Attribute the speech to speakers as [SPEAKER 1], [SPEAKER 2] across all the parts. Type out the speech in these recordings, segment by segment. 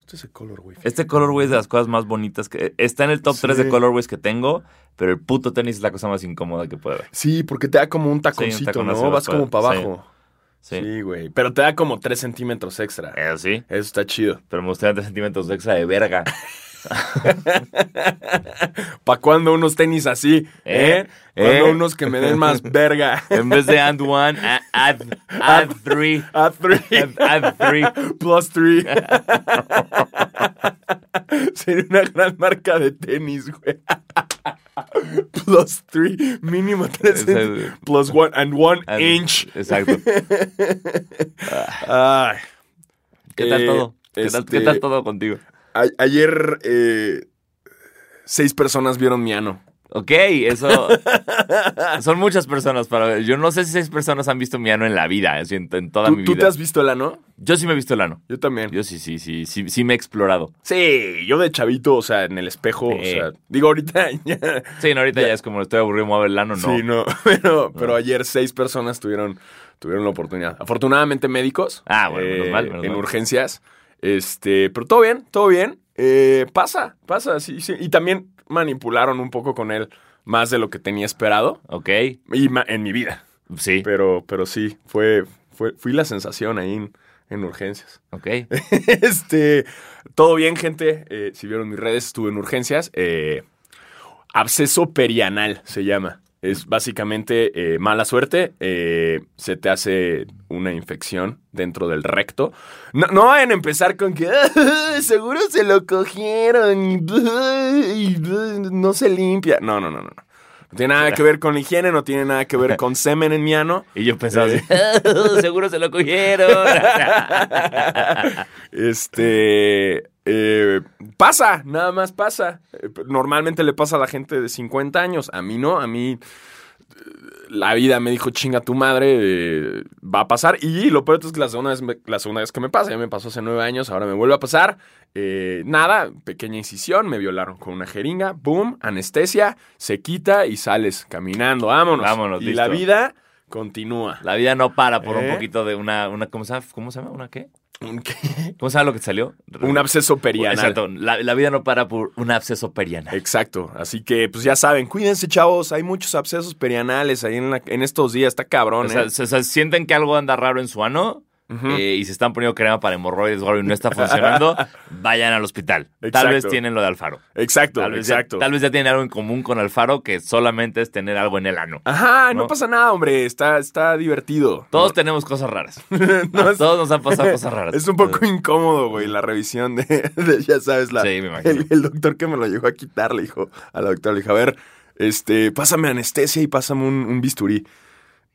[SPEAKER 1] gusta ese colorway.
[SPEAKER 2] Este colorway es de las cosas más bonitas que. Está en el top
[SPEAKER 1] Sí.
[SPEAKER 2] 3 de colorways que tengo, pero el puto tenis es la cosa más incómoda que puede haber.
[SPEAKER 1] Sí, porque te da como un taconcito,
[SPEAKER 2] taconazo
[SPEAKER 1] ¿no?
[SPEAKER 2] de
[SPEAKER 1] Vas como para
[SPEAKER 2] afuera.
[SPEAKER 1] abajo.
[SPEAKER 2] Sí.
[SPEAKER 1] Sí, güey. Pero te da como 3 centímetros extra.
[SPEAKER 2] Eso Eh, sí.
[SPEAKER 1] Eso está chido.
[SPEAKER 2] Pero me gustaría 3 centímetros de extra de verga.
[SPEAKER 1] ¿Para cuándo unos tenis así? ¿Eh?
[SPEAKER 2] ¿Eh?
[SPEAKER 1] ¿Cuándo
[SPEAKER 2] ¿Eh?
[SPEAKER 1] unos que me den más verga?
[SPEAKER 2] En vez de and one, a- add, add three.
[SPEAKER 1] A three.
[SPEAKER 2] Add, add three.
[SPEAKER 1] Plus three. Sería una gran marca de tenis, güey. Plus three. Mínimo tres.
[SPEAKER 2] Ese-
[SPEAKER 1] centí- Plus one and one
[SPEAKER 2] And-
[SPEAKER 1] inch.
[SPEAKER 2] Exacto.
[SPEAKER 1] Ay.
[SPEAKER 2] ¿Qué tal
[SPEAKER 1] Eh,
[SPEAKER 2] todo? ¿Qué, tal, qué
[SPEAKER 1] este,
[SPEAKER 2] tal todo contigo?
[SPEAKER 1] a- ayer eh, seis personas vieron mi ano.
[SPEAKER 2] Ok, eso. Son muchas personas para ver. Yo no sé si seis personas han visto mi ano en la vida, es decir, en, en toda
[SPEAKER 1] ¿Tú,
[SPEAKER 2] mi
[SPEAKER 1] tú
[SPEAKER 2] vida.
[SPEAKER 1] te has visto el ano?
[SPEAKER 2] Yo sí me he visto el ano.
[SPEAKER 1] Yo también.
[SPEAKER 2] Yo sí, sí, sí, sí, sí me he explorado.
[SPEAKER 1] Sí, yo de chavito, o sea, en el espejo, o
[SPEAKER 2] Sí.
[SPEAKER 1] sea, digo ahorita, ya,
[SPEAKER 2] Sí, no, ahorita ya, es como estoy aburrido, me voy a ver el ano, no.
[SPEAKER 1] sí, no, pero, pero ayer seis personas tuvieron, tuvieron la oportunidad. Afortunadamente médicos. eh,
[SPEAKER 2] Ah, bueno, menos mal, menos
[SPEAKER 1] en
[SPEAKER 2] mal.
[SPEAKER 1] urgencias, este, pero todo bien, todo bien, Eh, pasa, pasa, sí, sí, y también manipularon un poco con él más de lo que tenía esperado
[SPEAKER 2] Ok,
[SPEAKER 1] y ma- en mi vida,
[SPEAKER 2] sí,
[SPEAKER 1] pero, pero sí, fue, fue, fui la sensación ahí en- en urgencias.
[SPEAKER 2] ok.
[SPEAKER 1] Este, todo bien, gente. Eh, si vieron mis redes, estuve en urgencias. Eh, absceso perianal se llama. Es básicamente eh, mala suerte. eh, se te hace una infección dentro del recto. No, no vayan a empezar con que "Ah, seguro se lo cogieron y y no se limpia. No, no, no, no. no. No tiene nada que ver con la higiene, no tiene nada que ver con semen en mi ano.
[SPEAKER 2] Y yo pensaba así, "Ah, seguro se lo cogieron.
[SPEAKER 1] Este. eh, pasa, nada más pasa. Eh, Normalmente le pasa a la gente de 50 años. A mí no, a mí. eh, La vida me dijo, chinga tu madre, eh, va a pasar. Y lo peor de todo es que la segunda, vez, me- la segunda vez que me pasa, ya me pasó hace nueve años, ahora me vuelve a pasar. Eh, nada, pequeña incisión, me violaron con una jeringa, boom, anestesia, se quita y sales caminando, vámonos.
[SPEAKER 2] Vámonos,
[SPEAKER 1] y la
[SPEAKER 2] listo.
[SPEAKER 1] vida continúa.
[SPEAKER 2] la vida no para por
[SPEAKER 1] ¿Eh?
[SPEAKER 2] un poquito de una, una ¿cómo, se llama? ¿cómo se llama? ¿Una qué?
[SPEAKER 1] ¿Qué?
[SPEAKER 2] ¿Cómo se llama lo que te salió?
[SPEAKER 1] Un absceso perianal.
[SPEAKER 2] Exacto, la, la vida no para por un absceso perianal.
[SPEAKER 1] Exacto. Así que, pues ya saben, cuídense, chavos. Hay muchos abscesos perianales ahí en, la- en estos días. Está cabrón,
[SPEAKER 2] O sea,
[SPEAKER 1] ¿eh?
[SPEAKER 2] se- se sienten que algo anda raro en su ano
[SPEAKER 1] Ujú.
[SPEAKER 2] eh, y se están poniendo crema para hemorroides o algo y no está funcionando, vayan al hospital.
[SPEAKER 1] Exacto.
[SPEAKER 2] Tal vez tienen lo de Alfaro.
[SPEAKER 1] Exacto,
[SPEAKER 2] Tal vez, ya-
[SPEAKER 1] exacto.
[SPEAKER 2] tal vez ya tienen algo en común con Alfaro que solamente es tener algo en el ano.
[SPEAKER 1] Ajá, no,
[SPEAKER 2] ¿no?
[SPEAKER 1] pasa nada, hombre. Está, está divertido.
[SPEAKER 2] Todos tenemos cosas raras.
[SPEAKER 1] No,
[SPEAKER 2] A
[SPEAKER 1] es-
[SPEAKER 2] todos nos han pasado cosas raras.
[SPEAKER 1] Es un poco incómodo, güey, la revisión de, de- ya sabes, la,
[SPEAKER 2] Sí, me imagino.
[SPEAKER 1] El, el doctor que me lo llegó a quitar le dijo a la doctora, le dijo, a ver, este, pásame anestesia y pásame un, un bisturí.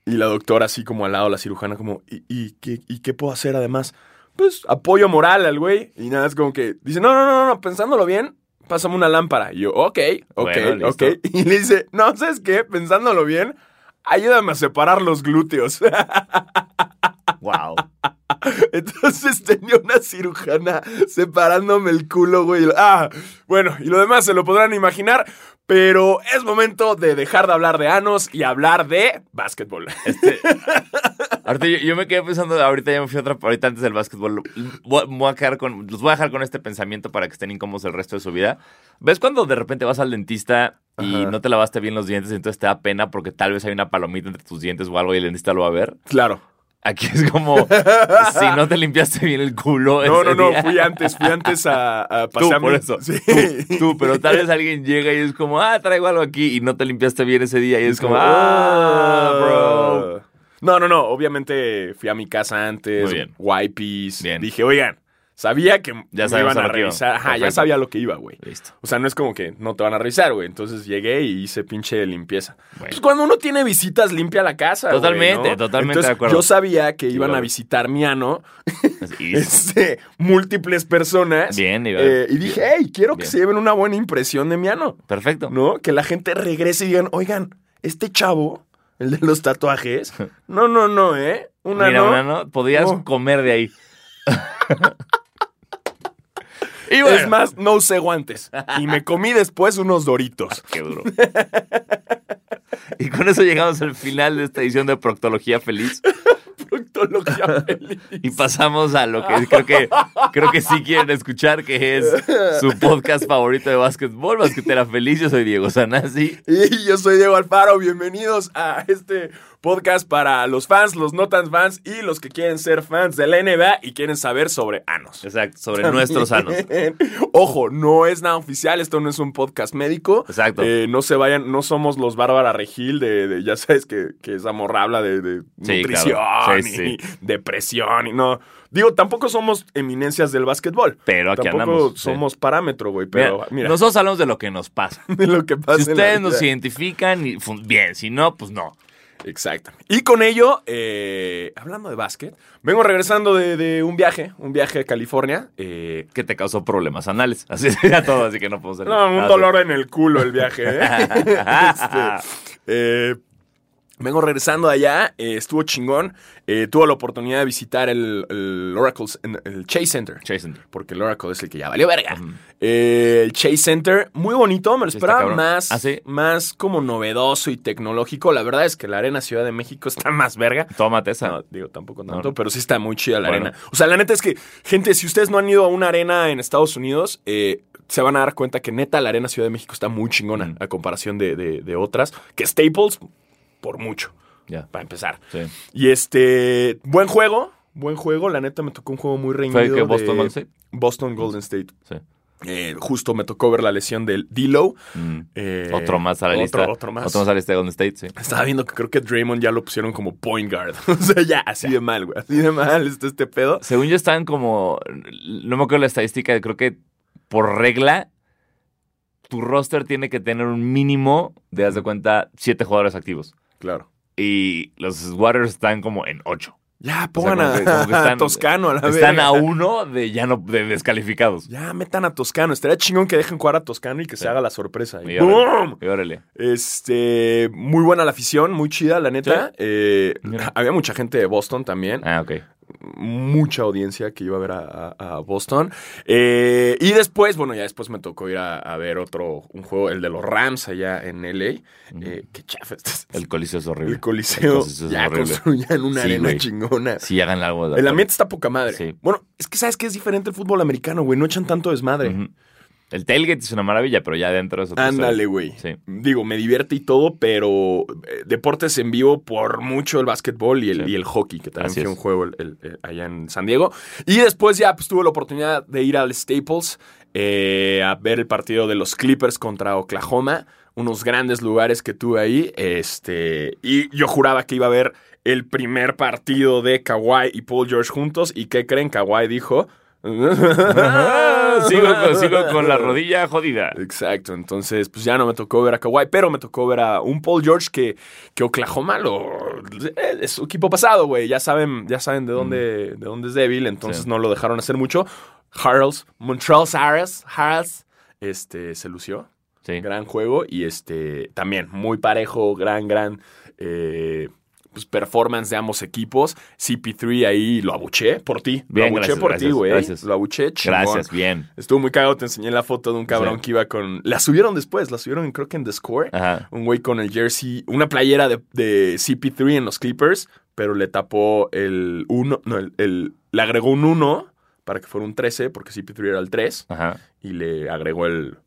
[SPEAKER 1] Y la doctora así como al lado, la cirujana como, ¿y, y qué, y qué puedo hacer además? Pues apoyo moral al güey. Y nada, es como que dice, no, no, no, no, pensándolo bien, pásame una lámpara. Y yo, ok, ok,
[SPEAKER 2] Bueno,
[SPEAKER 1] ok.
[SPEAKER 2] listo.
[SPEAKER 1] Y le dice, no, ¿sabes qué? Pensándolo bien, ayúdame a separar los glúteos.
[SPEAKER 2] Wow.
[SPEAKER 1] Entonces tenía una cirujana separándome el culo, güey. Ah, bueno, y lo demás se lo podrán imaginar, pero es momento de dejar de hablar de anos y hablar de básquetbol.
[SPEAKER 2] Este, Ahorita yo, yo me quedé pensando, ahorita ya me fui a otra, ahorita antes del básquetbol, voy, voy a quedar con, los voy a dejar con este pensamiento para que estén incómodos el resto de su vida. ¿Ves cuando de repente vas al dentista y
[SPEAKER 1] Ajá.
[SPEAKER 2] no te lavaste bien los dientes y entonces te da pena porque tal vez hay una palomita entre tus dientes o algo y el dentista lo va a ver?
[SPEAKER 1] Claro.
[SPEAKER 2] Aquí es como, si no te limpiaste bien el culo
[SPEAKER 1] No,
[SPEAKER 2] ese
[SPEAKER 1] no, no,
[SPEAKER 2] día.
[SPEAKER 1] fui antes, fui antes a, a
[SPEAKER 2] Tú,
[SPEAKER 1] pasearme.
[SPEAKER 2] por eso.
[SPEAKER 1] Sí.
[SPEAKER 2] Tú, tú, pero tal vez alguien llega y es como, ah, traigo algo aquí y no te limpiaste bien ese día y es como, ah, bro.
[SPEAKER 1] No, no, no, obviamente fui a mi casa antes,
[SPEAKER 2] Muy bien.
[SPEAKER 1] wipes.
[SPEAKER 2] Bien.
[SPEAKER 1] Dije, oigan, sabía que
[SPEAKER 2] Ya
[SPEAKER 1] me
[SPEAKER 2] sabemos
[SPEAKER 1] iban
[SPEAKER 2] a
[SPEAKER 1] a
[SPEAKER 2] lo que iba.
[SPEAKER 1] revisar. Ajá, ya
[SPEAKER 2] Perfecto.
[SPEAKER 1] sabía lo que iba, güey.
[SPEAKER 2] Listo.
[SPEAKER 1] O sea, no es como que no te van a revisar, güey. Entonces llegué y hice pinche limpieza.
[SPEAKER 2] Bueno.
[SPEAKER 1] Pues cuando uno tiene visitas, limpia la casa. güey,
[SPEAKER 2] Totalmente,
[SPEAKER 1] ¿no?
[SPEAKER 2] totalmente
[SPEAKER 1] Entonces,
[SPEAKER 2] de acuerdo.
[SPEAKER 1] Yo sabía que iban a
[SPEAKER 2] claro.
[SPEAKER 1] visitar mi ano
[SPEAKER 2] Y-
[SPEAKER 1] este, múltiples personas.
[SPEAKER 2] Bien, Iván.
[SPEAKER 1] eh, y dije,
[SPEAKER 2] Bien.
[SPEAKER 1] hey, quiero que
[SPEAKER 2] Bien.
[SPEAKER 1] se lleven una buena impresión de mi ano.
[SPEAKER 2] Perfecto.
[SPEAKER 1] ¿No? Que la gente regrese y digan, oigan, este chavo, el de los tatuajes. No, no, no, ¿eh? Una
[SPEAKER 2] Mira,
[SPEAKER 1] no. Oh.
[SPEAKER 2] una no, podías
[SPEAKER 1] No.
[SPEAKER 2] comer de ahí. y bueno,
[SPEAKER 1] Es más, no usé guantes. Y me comí después unos doritos.
[SPEAKER 2] qué duro. y con eso llegamos al final de esta edición de Proctología Feliz.
[SPEAKER 1] mitología feliz.
[SPEAKER 2] Y pasamos a lo que creo que creo que sí quieren escuchar, que es su podcast favorito de básquetbol, Basquetera Feliz. Yo soy Diego Sanasi.
[SPEAKER 1] Y yo soy Diego Alfaro, bienvenidos a este podcast para los fans, los no tan fans y los que quieren ser fans de la NBA y quieren saber sobre Anos.
[SPEAKER 2] Exacto, sobre nuestros anos.
[SPEAKER 1] Ojo, no es nada oficial, esto no es un podcast médico.
[SPEAKER 2] Exacto.
[SPEAKER 1] Eh, no se vayan, no somos los Bárbara Regil de, de- ya sabes que, que esa morra habla de, de
[SPEAKER 2] Sí,
[SPEAKER 1] nutrición
[SPEAKER 2] claro. Sí,
[SPEAKER 1] y depresión y no. Digo, tampoco somos eminencias del básquetbol.
[SPEAKER 2] Pero aquí
[SPEAKER 1] tampoco
[SPEAKER 2] andamos, sí.
[SPEAKER 1] somos parámetro, güey,
[SPEAKER 2] Mira,
[SPEAKER 1] pero mira,
[SPEAKER 2] Nosotros hablamos de lo que nos pasa.
[SPEAKER 1] de lo que pasa.
[SPEAKER 2] Si
[SPEAKER 1] en la
[SPEAKER 2] ustedes nos
[SPEAKER 1] vida.
[SPEAKER 2] identifican, y fun- bien. Si no, pues no.
[SPEAKER 1] Exactamente. Y con ello, eh, hablando de básquet, vengo regresando de, de un viaje, un viaje a California. eh,
[SPEAKER 2] Que te causó problemas anales. Así era todo, así que no podemos salir.
[SPEAKER 1] no, un
[SPEAKER 2] Ah, sí.
[SPEAKER 1] dolor en el culo el viaje. ¿eh? Este, eh, vengo regresando de allá, eh, estuvo chingón. eh, tuve la oportunidad de visitar el, el Oracle, el Chase Center.
[SPEAKER 2] Jason.
[SPEAKER 1] Porque el Oracle es el que ya valió verga. Eh, el Chase Center, muy bonito, me lo
[SPEAKER 2] Sí, está
[SPEAKER 1] esperaba
[SPEAKER 2] cabrón.
[SPEAKER 1] más,
[SPEAKER 2] ¿Ah, sí?
[SPEAKER 1] más como novedoso y tecnológico. La verdad es que la Arena Ciudad de México está más verga.
[SPEAKER 2] Tómate esa.
[SPEAKER 1] No, digo, tampoco tanto, pero sí está muy chida la
[SPEAKER 2] Bueno.
[SPEAKER 1] arena. O sea, la neta es que, gente, si ustedes no han ido a una arena en Estados Unidos, eh, se van a dar cuenta que neta la arena Ciudad de México está muy chingona
[SPEAKER 2] Mm.
[SPEAKER 1] a comparación de, de- de otras. Que Staples, por mucho,
[SPEAKER 2] Ya.
[SPEAKER 1] para empezar.
[SPEAKER 2] Sí.
[SPEAKER 1] Y este, buen juego, buen juego. La neta me tocó un juego muy reñido.
[SPEAKER 2] ¿Fue que
[SPEAKER 1] de
[SPEAKER 2] Boston Golden State?
[SPEAKER 1] Boston Golden State.
[SPEAKER 2] Sí.
[SPEAKER 1] Eh, justo me tocó ver la lesión del D-Low.
[SPEAKER 2] Mm.
[SPEAKER 1] Eh,
[SPEAKER 2] otro más a la
[SPEAKER 1] otro-
[SPEAKER 2] lista.
[SPEAKER 1] Otro más.
[SPEAKER 2] Otro más a la lista de Golden State, sí.
[SPEAKER 1] Estaba viendo que creo que Draymond ya lo pusieron como point guard. o sea, ya, así de mal, güey. Así de mal está este pedo.
[SPEAKER 2] Según yo estaban como, no me acuerdo la estadística, creo que por regla, tu roster tiene que tener un mínimo de, haz de cuenta, siete jugadores activos.
[SPEAKER 1] Claro.
[SPEAKER 2] Y los Warriors están como en ocho.
[SPEAKER 1] Ya, pongan
[SPEAKER 2] como que- como que
[SPEAKER 1] a,
[SPEAKER 2] están-
[SPEAKER 1] a Toscano a la vez.
[SPEAKER 2] Están a uno de ya no de descalificados.
[SPEAKER 1] Ya, metan a Toscano. Estaría chingón que dejen jugar a Toscano y que se haga la sorpresa. Y
[SPEAKER 2] Y órale.
[SPEAKER 1] ¡boom!
[SPEAKER 2] Y órale.
[SPEAKER 1] Este, muy buena la afición, muy chida, la neta.
[SPEAKER 2] Sí.
[SPEAKER 1] Eh,
[SPEAKER 2] Mira.
[SPEAKER 1] había mucha gente de Boston también.
[SPEAKER 2] Ah, ok.
[SPEAKER 1] mucha audiencia que iba a ver a, a- a Boston. Eh, y después, bueno, ya después me tocó ir a, a ver otro, un juego, el de los Rams allá en LA. Eh, qué chafa.
[SPEAKER 2] El coliseo es horrible.
[SPEAKER 1] El Coliseo.
[SPEAKER 2] El Coliseo es
[SPEAKER 1] ya
[SPEAKER 2] horrible.
[SPEAKER 1] construyan una
[SPEAKER 2] Sí,
[SPEAKER 1] arena
[SPEAKER 2] güey.
[SPEAKER 1] chingona.
[SPEAKER 2] Sí, hagan algo. de
[SPEAKER 1] El ambiente está poca madre.
[SPEAKER 2] Sí.
[SPEAKER 1] Bueno, es que sabes que es diferente el fútbol americano, güey. No echan tanto desmadre.
[SPEAKER 2] Ujú. El tailgate es una maravilla, pero ya adentro es otra historia.
[SPEAKER 1] Ándale, güey.
[SPEAKER 2] Sí.
[SPEAKER 1] Digo, me divierte y todo, pero eh, deportes en vivo por mucho el básquetbol y el,
[SPEAKER 2] Sí.
[SPEAKER 1] y el hockey, que también
[SPEAKER 2] Así
[SPEAKER 1] fue un
[SPEAKER 2] es.
[SPEAKER 1] juego el- el- el- allá en San Diego. Y después ya pues, tuve la oportunidad de ir al Staples eh, a ver el partido de los Clippers contra Oklahoma. Unos grandes lugares que tuve ahí. Este, y yo juraba que iba a ver el primer partido de Kawhi y Paul George juntos. ¿Y qué creen? Kawhi dijo...
[SPEAKER 2] Ah, sigo, con, sigo con la rodilla jodida.
[SPEAKER 1] Exacto, entonces pues ya no me tocó ver a Kawhi, pero me tocó ver a un Paul George que, que Oklahoma lo, eh, es su equipo pasado, güey. Ya saben, ya saben de dónde, de dónde es débil, entonces
[SPEAKER 2] Mm. Sí.
[SPEAKER 1] no lo dejaron hacer mucho. Harrells, Montreal Harrells, Harrells, este, se lució.
[SPEAKER 2] Sí.
[SPEAKER 1] Gran juego y este también muy parejo, gran, gran eh, pues, performance de ambos equipos. CP3 ahí lo abuché por ti.
[SPEAKER 2] Bien,
[SPEAKER 1] lo abuché
[SPEAKER 2] gracias,
[SPEAKER 1] por ti,
[SPEAKER 2] gracias,
[SPEAKER 1] güey.
[SPEAKER 2] gracias.
[SPEAKER 1] Lo abuché, chingón.
[SPEAKER 2] Gracias, bien.
[SPEAKER 1] Estuvo muy cagado, te enseñé la foto de un cabrón
[SPEAKER 2] Sí.
[SPEAKER 1] que iba con... La subieron después, la subieron creo que en The Score.
[SPEAKER 2] Ajá.
[SPEAKER 1] Un güey con el jersey, una playera de, de CP3 en los Clippers, pero le tapó el 1, no, el, el- le agregó un 1 para que fuera un 13, porque CP3 era el 3,
[SPEAKER 2] Ajá.
[SPEAKER 1] y le agregó el,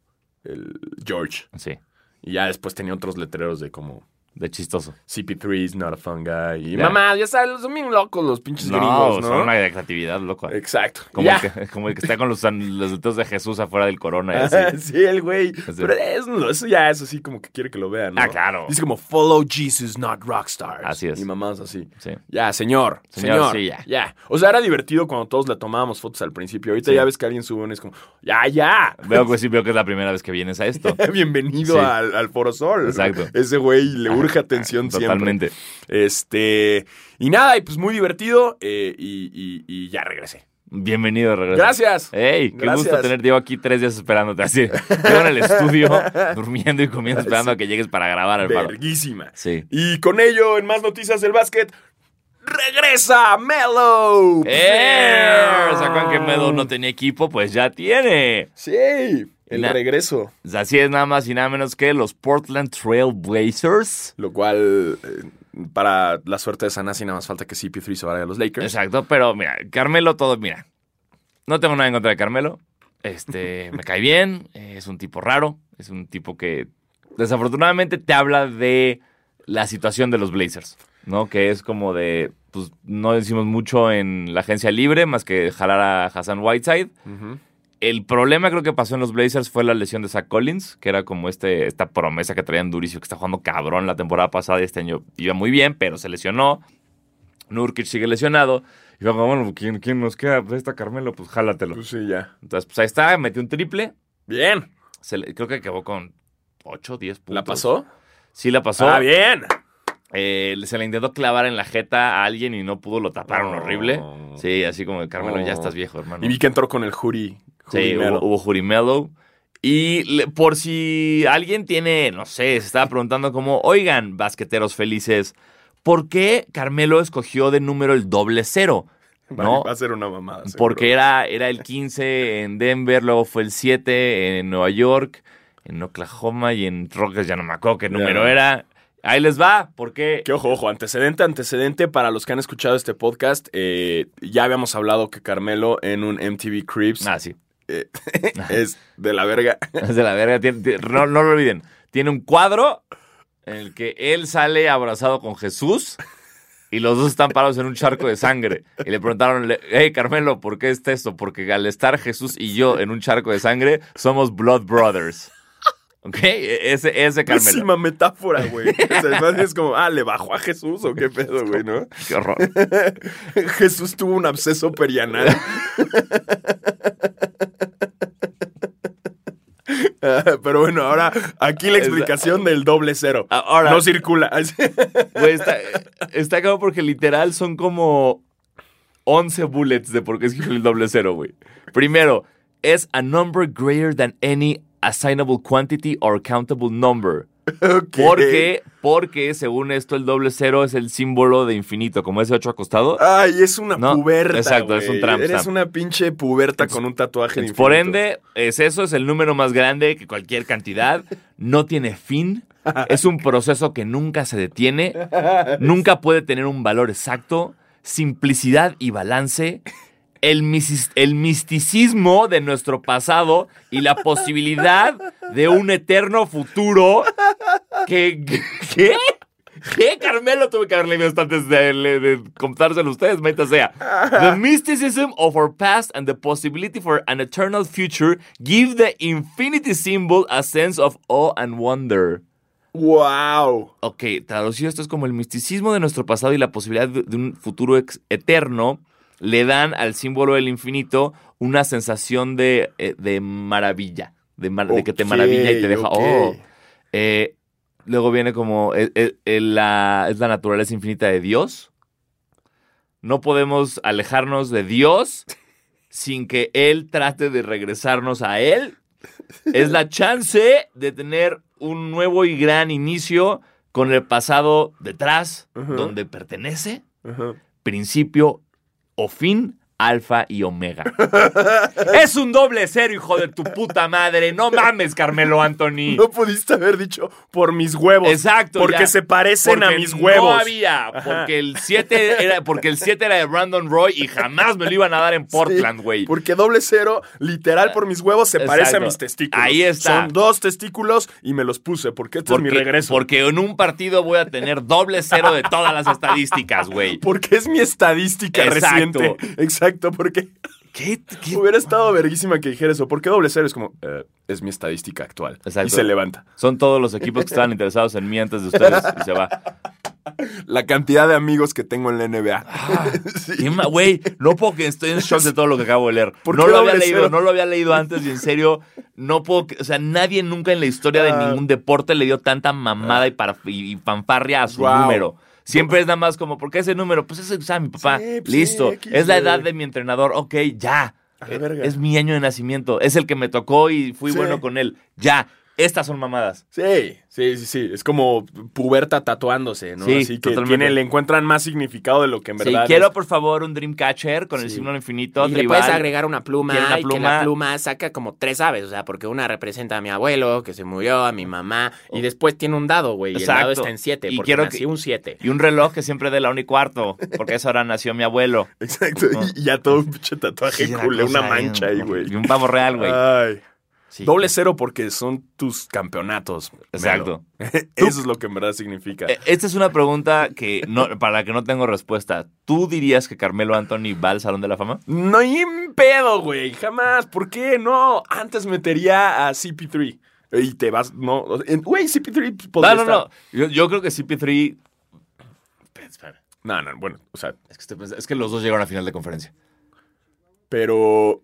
[SPEAKER 1] el George.
[SPEAKER 2] Sí.
[SPEAKER 1] Y ya después tenía otros letreros de como
[SPEAKER 2] De chistoso.
[SPEAKER 1] CP3 is not a fun guy. Y
[SPEAKER 2] Ya.
[SPEAKER 1] mamá, ya sabes, son bien locos los pinches
[SPEAKER 2] no,
[SPEAKER 1] gringos,
[SPEAKER 2] o
[SPEAKER 1] ¿no?
[SPEAKER 2] sea, una de creatividad, loco.
[SPEAKER 1] Exacto.
[SPEAKER 2] Como,
[SPEAKER 1] Ya.
[SPEAKER 2] el que, como el que está con los, san- los dedos de Jesús afuera del corona. y así.
[SPEAKER 1] Ah, sí, el güey. Pero es- no, eso ya es así como que quiere que lo vean, ¿no?
[SPEAKER 2] Pues Ah, claro.
[SPEAKER 1] Dice como, follow Jesus, not rockstars.
[SPEAKER 2] Así es.
[SPEAKER 1] Y mamás así.
[SPEAKER 2] Sí.
[SPEAKER 1] Ya, señor. Señor,
[SPEAKER 2] Señor, sí, ya.
[SPEAKER 1] O sea, era divertido cuando todos le tomábamos fotos al principio. Ahorita
[SPEAKER 2] Sí.
[SPEAKER 1] ya ves que alguien sube y es como, ya, ya.
[SPEAKER 2] Veo que sí, veo que es la primera vez que vienes a esto.
[SPEAKER 1] Bienvenido
[SPEAKER 2] Sí.
[SPEAKER 1] al, al Foro Sol.
[SPEAKER 2] Exacto. Ah,
[SPEAKER 1] Ese güey le urge atención siempre.
[SPEAKER 2] Totalmente.
[SPEAKER 1] Este. Y nada, y pues muy divertido. eh, y, y- y ya regresé.
[SPEAKER 2] Bienvenido de regreso.
[SPEAKER 1] Gracias.
[SPEAKER 2] Ey, qué
[SPEAKER 1] Gracias.
[SPEAKER 2] gusto tener Diego aquí tres días esperándote. Así, Diego en el estudio, durmiendo y comiendo, esperando a que llegues para grabar, hermano.
[SPEAKER 1] Verguísima.
[SPEAKER 2] Sí.
[SPEAKER 1] Y con ello, en más noticias del básquet, regresa Melo.
[SPEAKER 2] ¡Eh! O sea, con que Medo no tenía equipo, pues ya tiene.
[SPEAKER 1] Sí, el
[SPEAKER 2] Na-
[SPEAKER 1] regreso.
[SPEAKER 2] Así es, nada más y nada menos que los Portland Trail Blazers.
[SPEAKER 1] Lo cual eh, para la suerte de Sanasi, nada más falta que CP3 se vaya a los Lakers.
[SPEAKER 2] Exacto, pero mira, Carmelo todo, mira. No tengo nada en contra de Carmelo. Este, me cae bien, eh, es un tipo raro, es un tipo que desafortunadamente te habla de la situación de los Blazers, ¿no? Que es como de, pues no decimos mucho en la agencia libre más que jalar a Hassan Whiteside.
[SPEAKER 1] Ujú.
[SPEAKER 2] El problema creo que pasó en los Blazers fue la lesión de Zach Collins, que era como este, esta promesa que traían Duricio, que está jugando cabrón la temporada pasada y este año iba muy bien, pero se lesionó. Nurkic sigue lesionado. Y vamos, bueno, ¿quién, quién nos queda? Pues ahí está Carmelo, pues jálatelo.
[SPEAKER 1] Pues sí, ya.
[SPEAKER 2] Entonces, pues ahí está, metió un triple.
[SPEAKER 1] Bien.
[SPEAKER 2] Se le- creo que acabó con 8, 10 puntos.
[SPEAKER 1] ¿La pasó?
[SPEAKER 2] Sí, la pasó.
[SPEAKER 1] Ah, bien.
[SPEAKER 2] Eh, se le intentó clavar en la jeta a alguien y no pudo, lo taparon
[SPEAKER 1] Oh.
[SPEAKER 2] horrible. Sí, así como de Carmelo,
[SPEAKER 1] Oh.
[SPEAKER 2] ya estás viejo, hermano.
[SPEAKER 1] Y vi que entró con el Juri.
[SPEAKER 2] Sí, hubo, hubo Jurimelo. Y le- por si alguien tiene, no sé, se estaba preguntando como, oigan, basqueteros felices, ¿por qué Carmelo escogió de número el doble cero? ¿No?
[SPEAKER 1] Va a ser una mamada. seguro.
[SPEAKER 2] Porque era, era el 15 en Denver, luego fue el 7 en Nueva York, en Oklahoma y en Rockets, ya no me acuerdo qué
[SPEAKER 1] Ya
[SPEAKER 2] número
[SPEAKER 1] no.
[SPEAKER 2] era. Ahí les va, porque...
[SPEAKER 1] Que ojo, ojo, antecedente, antecedente para los que han escuchado este podcast. eh, ya habíamos hablado que Carmelo en un MTV Cribs
[SPEAKER 2] Ah, sí.
[SPEAKER 1] eh, es de la verga.
[SPEAKER 2] Es de la verga. Tiene- tiene- no, no lo olviden. Tiene un cuadro en el que él sale abrazado con Jesús y los dos están parados en un charco de sangre. Y le preguntaron, le- hey Carmelo, ¿por qué es esto? Porque al estar Jesús y yo en un charco de sangre, somos Blood Brothers. ¿Ok? E- Ese, ese Carmelo.
[SPEAKER 1] Pésima metáfora, güey. O sea, más es como, ah, ¿le bajó a Jesús o qué pedo, güey, no?
[SPEAKER 2] Qué horror.
[SPEAKER 1] Jesús tuvo un absceso perianal. Ah, Pero bueno, ahora aquí la explicación del doble cero.
[SPEAKER 2] Ah, Ahora-
[SPEAKER 1] no circula.
[SPEAKER 2] Güey, está, está cabrón porque literal son como 11 bullets de por qué escribir el doble cero, güey. Primero, es a number greater than any assignable quantity or countable number.
[SPEAKER 1] Ok.
[SPEAKER 2] Porque, porque según esto, el doble cero es el símbolo de infinito, como ese 8 acostado.
[SPEAKER 1] Ay, es una
[SPEAKER 2] No,
[SPEAKER 1] puberta.
[SPEAKER 2] exacto, es
[SPEAKER 1] güey.
[SPEAKER 2] un tramp
[SPEAKER 1] Eres
[SPEAKER 2] stamp.
[SPEAKER 1] una pinche puberta con un tatuaje de
[SPEAKER 2] Entonces, por
[SPEAKER 1] infinito.
[SPEAKER 2] ende, es eso, es el número más grande que cualquier cantidad. No tiene fin. Es un proceso que nunca se detiene. Nunca puede tener un valor exacto. Simplicidad y balance. El, misis- el misticismo de nuestro pasado y la posibilidad de un eterno futuro. que ¿Qué? ¿Qué? Carmelo tuve que haber leído esto antes de, eh, de contárselo a ustedes, meta sea. The mysticism of our past and the possibility for an eternal future give the infinity symbol a sense of awe and wonder.
[SPEAKER 1] ¡Wow!
[SPEAKER 2] Ok, traducido esto es como el misticismo de nuestro pasado y la posibilidad de, de un futuro ex- eterno le dan al símbolo del infinito una sensación de, eh, de maravilla, de, mar- de que te
[SPEAKER 1] Ok,
[SPEAKER 2] maravilla y te deja,
[SPEAKER 1] ok.
[SPEAKER 2] oh. Eh, luego viene como, eh, eh, eh, la, es la naturaleza infinita de Dios. No podemos alejarnos de Dios sin que Él trate de regresarnos a Él. Es la chance de tener un nuevo y gran inicio con el pasado detrás,
[SPEAKER 1] Ujú.
[SPEAKER 2] donde pertenece,
[SPEAKER 1] Ajá.
[SPEAKER 2] principio o fin, alfa y omega. es un doble cero, hijo de tu puta madre. No mames, Carmelo Anthony.
[SPEAKER 1] No pudiste haber dicho por mis huevos.
[SPEAKER 2] Exacto.
[SPEAKER 1] Porque
[SPEAKER 2] ya.
[SPEAKER 1] se parecen a
[SPEAKER 2] Porque
[SPEAKER 1] mis huevos.
[SPEAKER 2] No había, porque el 7 era, porque el siete era de Brandon Roy y jamás me lo iban a dar en Portland,
[SPEAKER 1] Sí,
[SPEAKER 2] güey.
[SPEAKER 1] Porque doble cero, literal por mis huevos, se
[SPEAKER 2] Exacto.
[SPEAKER 1] parece a mis testículos.
[SPEAKER 2] Ahí está.
[SPEAKER 1] Son dos testículos y me los puse porque este
[SPEAKER 2] porque,
[SPEAKER 1] es mi regreso.
[SPEAKER 2] porque en un partido voy a tener doble cero de todas las estadísticas, güey.
[SPEAKER 1] Porque es mi estadística
[SPEAKER 2] Exacto.
[SPEAKER 1] reciente. Exacto, porque
[SPEAKER 2] ¿Qué, qué?
[SPEAKER 1] hubiera estado verguísima que dijera eso. Porque doble cero es como, eh, es mi estadística actual.
[SPEAKER 2] Exacto.
[SPEAKER 1] Y se levanta.
[SPEAKER 2] Son todos los equipos que estaban interesados en mí antes de ustedes y se va.
[SPEAKER 1] La cantidad de amigos que tengo en la NBA.
[SPEAKER 3] Ah.
[SPEAKER 1] Sí.
[SPEAKER 2] Qué ma- Güey, no puedo que estoy en shock de todo lo que acabo de leer.
[SPEAKER 1] ¿Por
[SPEAKER 2] no
[SPEAKER 1] qué
[SPEAKER 2] lo había
[SPEAKER 1] doble
[SPEAKER 2] leído,
[SPEAKER 1] cero?
[SPEAKER 2] no lo había leído antes y en serio, no puedo. que- o sea, nadie nunca en la historia de
[SPEAKER 1] Ah.
[SPEAKER 2] ningún deporte le dio tanta mamada y, para, y, y fanfarria a su
[SPEAKER 1] Wow.
[SPEAKER 2] número. Siempre es nada más como, ¿por qué ese número? Pues ese examen, papá.
[SPEAKER 1] Sí, pues
[SPEAKER 2] Listo.
[SPEAKER 1] sí, X,
[SPEAKER 2] es la
[SPEAKER 1] güey.
[SPEAKER 2] edad de mi entrenador. Ok, ya.
[SPEAKER 1] A la
[SPEAKER 2] Eh,
[SPEAKER 1] verga.
[SPEAKER 2] Es mi año de nacimiento. Es el que me tocó y fui
[SPEAKER 1] Sí.
[SPEAKER 2] bueno con él. Ya. estas son mamadas.
[SPEAKER 1] Sí, sí, sí, sí. Es como puberta tatuándose, ¿no?
[SPEAKER 2] Sí,
[SPEAKER 1] Así que
[SPEAKER 2] totalmente.
[SPEAKER 1] tiene- le encuentran más significado de lo que en
[SPEAKER 2] Sí,
[SPEAKER 1] verdad.
[SPEAKER 2] quiero,
[SPEAKER 1] es.
[SPEAKER 2] por favor, un Dreamcatcher con el
[SPEAKER 1] Sí.
[SPEAKER 2] signo del infinito.
[SPEAKER 3] Y le
[SPEAKER 2] tribal.
[SPEAKER 3] puedes agregar una pluma,
[SPEAKER 2] Quiero una
[SPEAKER 3] y que la
[SPEAKER 2] pluma.
[SPEAKER 3] pluma saca como tres aves, o sea, porque una representa a mi abuelo que se murió, a mi mamá, y después tiene un dado, güey, y el dado
[SPEAKER 2] Exacto.
[SPEAKER 3] está en siete,
[SPEAKER 2] Y
[SPEAKER 3] porque
[SPEAKER 2] quiero
[SPEAKER 3] nací
[SPEAKER 2] que-
[SPEAKER 3] un siete.
[SPEAKER 2] Y un reloj que siempre dé la 1 y cuarto, porque a esa hora nació mi abuelo.
[SPEAKER 1] Exacto. Y- Y ya todo un pinche tatuaje
[SPEAKER 2] Sí,
[SPEAKER 1] cool, una
[SPEAKER 2] cosa,
[SPEAKER 1] mancha ahí, güey.
[SPEAKER 2] Y un pavo real, güey.
[SPEAKER 1] Ay.
[SPEAKER 3] Sí.
[SPEAKER 1] Doble cero porque son tus campeonatos.
[SPEAKER 2] Exacto.
[SPEAKER 1] Melo. Eso es lo que en verdad significa.
[SPEAKER 2] Eh, Esta es una pregunta que no, para la que no tengo respuesta. ¿Tú dirías que Carmelo Anthony va al Salón de la Fama?
[SPEAKER 1] No hay un pedo, güey. Jamás. ¿Por qué? No. Antes metería a CP3. Y te vas. No. o sea, en- Güey, CP3 podría
[SPEAKER 2] No, no, no.
[SPEAKER 1] estar-
[SPEAKER 2] Yo, yo creo que CP3. Espera, espera.
[SPEAKER 1] No, no. Bueno, o sea,
[SPEAKER 2] Es que, estoy pensando- es que los dos llegaron a final de conferencia.
[SPEAKER 1] pero.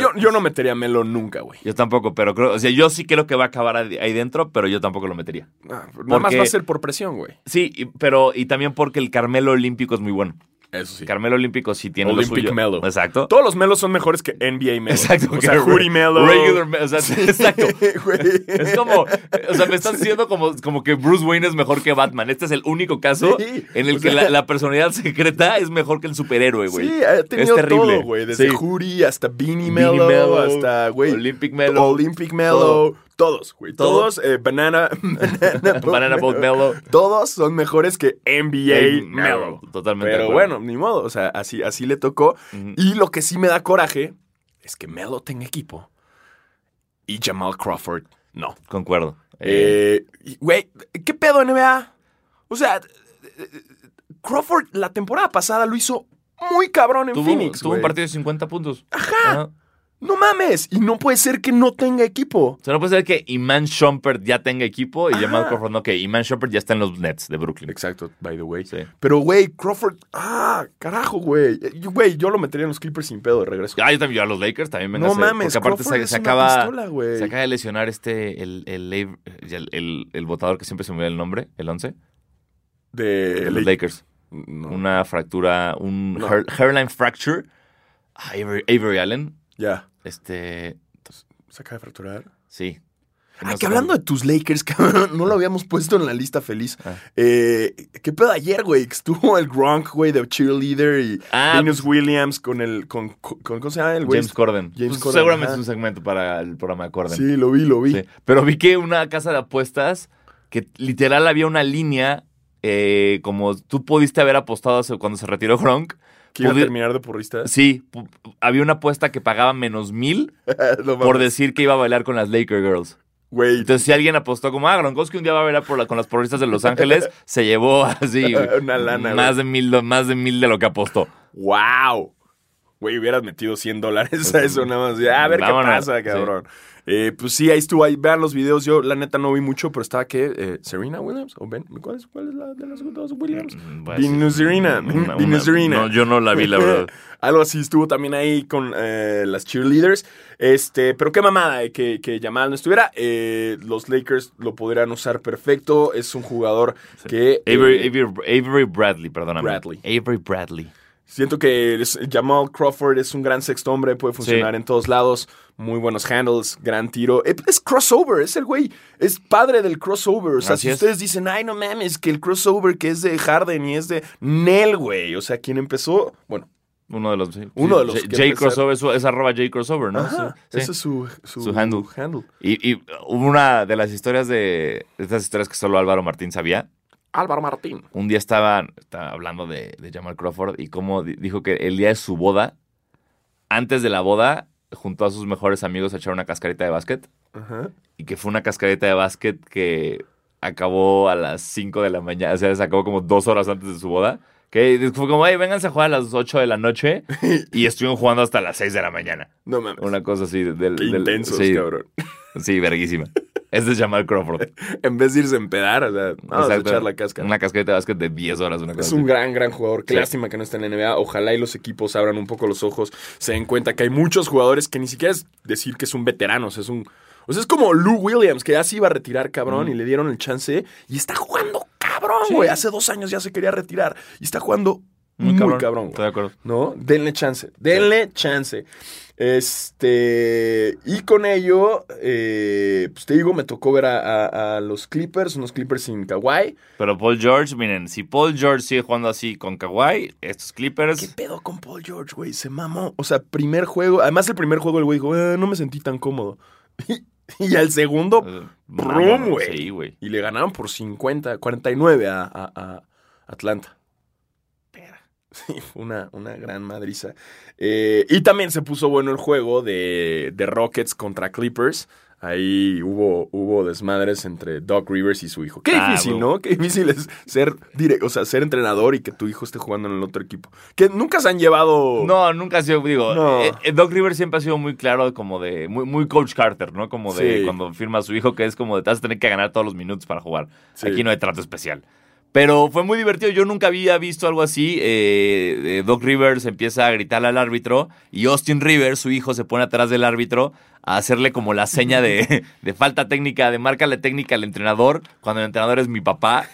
[SPEAKER 1] yo, yo no metería a Melo nunca, güey.
[SPEAKER 2] Yo tampoco, pero creo. O sea, yo sí creo que va a acabar ahí ahí dentro, pero yo tampoco lo metería.
[SPEAKER 1] Ah, Nada más
[SPEAKER 2] Porque-
[SPEAKER 1] va a ser por presión, güey.
[SPEAKER 2] Sí, y- pero. Y también porque el Carmelo Olímpico es muy bueno.
[SPEAKER 1] Eso sí.
[SPEAKER 2] Carmelo Olímpico sí tiene
[SPEAKER 1] Olympic
[SPEAKER 2] lo suyo.
[SPEAKER 1] Melo.
[SPEAKER 2] Exacto.
[SPEAKER 1] Todos los Melos son mejores que NBA Melo.
[SPEAKER 2] Exacto.
[SPEAKER 1] O
[SPEAKER 2] que
[SPEAKER 1] sea,
[SPEAKER 2] re-
[SPEAKER 1] Juri Melo.
[SPEAKER 2] Regular Melo. O sea, exacto.
[SPEAKER 1] Güey.
[SPEAKER 2] Es como, o sea, me están diciendo como, como que Bruce Wayne es mejor que Batman. Este es el único caso
[SPEAKER 1] Sí,
[SPEAKER 2] en el
[SPEAKER 1] o
[SPEAKER 2] que
[SPEAKER 1] sea-
[SPEAKER 2] la, la personalidad secreta es mejor que el superhéroe, güey.
[SPEAKER 1] Sí, ha tenido
[SPEAKER 2] es terrible.
[SPEAKER 1] todo, güey. Desde
[SPEAKER 2] Sí.
[SPEAKER 1] Juri hasta Beanie
[SPEAKER 2] Beanie
[SPEAKER 1] Mello,
[SPEAKER 2] Mello,
[SPEAKER 1] hasta, güey.
[SPEAKER 2] Olympic Mello.
[SPEAKER 1] Olympic Mello.
[SPEAKER 2] Todo.
[SPEAKER 1] Todos, güey.
[SPEAKER 2] Todo.
[SPEAKER 1] Todos, eh, Banana, Banana, Boat
[SPEAKER 2] Banana Boat Mello.
[SPEAKER 1] Todos son mejores que NBA
[SPEAKER 2] Hey,
[SPEAKER 1] Mello.
[SPEAKER 2] Mello. Totalmente de
[SPEAKER 1] Pero
[SPEAKER 2] acuerdo.
[SPEAKER 1] bueno, ni modo. O sea, así, así le tocó.
[SPEAKER 2] Ujú.
[SPEAKER 1] Y lo que sí me da coraje es que Mello tenga equipo y Jamal Crawford no.
[SPEAKER 2] Concuerdo. Eh,
[SPEAKER 1] Eh, y, Güey, ¿qué pedo NBA? O sea, Crawford la temporada pasada lo hizo muy cabrón en
[SPEAKER 2] tuvo
[SPEAKER 1] Phoenix.
[SPEAKER 2] tuvo un
[SPEAKER 1] güey.
[SPEAKER 2] partido de 50 puntos. Ajá.
[SPEAKER 1] No mames, y no puede ser que no tenga equipo.
[SPEAKER 2] O sea, no puede ser que Iman Shumpert ya tenga equipo y
[SPEAKER 1] Ajá.
[SPEAKER 2] Jamal Crawford no, que Iman Shumpert ya está en los Nets de Brooklyn.
[SPEAKER 1] Exacto, by the way.
[SPEAKER 2] Sí.
[SPEAKER 1] Pero, güey, Crawford. Ah, carajo, güey. Eh, yo- Güey, yo lo metería en los Clippers sin pedo de regreso.
[SPEAKER 2] Ah, yo también, yo a los Lakers también me
[SPEAKER 1] No
[SPEAKER 2] nace,
[SPEAKER 1] mames,
[SPEAKER 2] Porque aparte
[SPEAKER 1] Crawford
[SPEAKER 2] se,
[SPEAKER 1] es
[SPEAKER 2] se
[SPEAKER 1] una
[SPEAKER 2] acaba.
[SPEAKER 1] pistola, güey.
[SPEAKER 2] se acaba de lesionar este, el, el, Lav- el, el- el votador que siempre se me olvida el nombre, el 11,
[SPEAKER 1] De
[SPEAKER 2] de los Lakers.
[SPEAKER 1] No,
[SPEAKER 2] Una fractura, un
[SPEAKER 1] No.
[SPEAKER 2] hair- hairline fracture. Ah, Avery, Avery Allen,
[SPEAKER 1] Ya.
[SPEAKER 2] este,
[SPEAKER 1] Se acaba de fracturar.
[SPEAKER 2] sí.
[SPEAKER 1] Ah,
[SPEAKER 2] No sé
[SPEAKER 1] que hablando
[SPEAKER 2] cómo-
[SPEAKER 1] de tus Lakers, cabrón, no lo habíamos puesto en la lista feliz.
[SPEAKER 2] Ah.
[SPEAKER 1] Eh, ¿Qué pedo ayer, güey? Que Estuvo el Gronk, güey, de cheerleader y
[SPEAKER 2] Ah.
[SPEAKER 1] Venus Williams con el. Con, con- con- ¿Cómo se llama el güey?
[SPEAKER 2] James Corden.
[SPEAKER 1] James
[SPEAKER 2] Pues
[SPEAKER 1] Corden,
[SPEAKER 2] Seguramente
[SPEAKER 1] ajá.
[SPEAKER 2] es un segmento para el programa de Corden.
[SPEAKER 1] Sí, lo vi, lo vi.
[SPEAKER 2] Sí. Pero vi que una casa de apuestas que literal había una línea eh, como tú pudiste haber apostado hace- cuando se retiró Gronk.
[SPEAKER 1] Que iba a
[SPEAKER 2] Pudi-
[SPEAKER 1] terminar de porrista.
[SPEAKER 2] Sí, pu- había una apuesta que pagaba menos mil
[SPEAKER 1] No
[SPEAKER 2] por
[SPEAKER 1] mames.
[SPEAKER 2] decir que iba a bailar con las Laker Girls.
[SPEAKER 1] Güey,
[SPEAKER 2] Entonces, si alguien apostó como, ah, Gronkowski un día va a bailar por la- con las porristas de Los Ángeles, se llevó así
[SPEAKER 1] Una lana,
[SPEAKER 2] más
[SPEAKER 1] güey.
[SPEAKER 2] de mil, más de mil de lo que apostó.
[SPEAKER 1] ¡Wow! Güey, hubieras metido 100 dólares a eso nada más. A ver
[SPEAKER 2] Vámonos.
[SPEAKER 1] qué pasa, cabrón. Eh, pues sí, ahí estuvo. Ahí, vean los videos. Yo, la neta, no vi mucho, pero estaba que eh, Serena Williams o Ben. ¿Cuál es, cuál es la de las dos Williams?
[SPEAKER 2] Pues,
[SPEAKER 1] Venus Serena.
[SPEAKER 2] una- una-
[SPEAKER 1] Venus Serena.
[SPEAKER 2] No, yo no la vi, la verdad.
[SPEAKER 1] Algo así estuvo también ahí con eh, las cheerleaders. Este, pero qué mamada eh, que, que Jamal no estuviera. Eh, los Lakers lo podrían usar perfecto. Es un jugador que. eh,
[SPEAKER 2] Avery, Avery- Avery Bradley, perdóname.
[SPEAKER 1] Bradley.
[SPEAKER 2] Avery Bradley.
[SPEAKER 1] Siento que es- Jamal Crawford es un gran sexto hombre, puede funcionar
[SPEAKER 2] Sí.
[SPEAKER 1] en todos lados, muy buenos handles, gran tiro. Eh, Es crossover, es el güey, es padre del crossover. O sea,
[SPEAKER 2] Así
[SPEAKER 1] si
[SPEAKER 2] es.
[SPEAKER 1] ustedes dicen, ay, no mames, que el crossover que es de Harden y es de Nel, güey. O sea, quien empezó, bueno,
[SPEAKER 2] Uno de los. sí,
[SPEAKER 1] Uno
[SPEAKER 2] sí,
[SPEAKER 1] de los
[SPEAKER 2] J-
[SPEAKER 1] que
[SPEAKER 2] J.
[SPEAKER 1] empezar-
[SPEAKER 2] Crossover, es, es arroba J. Crossover, ¿no?
[SPEAKER 1] ajá,
[SPEAKER 2] Ah, Sí, sí.
[SPEAKER 1] ese es su, su,
[SPEAKER 2] Su handle.
[SPEAKER 1] handle.
[SPEAKER 2] Y, y una de las historias de. de Estas historias que solo Álvaro Martín sabía.
[SPEAKER 1] Álvaro Martín.
[SPEAKER 2] Un día estaba, estaba hablando de, de Jamal Crawford y cómo di- dijo que el día de su boda, antes de la boda, juntó a sus mejores amigos a echar una cascarita de básquet.
[SPEAKER 1] Ajá.
[SPEAKER 2] Y que fue una cascarita de básquet que acabó a las 5 de la mañana. O sea, se acabó como dos horas antes de su boda. Que fue como, ay, vénganse a jugar a las 8 de la noche. Y estuvieron jugando hasta las 6 de la mañana.
[SPEAKER 1] No mames.
[SPEAKER 2] Una cosa así del...
[SPEAKER 1] Qué
[SPEAKER 2] del-
[SPEAKER 1] intensos,
[SPEAKER 2] sí,
[SPEAKER 1] cabrón.
[SPEAKER 2] Sí, verguísima. Ese es Jamal Crawford.
[SPEAKER 1] En vez de irse a empedar, o sea, vamos a
[SPEAKER 2] Exacto.
[SPEAKER 1] echar la cáscara.
[SPEAKER 2] Una casqueta de básquet de 10 horas. Una cosa
[SPEAKER 1] Es un
[SPEAKER 2] así.
[SPEAKER 1] gran, gran jugador. Qué
[SPEAKER 2] Sí.
[SPEAKER 1] lástima que no está en la NBA. Ojalá y los equipos abran un poco los ojos, se den cuenta que hay muchos jugadores que ni siquiera es decir que es un veterano. O sea, es un. O sea, es como Lou Williams, que ya se iba a retirar, cabrón, y le dieron el chance. Y está jugando, cabrón, güey. Hace dos años ya se quería retirar. Y está jugando Muy cabrón. güey.
[SPEAKER 2] Estoy de acuerdo.
[SPEAKER 1] ¿No? Denle chance. Denle chance. Este. Y con ello, eh, pues te digo, me tocó ver a, a- a los Clippers, unos Clippers sin Kawhi.
[SPEAKER 2] Pero Paul George, miren, si Paul George sigue jugando así con Kawhi, estos
[SPEAKER 1] ¿Qué
[SPEAKER 2] Clippers.
[SPEAKER 1] pedo con Paul George, güey? Se mamó. O sea, primer juego. Además, el primer juego el güey dijo, "Eh, no me sentí tan cómodo. Y, y al segundo,
[SPEAKER 2] eh,
[SPEAKER 1] Brum,
[SPEAKER 2] maman,
[SPEAKER 1] güey.
[SPEAKER 2] Sí, güey.
[SPEAKER 1] y le ganaron por 50, 49 a, a- a Atlanta. Sí, fue una, una gran madriza. Eh, y también se puso bueno el juego de, de Rockets contra Clippers. Ahí hubo, hubo desmadres entre Doc Rivers y su hijo. Qué
[SPEAKER 2] Ah,
[SPEAKER 1] difícil,
[SPEAKER 2] huevo.
[SPEAKER 1] ¿no? Qué difícil es ser dire- o sea, ser entrenador y que tu hijo esté jugando en el otro equipo. Que nunca se han llevado.
[SPEAKER 2] No, nunca ha sido, digo,
[SPEAKER 1] Oh. No.
[SPEAKER 2] eh, eh, Doc Rivers siempre ha sido muy claro, como de, muy, muy Coach Carter, ¿no? Como de
[SPEAKER 1] Sí.
[SPEAKER 2] cuando firma a su hijo, que es como de, te vas a tener que ganar todos los minutos para jugar.
[SPEAKER 1] Sí.
[SPEAKER 2] Aquí no hay trato especial. Pero fue muy divertido, yo nunca había visto algo así. eh, eh, Doc Rivers empieza a gritarle al árbitro y Austin Rivers, su hijo, se pone atrás del árbitro a hacerle como la seña de, de falta técnica, de márcale técnica al entrenador, cuando el entrenador es mi papá.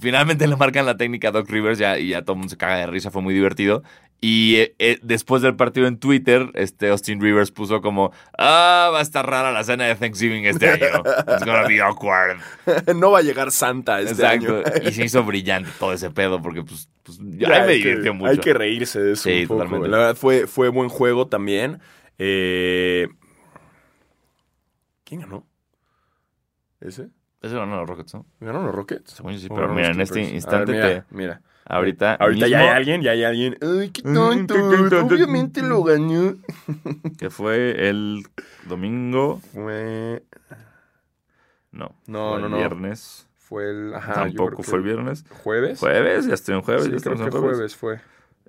[SPEAKER 2] Finalmente le marcan la técnica a Doc Rivers ya, y ya todo el mundo se caga de risa, fue muy divertido. Y eh, eh, después del partido en Twitter, este Austin Rivers puso como, ah, va a estar rara la cena de Thanksgiving este año. It's gonna be awkward.
[SPEAKER 1] No va a llegar Santa este
[SPEAKER 2] Exacto.
[SPEAKER 1] año.
[SPEAKER 2] Y se hizo brillante todo ese pedo porque pues, pues yo-
[SPEAKER 1] Ya,
[SPEAKER 2] ahí me
[SPEAKER 1] hay que-
[SPEAKER 2] divirtió mucho.
[SPEAKER 1] Hay que reírse de eso
[SPEAKER 2] Sí,
[SPEAKER 1] un poco.
[SPEAKER 2] totalmente.
[SPEAKER 1] La verdad fue, fue buen juego también. Eh, ¿Quién ganó? ¿Ese?
[SPEAKER 2] Eso no, los Rockets, ¿no?
[SPEAKER 1] ¿Ganaron los Rockets?
[SPEAKER 2] Según yo sí,
[SPEAKER 1] ¿O
[SPEAKER 2] pero
[SPEAKER 1] ganaron
[SPEAKER 2] mira,
[SPEAKER 1] los
[SPEAKER 2] en este
[SPEAKER 1] Clippers?
[SPEAKER 2] instante
[SPEAKER 1] A ver,
[SPEAKER 2] te-
[SPEAKER 1] mira, mira.
[SPEAKER 2] Ahorita
[SPEAKER 1] Ahorita ya
[SPEAKER 2] mismo,
[SPEAKER 1] hay alguien, ya hay alguien. ¡Ay, qué
[SPEAKER 2] Mm,
[SPEAKER 1] tonto!
[SPEAKER 2] qué tonto.
[SPEAKER 1] Obviamente lo ganó.
[SPEAKER 2] Que fue el domingo,
[SPEAKER 1] Fue...
[SPEAKER 2] no.
[SPEAKER 1] No,
[SPEAKER 2] fue el
[SPEAKER 1] no, no.
[SPEAKER 2] viernes.
[SPEAKER 1] Fue el... Ajá, yo creo
[SPEAKER 2] Tampoco
[SPEAKER 1] que-
[SPEAKER 2] fue el viernes.
[SPEAKER 1] ¿Jueves?
[SPEAKER 2] Jueves, ya estoy en jueves,
[SPEAKER 1] Sí,
[SPEAKER 2] ya
[SPEAKER 1] creo
[SPEAKER 2] estamos
[SPEAKER 1] que
[SPEAKER 2] en
[SPEAKER 1] jueves.
[SPEAKER 2] jueves.
[SPEAKER 1] fue.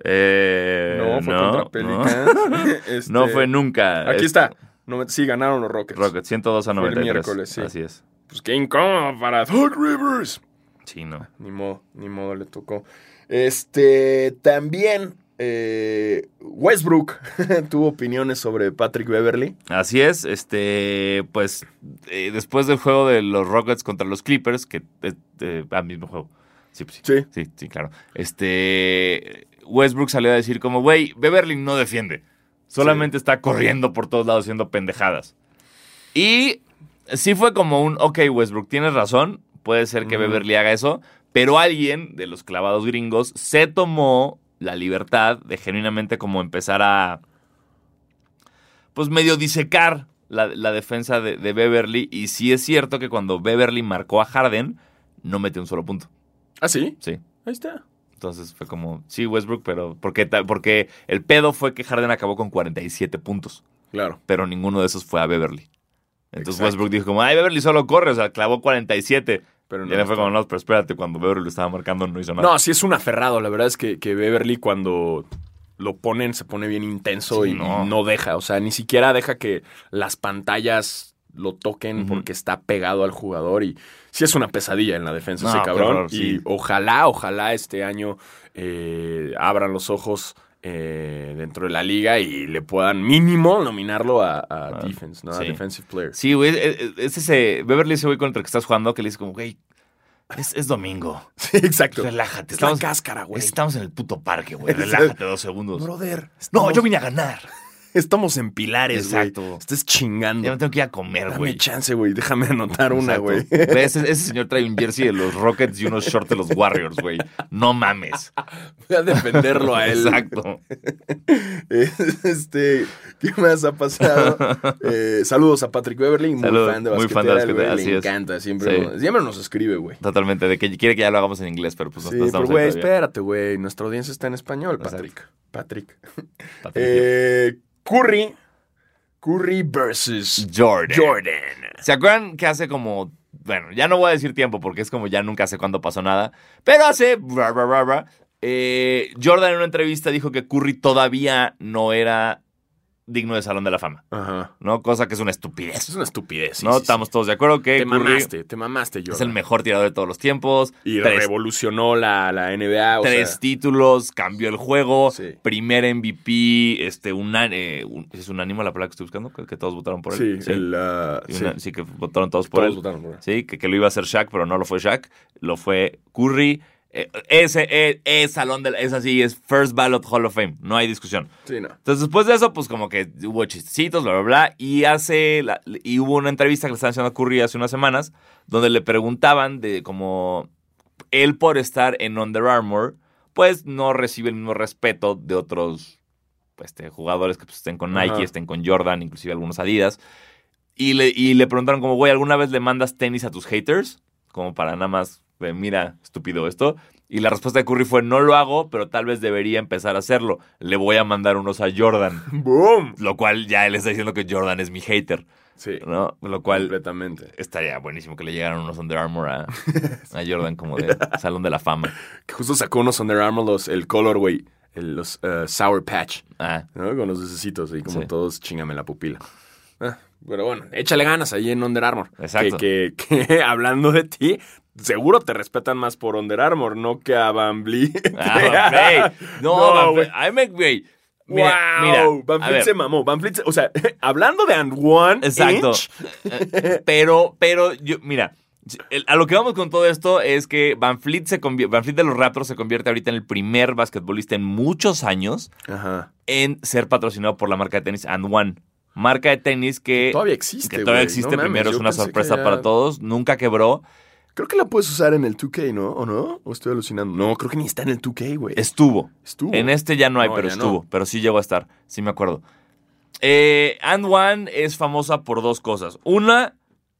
[SPEAKER 2] Eh,
[SPEAKER 1] No, fue contra
[SPEAKER 2] No,
[SPEAKER 1] Pelicans. Este,
[SPEAKER 2] No fue nunca.
[SPEAKER 1] Aquí
[SPEAKER 2] Es-
[SPEAKER 1] está. No, sí, ganaron los Este. Rockets.
[SPEAKER 2] Rocket 102 a
[SPEAKER 1] Fue el
[SPEAKER 2] 93.
[SPEAKER 1] miércoles, sí.
[SPEAKER 2] Así es.
[SPEAKER 1] Pues qué incómodo para Doc Rivers.
[SPEAKER 2] Chino.
[SPEAKER 1] Ni modo, ni modo le tocó. Este, también eh, Westbrook tuvo opiniones sobre Patrick Beverly.
[SPEAKER 2] Así es, este, pues eh, después del juego de los Rockets contra los Clippers, que es eh, mismo juego. Sí, pues sí.
[SPEAKER 1] Sí.
[SPEAKER 2] Sí, sí, claro. Este, Westbrook salió a decir como, güey, Beverly no defiende. Solamente está corriendo por todos lados haciendo pendejadas. Y sí fue como un, ok, Westbrook, tienes razón. Puede ser que
[SPEAKER 1] Mm.
[SPEAKER 2] Beverly haga eso. Pero alguien de los clavados gringos se tomó la libertad de genuinamente como empezar a, pues medio disecar la, la defensa de, de Beverly. Y sí es cierto que cuando Beverly marcó a Harden, no metió un solo punto.
[SPEAKER 1] Ah, sí,
[SPEAKER 2] Sí.
[SPEAKER 1] ahí está.
[SPEAKER 2] Entonces fue como, sí, Westbrook, pero porque, ta- porque el pedo fue que Harden acabó con 47 puntos,
[SPEAKER 1] Claro.
[SPEAKER 2] pero ninguno de esos fue a Beverly. Entonces
[SPEAKER 1] Exacto.
[SPEAKER 2] Westbrook dijo como, ay, Beverly solo corre, o sea, clavó 47.
[SPEAKER 1] Pero
[SPEAKER 2] y
[SPEAKER 1] no,
[SPEAKER 2] le fue como, no, pero espérate, cuando Beverly lo estaba marcando no hizo nada.
[SPEAKER 1] No, sí es un aferrado. La verdad es que, que Beverly cuando lo ponen se pone bien intenso
[SPEAKER 2] Sí,
[SPEAKER 1] y y
[SPEAKER 2] no.
[SPEAKER 1] no. deja. O sea, ni siquiera deja que las pantallas lo toquen
[SPEAKER 2] Ujú.
[SPEAKER 1] porque está pegado al jugador y sí es una pesadilla en la defensa
[SPEAKER 2] No,
[SPEAKER 1] ese
[SPEAKER 2] qué
[SPEAKER 1] cabrón.
[SPEAKER 2] horror, sí.
[SPEAKER 1] Y ojalá, ojalá este año eh, abran los ojos eh, dentro de la liga y le puedan mínimo nominarlo a, a
[SPEAKER 2] Ah,
[SPEAKER 1] defense, ¿no? A
[SPEAKER 2] sí.
[SPEAKER 1] defensive player.
[SPEAKER 2] Sí, güey, es, es ese, Beverly ese güey contra el que estás jugando que le dice como, güey, es, es domingo,
[SPEAKER 1] Sí, exacto.
[SPEAKER 2] relájate.
[SPEAKER 1] Es la
[SPEAKER 2] Estamos,
[SPEAKER 1] cáscara, güey.
[SPEAKER 2] estamos en el puto parque, güey,
[SPEAKER 1] Exacto.
[SPEAKER 2] relájate dos segundos.
[SPEAKER 1] Brother.
[SPEAKER 2] no,
[SPEAKER 1] estamos-
[SPEAKER 2] yo vine a ganar.
[SPEAKER 1] Estamos en pilares, güey.
[SPEAKER 2] Exacto.
[SPEAKER 1] Estás
[SPEAKER 2] Ya me
[SPEAKER 1] chingando.
[SPEAKER 2] tengo que ir a comer,
[SPEAKER 1] Dame
[SPEAKER 2] güey.
[SPEAKER 1] chance, güey. Déjame anotar una,
[SPEAKER 2] Exacto.
[SPEAKER 1] güey.
[SPEAKER 2] Ve, Ese, ese señor trae un jersey de los Rockets y unos shorts de los Warriors, güey. No mames.
[SPEAKER 1] Voy a defenderlo a él.
[SPEAKER 2] Exacto.
[SPEAKER 1] Este, ¿qué más ha pasado? Eh, saludos a Patrick Beverly, muy
[SPEAKER 2] Saludos,
[SPEAKER 1] fan de
[SPEAKER 2] muy fan de
[SPEAKER 1] basquetera. el
[SPEAKER 2] basquetera,
[SPEAKER 1] güey
[SPEAKER 2] así
[SPEAKER 1] le
[SPEAKER 2] es.
[SPEAKER 1] encanta, siempre,
[SPEAKER 2] Sí.
[SPEAKER 1] nos, siempre nos escribe, güey.
[SPEAKER 2] Totalmente. De que quiere que ya lo hagamos en inglés, pero pues no,
[SPEAKER 1] Sí,
[SPEAKER 2] no
[SPEAKER 1] pero
[SPEAKER 2] estamos
[SPEAKER 1] güey,
[SPEAKER 2] ahí todavía.
[SPEAKER 1] espérate, güey. Nuestra audiencia está en español,
[SPEAKER 2] Exacto.
[SPEAKER 1] Patrick. Patrick.
[SPEAKER 2] Patrick.
[SPEAKER 1] Eh, Curry. Curry versus
[SPEAKER 2] Jordan.
[SPEAKER 1] Jordan.
[SPEAKER 2] ¿Se acuerdan que hace como. Bueno, ya no voy a decir tiempo porque es como ya nunca sé cuándo pasó nada. Pero hace. bra, bra, bra, bra, eh, Jordan en una entrevista dijo que Curry todavía no era digno de Salón de la Fama,
[SPEAKER 1] Ajá.
[SPEAKER 2] ¿no? Cosa que es una estupidez.
[SPEAKER 1] Es una estupidez. sí,
[SPEAKER 2] ¿no?
[SPEAKER 1] sí, sí.
[SPEAKER 2] Estamos todos de acuerdo que
[SPEAKER 1] Te
[SPEAKER 2] Curry
[SPEAKER 1] mamaste, te mamaste, Jordan.
[SPEAKER 2] es el mejor tirador de todos los tiempos.
[SPEAKER 1] Y
[SPEAKER 2] Tres
[SPEAKER 1] revolucionó la, la NBA. o sea,
[SPEAKER 2] tres títulos, cambió el juego,
[SPEAKER 1] Sí.
[SPEAKER 2] primer MVP, este, unan- eh, un, ¿es unánimo la palabra que estoy buscando? Que, que todos votaron por él.
[SPEAKER 1] sí, el, ah,
[SPEAKER 2] Y
[SPEAKER 1] sí.
[SPEAKER 2] una- sí, que votaron todos por
[SPEAKER 1] Todos
[SPEAKER 2] él.
[SPEAKER 1] votaron por él.
[SPEAKER 2] Sí, que, que lo iba a hacer Shaq, pero no lo fue Shaq, lo fue Curry. Eh, Ese es, es salón de la- es así, es First Ballot Hall of Fame, no hay discusión.
[SPEAKER 1] Sí, no.
[SPEAKER 2] Entonces, después de eso, pues como que hubo chistecitos, bla, bla, bla. Y hace. la- y hubo una entrevista que le estaban haciendo a Curry hace unas semanas, donde le preguntaban de como. Él, por estar en Under Armour, pues no recibe el mismo respeto de otros pues, este, jugadores que pues, estén con Nike,
[SPEAKER 1] Ajá.
[SPEAKER 2] estén con Jordan, inclusive algunos Adidas. Y le, y le preguntaron como, güey, ¿alguna vez le mandas tenis a tus haters? Como para nada más, de, mira, estúpido esto. Y la respuesta de Curry fue, no lo hago, pero tal vez debería empezar a hacerlo. Le voy a mandar unos a Jordan.
[SPEAKER 1] ¡Boom!
[SPEAKER 2] Lo cual ya él está diciendo que Jordan es mi hater,
[SPEAKER 1] Sí,
[SPEAKER 2] ¿no? Lo cual
[SPEAKER 1] completamente.
[SPEAKER 2] estaría buenísimo que le llegaran unos Under Armour a, a Jordan como de Salón de la Fama.
[SPEAKER 1] Que justo sacó unos Under Armour, los, el colorway, el- los eh, Sour Patch,
[SPEAKER 2] Ah,
[SPEAKER 1] ¿no? Con los necesitos y como
[SPEAKER 2] Sí.
[SPEAKER 1] todos, chingame la pupila. Ah, pero bueno, échale ganas ahí en Under Armour.
[SPEAKER 2] Exacto.
[SPEAKER 1] Que, que- que, hablando de ti, seguro te respetan más por Under Armour, no que a Van Vliet.
[SPEAKER 2] ah, Van Vliet. No, Van
[SPEAKER 1] güey.
[SPEAKER 2] Vliet. Ay, me- güey. Mira, mira,
[SPEAKER 1] wow, Van
[SPEAKER 2] a
[SPEAKER 1] Vliet
[SPEAKER 2] ver.
[SPEAKER 1] se mamó. Van Vliet, se- o sea, hablando de And One
[SPEAKER 2] Exacto.
[SPEAKER 1] Inch,
[SPEAKER 2] Eh, Pero, pero, yo, mira, el- a lo que vamos con todo esto es que Van Fleet, se convi- Van Fleet de los Raptors se convierte ahorita en el primer basquetbolista en muchos años
[SPEAKER 1] Ajá.
[SPEAKER 2] en ser patrocinado por la marca de tenis And One. Marca de tenis que,
[SPEAKER 1] Todavía existe,
[SPEAKER 2] que todavía
[SPEAKER 1] güey.
[SPEAKER 2] existe.
[SPEAKER 1] No mames,
[SPEAKER 2] Primero es
[SPEAKER 1] yo
[SPEAKER 2] una
[SPEAKER 1] pensé que
[SPEAKER 2] sorpresa
[SPEAKER 1] ya-
[SPEAKER 2] para todos. Nunca quebró.
[SPEAKER 1] Creo que la puedes usar en el 2K, ¿no? ¿O no? ¿O estoy alucinando? No, creo que ni está en el 2K, güey.
[SPEAKER 2] Estuvo.
[SPEAKER 1] Estuvo.
[SPEAKER 2] En este ya no hay,
[SPEAKER 1] No,
[SPEAKER 2] pero
[SPEAKER 1] ya no.
[SPEAKER 2] estuvo. Pero sí llegó a estar. Sí me acuerdo. Eh, And One es famosa por dos cosas. Una,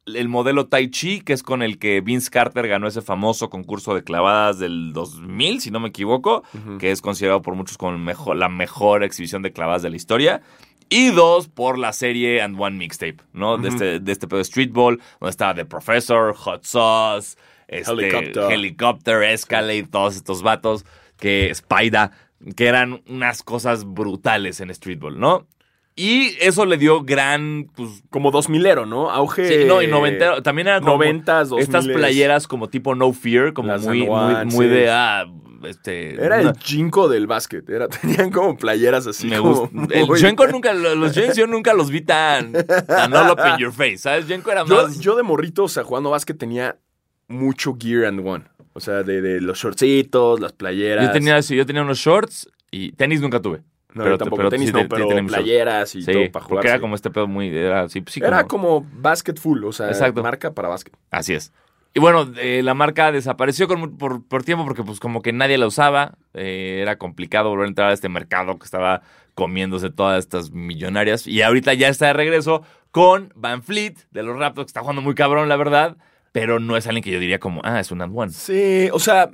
[SPEAKER 2] el modelo Tai Chi, que es con el que Vince Carter ganó ese famoso concurso de clavadas del 2000, si no me equivoco,
[SPEAKER 1] Ujú.
[SPEAKER 2] que es considerado por muchos como el mejor- la mejor exhibición de clavadas de la historia. Y dos, por la serie And One Mixtape, ¿no? de,
[SPEAKER 1] Ujú.
[SPEAKER 2] este, de este pedo de Streetball, donde estaba The Professor, Hot Sauce, este,
[SPEAKER 1] Helicopter.
[SPEAKER 2] Helicopter, Escalade, todos estos vatos, que Spida, que eran unas cosas brutales en Streetball, ¿no? Y eso le dio gran, pues...
[SPEAKER 1] Como 2000ero, ¿no? Auge.
[SPEAKER 2] sí, no, y noventero, también eran como
[SPEAKER 1] Noventas, dos
[SPEAKER 2] estas playeras como tipo No Fear, como
[SPEAKER 1] Las
[SPEAKER 2] muy,
[SPEAKER 1] And One,
[SPEAKER 2] muy, muy
[SPEAKER 1] sí.
[SPEAKER 2] de, ah, este...
[SPEAKER 1] Era
[SPEAKER 2] una-
[SPEAKER 1] el jinko del básquet. Era, tenían como playeras así.
[SPEAKER 2] me
[SPEAKER 1] como
[SPEAKER 2] gusta. El
[SPEAKER 1] muy-
[SPEAKER 2] Jenko nunca, lo- los Jens yo nunca los vi tan, tan all up in your face, ¿sabes? Jenko era
[SPEAKER 1] Yo,
[SPEAKER 2] más...
[SPEAKER 1] yo de morrito, o sea, jugando básquet tenía mucho gear and one. O sea, de, de los shortcitos, las playeras.
[SPEAKER 2] Yo tenía, sí, yo tenía unos shorts y tenis nunca tuve.
[SPEAKER 1] No,
[SPEAKER 2] pero-
[SPEAKER 1] yo tampoco
[SPEAKER 2] pero
[SPEAKER 1] tenis,
[SPEAKER 2] sí
[SPEAKER 1] no,
[SPEAKER 2] te- sí
[SPEAKER 1] pero
[SPEAKER 2] tenía mis shorts.
[SPEAKER 1] playeras y
[SPEAKER 2] Sí,
[SPEAKER 1] todo para jugar.
[SPEAKER 2] porque era
[SPEAKER 1] sí.
[SPEAKER 2] como este pedo muy... Era, sí, sí,
[SPEAKER 1] Era
[SPEAKER 2] como-
[SPEAKER 1] como básquet full, o sea,
[SPEAKER 2] Exacto.
[SPEAKER 1] marca para básquet.
[SPEAKER 2] Así es. Y bueno, eh, la marca desapareció con mu- por, por tiempo porque pues como que nadie la usaba. Eh, era complicado volver a entrar a este mercado que estaba comiéndose todas estas millonarias. Y ahorita ya está de regreso con Van Fleet de los Raptors, que está jugando muy cabrón, la verdad. Pero no es alguien que yo diría como, ah, es un and one.
[SPEAKER 1] Sí, o sea,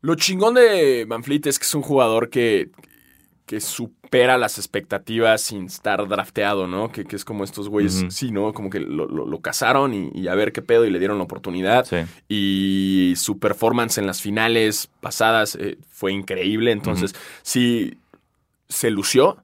[SPEAKER 1] lo chingón de Van Fleet es que es un jugador que, que supera las expectativas sin estar drafteado, ¿no? Que, que es como estos güeyes,
[SPEAKER 2] Ujú.
[SPEAKER 1] sí, ¿no? Como que lo, lo, lo cazaron y, y a ver qué pedo y le dieron la oportunidad.
[SPEAKER 2] Sí.
[SPEAKER 1] Y su performance en las finales pasadas eh, fue increíble, entonces sí se lució.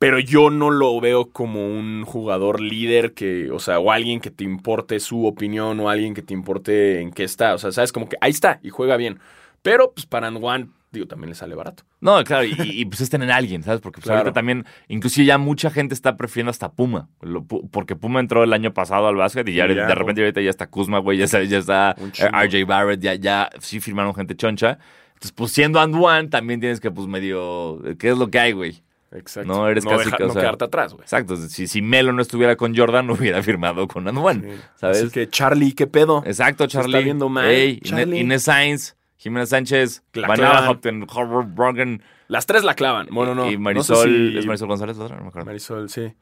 [SPEAKER 1] Pero yo no lo veo como un jugador líder que, o sea, o alguien que te importe su opinión o alguien que te importe en qué está. O sea, sabes, como que ahí está y juega bien. Pero, pues, para Anwan, digo, también le sale barato.
[SPEAKER 2] No, claro, y, y, pues es tener a alguien, ¿sabes? Porque pues,
[SPEAKER 1] Claro.
[SPEAKER 2] ahorita también, inclusive ya mucha gente está prefiriendo hasta Puma. Lo- pu- porque Puma entró el año pasado al básquet y ya,
[SPEAKER 1] Y ya,
[SPEAKER 2] de repente ahorita ya está Kuzma, güey, ya está, ya está
[SPEAKER 1] Un chingo.
[SPEAKER 2] eh, RJ Barrett, ya, ya sí firmaron gente choncha. Entonces, pues siendo and one, también tienes que, pues, medio. ¿Qué es lo que hay, güey?
[SPEAKER 1] Exacto.
[SPEAKER 2] No, eres casi que, o
[SPEAKER 1] no
[SPEAKER 2] sea,
[SPEAKER 1] quedarte atrás, güey.
[SPEAKER 2] Exacto. Si, si Melo no estuviera con Jordan, no hubiera firmado con and one. ¿Sabes?
[SPEAKER 1] Así que, Charlie, ¿qué pedo?
[SPEAKER 2] Exacto, Charlie.
[SPEAKER 1] viendo mal,
[SPEAKER 2] Ey, Ine-
[SPEAKER 1] Charlie.
[SPEAKER 2] Inés Sainz, Jimena Sánchez,
[SPEAKER 1] La
[SPEAKER 2] Vanessa
[SPEAKER 1] clavan.
[SPEAKER 2] Hopton, Horvath Brogan.
[SPEAKER 1] Las tres la clavan. Bueno, no.
[SPEAKER 2] Y
[SPEAKER 1] no
[SPEAKER 2] Marisol.
[SPEAKER 1] sé si-
[SPEAKER 2] ¿Es Marisol González la otra? No me acuerdo.
[SPEAKER 1] Marisol, sí.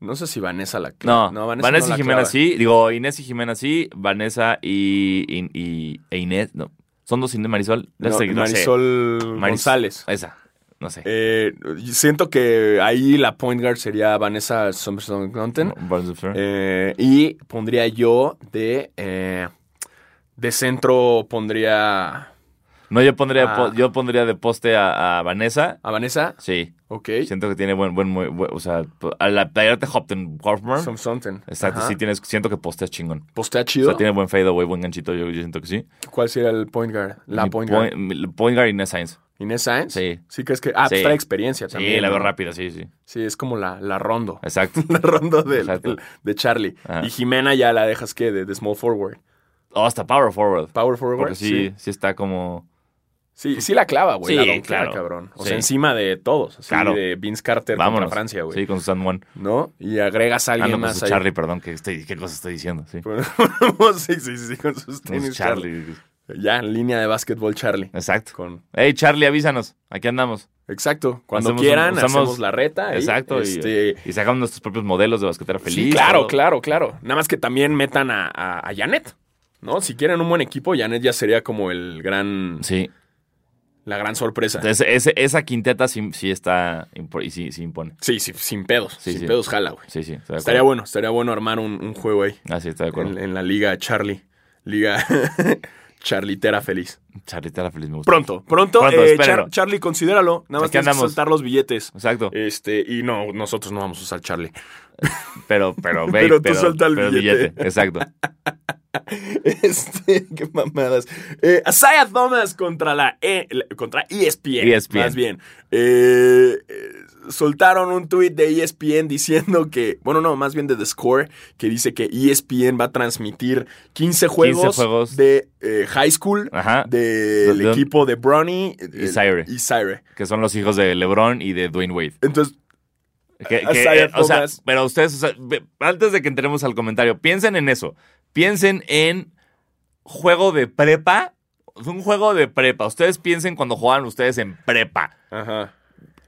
[SPEAKER 1] No sé si Vanessa la clava.
[SPEAKER 2] No, Vanessa,
[SPEAKER 1] no la
[SPEAKER 2] y Jimena
[SPEAKER 1] clava.
[SPEAKER 2] sí. Digo, Inés y Jimena sí. Vanessa y, y- y- e Inés, no. ¿Son dos Inés Marisol? No,
[SPEAKER 1] No,
[SPEAKER 2] sé, no sé.
[SPEAKER 1] Marisol
[SPEAKER 2] Maris-
[SPEAKER 1] González.
[SPEAKER 2] Esa, no sé.
[SPEAKER 1] Eh, siento que ahí la point guard sería Vanessa Somerson Compton. Eh, y pondría yo de. eh, de centro pondría
[SPEAKER 2] No, yo pondría,
[SPEAKER 1] Ah.
[SPEAKER 2] po- yo pondría de poste a, a Vanessa.
[SPEAKER 1] a Vanessa.
[SPEAKER 2] Sí.
[SPEAKER 1] Ok.
[SPEAKER 2] Siento que tiene buen, buen, muy- buen- o sea, po- a la playera de Hopton Horfman.
[SPEAKER 1] Somerson.
[SPEAKER 2] Exacto,
[SPEAKER 1] Ajá.
[SPEAKER 2] sí tienes, siento que posteas chingón.
[SPEAKER 1] Postea
[SPEAKER 2] O
[SPEAKER 1] chido.
[SPEAKER 2] sea, tiene buen fadeaway, buen ganchito, yo, yo siento que sí.
[SPEAKER 1] ¿Cuál sería el point guard? La
[SPEAKER 2] Mi
[SPEAKER 1] point guard.
[SPEAKER 2] mi- point guard Inés Sainz.
[SPEAKER 1] Inés Sainz.
[SPEAKER 2] Sí.
[SPEAKER 1] Sí, crees que. Ah, pues
[SPEAKER 2] Sí.
[SPEAKER 1] trae experiencia
[SPEAKER 2] Sí,
[SPEAKER 1] también.
[SPEAKER 2] la veo
[SPEAKER 1] ¿no?
[SPEAKER 2] rápida, sí, sí.
[SPEAKER 1] Sí, es como la, la rondo.
[SPEAKER 2] Exacto.
[SPEAKER 1] la rondo del-
[SPEAKER 2] Exacto.
[SPEAKER 1] del- de Charlie.
[SPEAKER 2] Ajá.
[SPEAKER 1] Y Jimena ya la dejas que de, de small forward.
[SPEAKER 2] O Oh, hasta power forward.
[SPEAKER 1] Power forward.
[SPEAKER 2] Porque sí, sí, está como.
[SPEAKER 1] Sí, sí la clava, güey.
[SPEAKER 2] Sí,
[SPEAKER 1] la donkea,
[SPEAKER 2] claro.
[SPEAKER 1] cabrón. O
[SPEAKER 2] Sí.
[SPEAKER 1] sea, encima de todos. Así
[SPEAKER 2] Claro.
[SPEAKER 1] de Vince Carter
[SPEAKER 2] Vámonos.
[SPEAKER 1] contra Francia, güey.
[SPEAKER 2] Sí, con su San Juan.
[SPEAKER 1] ¿No? Y agregas a
[SPEAKER 2] Ah,
[SPEAKER 1] alguien
[SPEAKER 2] no, con
[SPEAKER 1] más
[SPEAKER 2] su
[SPEAKER 1] ahí.
[SPEAKER 2] Charlie, perdón, que estoy, ¿qué cosa estoy diciendo? Sí. Con
[SPEAKER 1] sí, sí, sí, con sus
[SPEAKER 2] su
[SPEAKER 1] tenis. Charlie.
[SPEAKER 2] Charlie.
[SPEAKER 1] Ya, línea de básquetbol Charlie.
[SPEAKER 2] Exacto.
[SPEAKER 1] Con...
[SPEAKER 2] Hey, Charlie, avísanos. Aquí andamos.
[SPEAKER 1] Exacto. Cuando
[SPEAKER 2] Hacemos un-
[SPEAKER 1] quieran,
[SPEAKER 2] usamos-
[SPEAKER 1] hacemos la reta. ahí.
[SPEAKER 2] Exacto. y-
[SPEAKER 1] Este,
[SPEAKER 2] Y, sacamos nuestros propios modelos de basquetera feliz.
[SPEAKER 1] Sí, claro,
[SPEAKER 2] todo.
[SPEAKER 1] claro, claro. Nada más que también metan a, a- a Janet, ¿no? Si quieren un buen equipo, Janet ya sería como el gran,
[SPEAKER 2] Sí.
[SPEAKER 1] la gran sorpresa.
[SPEAKER 2] Entonces, ese- esa quinteta sí, sí está. impo- Y sí, sí impone.
[SPEAKER 1] Sí, sí, sin pedos,
[SPEAKER 2] Sí,
[SPEAKER 1] sin
[SPEAKER 2] sí.
[SPEAKER 1] pedos jala, güey.
[SPEAKER 2] Sí, sí. estoy de
[SPEAKER 1] Estaría
[SPEAKER 2] acuerdo.
[SPEAKER 1] bueno, estaría bueno armar un, un juego ahí
[SPEAKER 2] Ah, sí, estoy de acuerdo.
[SPEAKER 1] en, en la liga Charlie, liga Charlitera feliz.
[SPEAKER 2] Charlie, te la feliz, me gusta.
[SPEAKER 1] Pronto, pronto,
[SPEAKER 2] Pronto,
[SPEAKER 1] eh,
[SPEAKER 2] espérenlo.
[SPEAKER 1] Char- Charlie, considéralo. Nada más
[SPEAKER 2] Aquí
[SPEAKER 1] tienes que
[SPEAKER 2] andamos.
[SPEAKER 1] soltar los billetes.
[SPEAKER 2] Exacto.
[SPEAKER 1] Este, y no, nosotros no vamos a usar Charlie.
[SPEAKER 2] Pero, pero, ve,
[SPEAKER 1] Pero tú suelta el
[SPEAKER 2] pero
[SPEAKER 1] billete.
[SPEAKER 2] Exacto.
[SPEAKER 1] Este, qué mamadas. Eh, Isaiah Thomas contra la, E- la- contra ESPN,
[SPEAKER 2] ESPN.
[SPEAKER 1] Más bien. Eh, eh, soltaron un tuit de E ESPN diciendo que, bueno, no, más bien de The Score, que dice que E ESPN va a transmitir 15 juegos,
[SPEAKER 2] juegos.
[SPEAKER 1] de eh, high school
[SPEAKER 2] Ajá.
[SPEAKER 1] del
[SPEAKER 2] ¿De dónde?
[SPEAKER 1] equipo de Bronny
[SPEAKER 2] Y Zaire.
[SPEAKER 1] Y Zaire.
[SPEAKER 2] Que son los hijos de LeBron y de Dwayne Wade.
[SPEAKER 1] Entonces,
[SPEAKER 2] Que-
[SPEAKER 1] A-
[SPEAKER 2] que,
[SPEAKER 1] Isaiah
[SPEAKER 2] eh, o sea,
[SPEAKER 1] Thomas.
[SPEAKER 2] pero ustedes, o sea, ve- antes de que entremos al comentario, piensen en eso. Piensen en juego de prepa. Un juego de prepa. Ustedes piensen cuando jugaban ustedes en prepa.
[SPEAKER 1] ajá.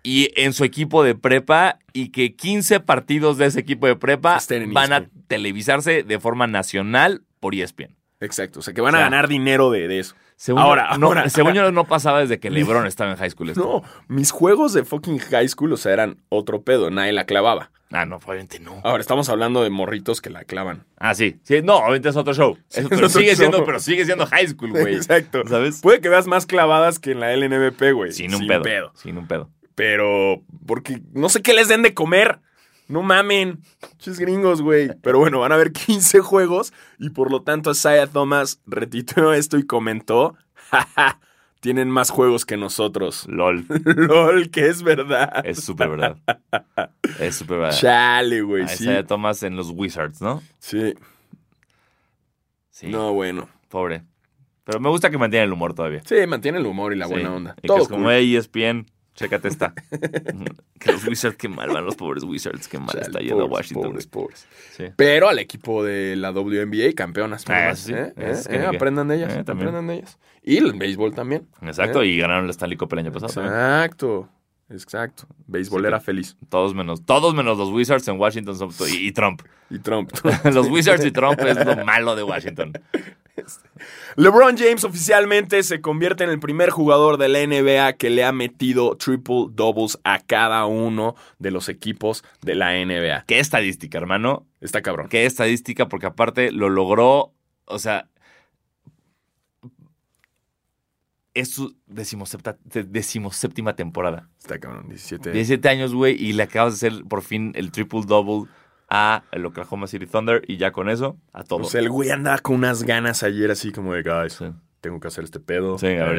[SPEAKER 2] Y en su equipo de prepa. Y que 15 partidos de ese equipo de prepa
[SPEAKER 1] Estén en E
[SPEAKER 2] van a
[SPEAKER 1] ESPN.
[SPEAKER 2] televisarse de forma nacional por E ESPN.
[SPEAKER 1] Exacto. O sea, que van
[SPEAKER 2] O
[SPEAKER 1] a
[SPEAKER 2] sea,
[SPEAKER 1] ganar dinero de, de eso.
[SPEAKER 2] Según
[SPEAKER 1] Ahora,
[SPEAKER 2] yo, no,
[SPEAKER 1] ahora.
[SPEAKER 2] Según yo no pasaba desde que LeBron estaba en high school. esto.
[SPEAKER 1] No, mis juegos de fucking high school, o sea, eran otro pedo. Nadie la clavaba.
[SPEAKER 2] Ah, no, obviamente no.
[SPEAKER 1] Ahora, estamos hablando de morritos que la clavan.
[SPEAKER 2] Ah, sí. sí. No, obviamente es otro show. Es otro-
[SPEAKER 1] otro
[SPEAKER 2] sigue
[SPEAKER 1] show.
[SPEAKER 2] siendo, pero sigue siendo high school, güey.
[SPEAKER 1] Exacto.
[SPEAKER 2] ¿Sabes?
[SPEAKER 1] Puede que veas más clavadas que en la LNBP, güey.
[SPEAKER 2] Sin un pedo, Sin un pedo.
[SPEAKER 1] Pero, porque no sé qué les den de comer. No mamen. Chis gringos, güey. Pero bueno, van a haber 15 juegos. Y por lo tanto, Isaiah Thomas retituló esto y comentó: "Jaja, tienen más juegos que nosotros.
[SPEAKER 2] LOL.
[SPEAKER 1] LOL, que es verdad.
[SPEAKER 2] Es súper verdad. Es súper verdad.
[SPEAKER 1] Chale, güey.
[SPEAKER 2] Ahí
[SPEAKER 1] Sí.
[SPEAKER 2] se tomas en los Wizards, ¿no?
[SPEAKER 1] Sí.
[SPEAKER 2] Sí.
[SPEAKER 1] No, bueno.
[SPEAKER 2] Pobre. Pero me gusta que mantiene el humor todavía.
[SPEAKER 1] Sí, mantiene el humor y la buena
[SPEAKER 2] Sí.
[SPEAKER 1] onda.
[SPEAKER 2] Y que
[SPEAKER 1] Todo
[SPEAKER 2] es como, "Eh,
[SPEAKER 1] cool.
[SPEAKER 2] hey, E ESPN, chécate esta. que los Wizards, qué mal van los pobres Wizards, qué mal
[SPEAKER 1] Chale,
[SPEAKER 2] está yendo a
[SPEAKER 1] pobres,
[SPEAKER 2] Washington.
[SPEAKER 1] pobres, pobres.
[SPEAKER 2] Sí.
[SPEAKER 1] Pero al equipo de la WNBA, campeonas.
[SPEAKER 2] Ah,
[SPEAKER 1] además,
[SPEAKER 2] sí,
[SPEAKER 1] ¿eh?
[SPEAKER 2] es
[SPEAKER 1] ¿eh?
[SPEAKER 2] que
[SPEAKER 1] ¿eh?
[SPEAKER 2] ni qué.
[SPEAKER 1] Aprendan de ellas.
[SPEAKER 2] Eh, también.
[SPEAKER 1] aprendan de ellas. Y el béisbol también.
[SPEAKER 2] Exacto,
[SPEAKER 1] ¿eh?
[SPEAKER 2] y ganaron la Stanley Cup el año pasado. ¿eh?
[SPEAKER 1] Exacto. Exacto. Beisbolera feliz.
[SPEAKER 2] Todos menos, todos menos los Wizards en Washington son- y, y Trump.
[SPEAKER 1] Y Trump.
[SPEAKER 2] los Wizards y Trump es lo malo de Washington.
[SPEAKER 1] LeBron James oficialmente se convierte en el primer jugador de la NBA que le ha metido triple doubles a cada uno de los equipos de la NBA.
[SPEAKER 2] Qué estadística, hermano.
[SPEAKER 1] Está cabrón.
[SPEAKER 2] Qué estadística, porque aparte lo logró, o sea, es su decimosepta- de- decimoséptima temporada.
[SPEAKER 1] Está cabrón. 17.
[SPEAKER 2] 17 años, güey, y le acabas de hacer por fin el triple-double a el Oklahoma City Thunder y ya con eso, a
[SPEAKER 1] O
[SPEAKER 2] todos.
[SPEAKER 1] sea, Pues el güey andaba con unas ganas ayer así como de, guys,
[SPEAKER 2] Sí.
[SPEAKER 1] tengo que hacer este pedo.
[SPEAKER 2] Sí, a ver,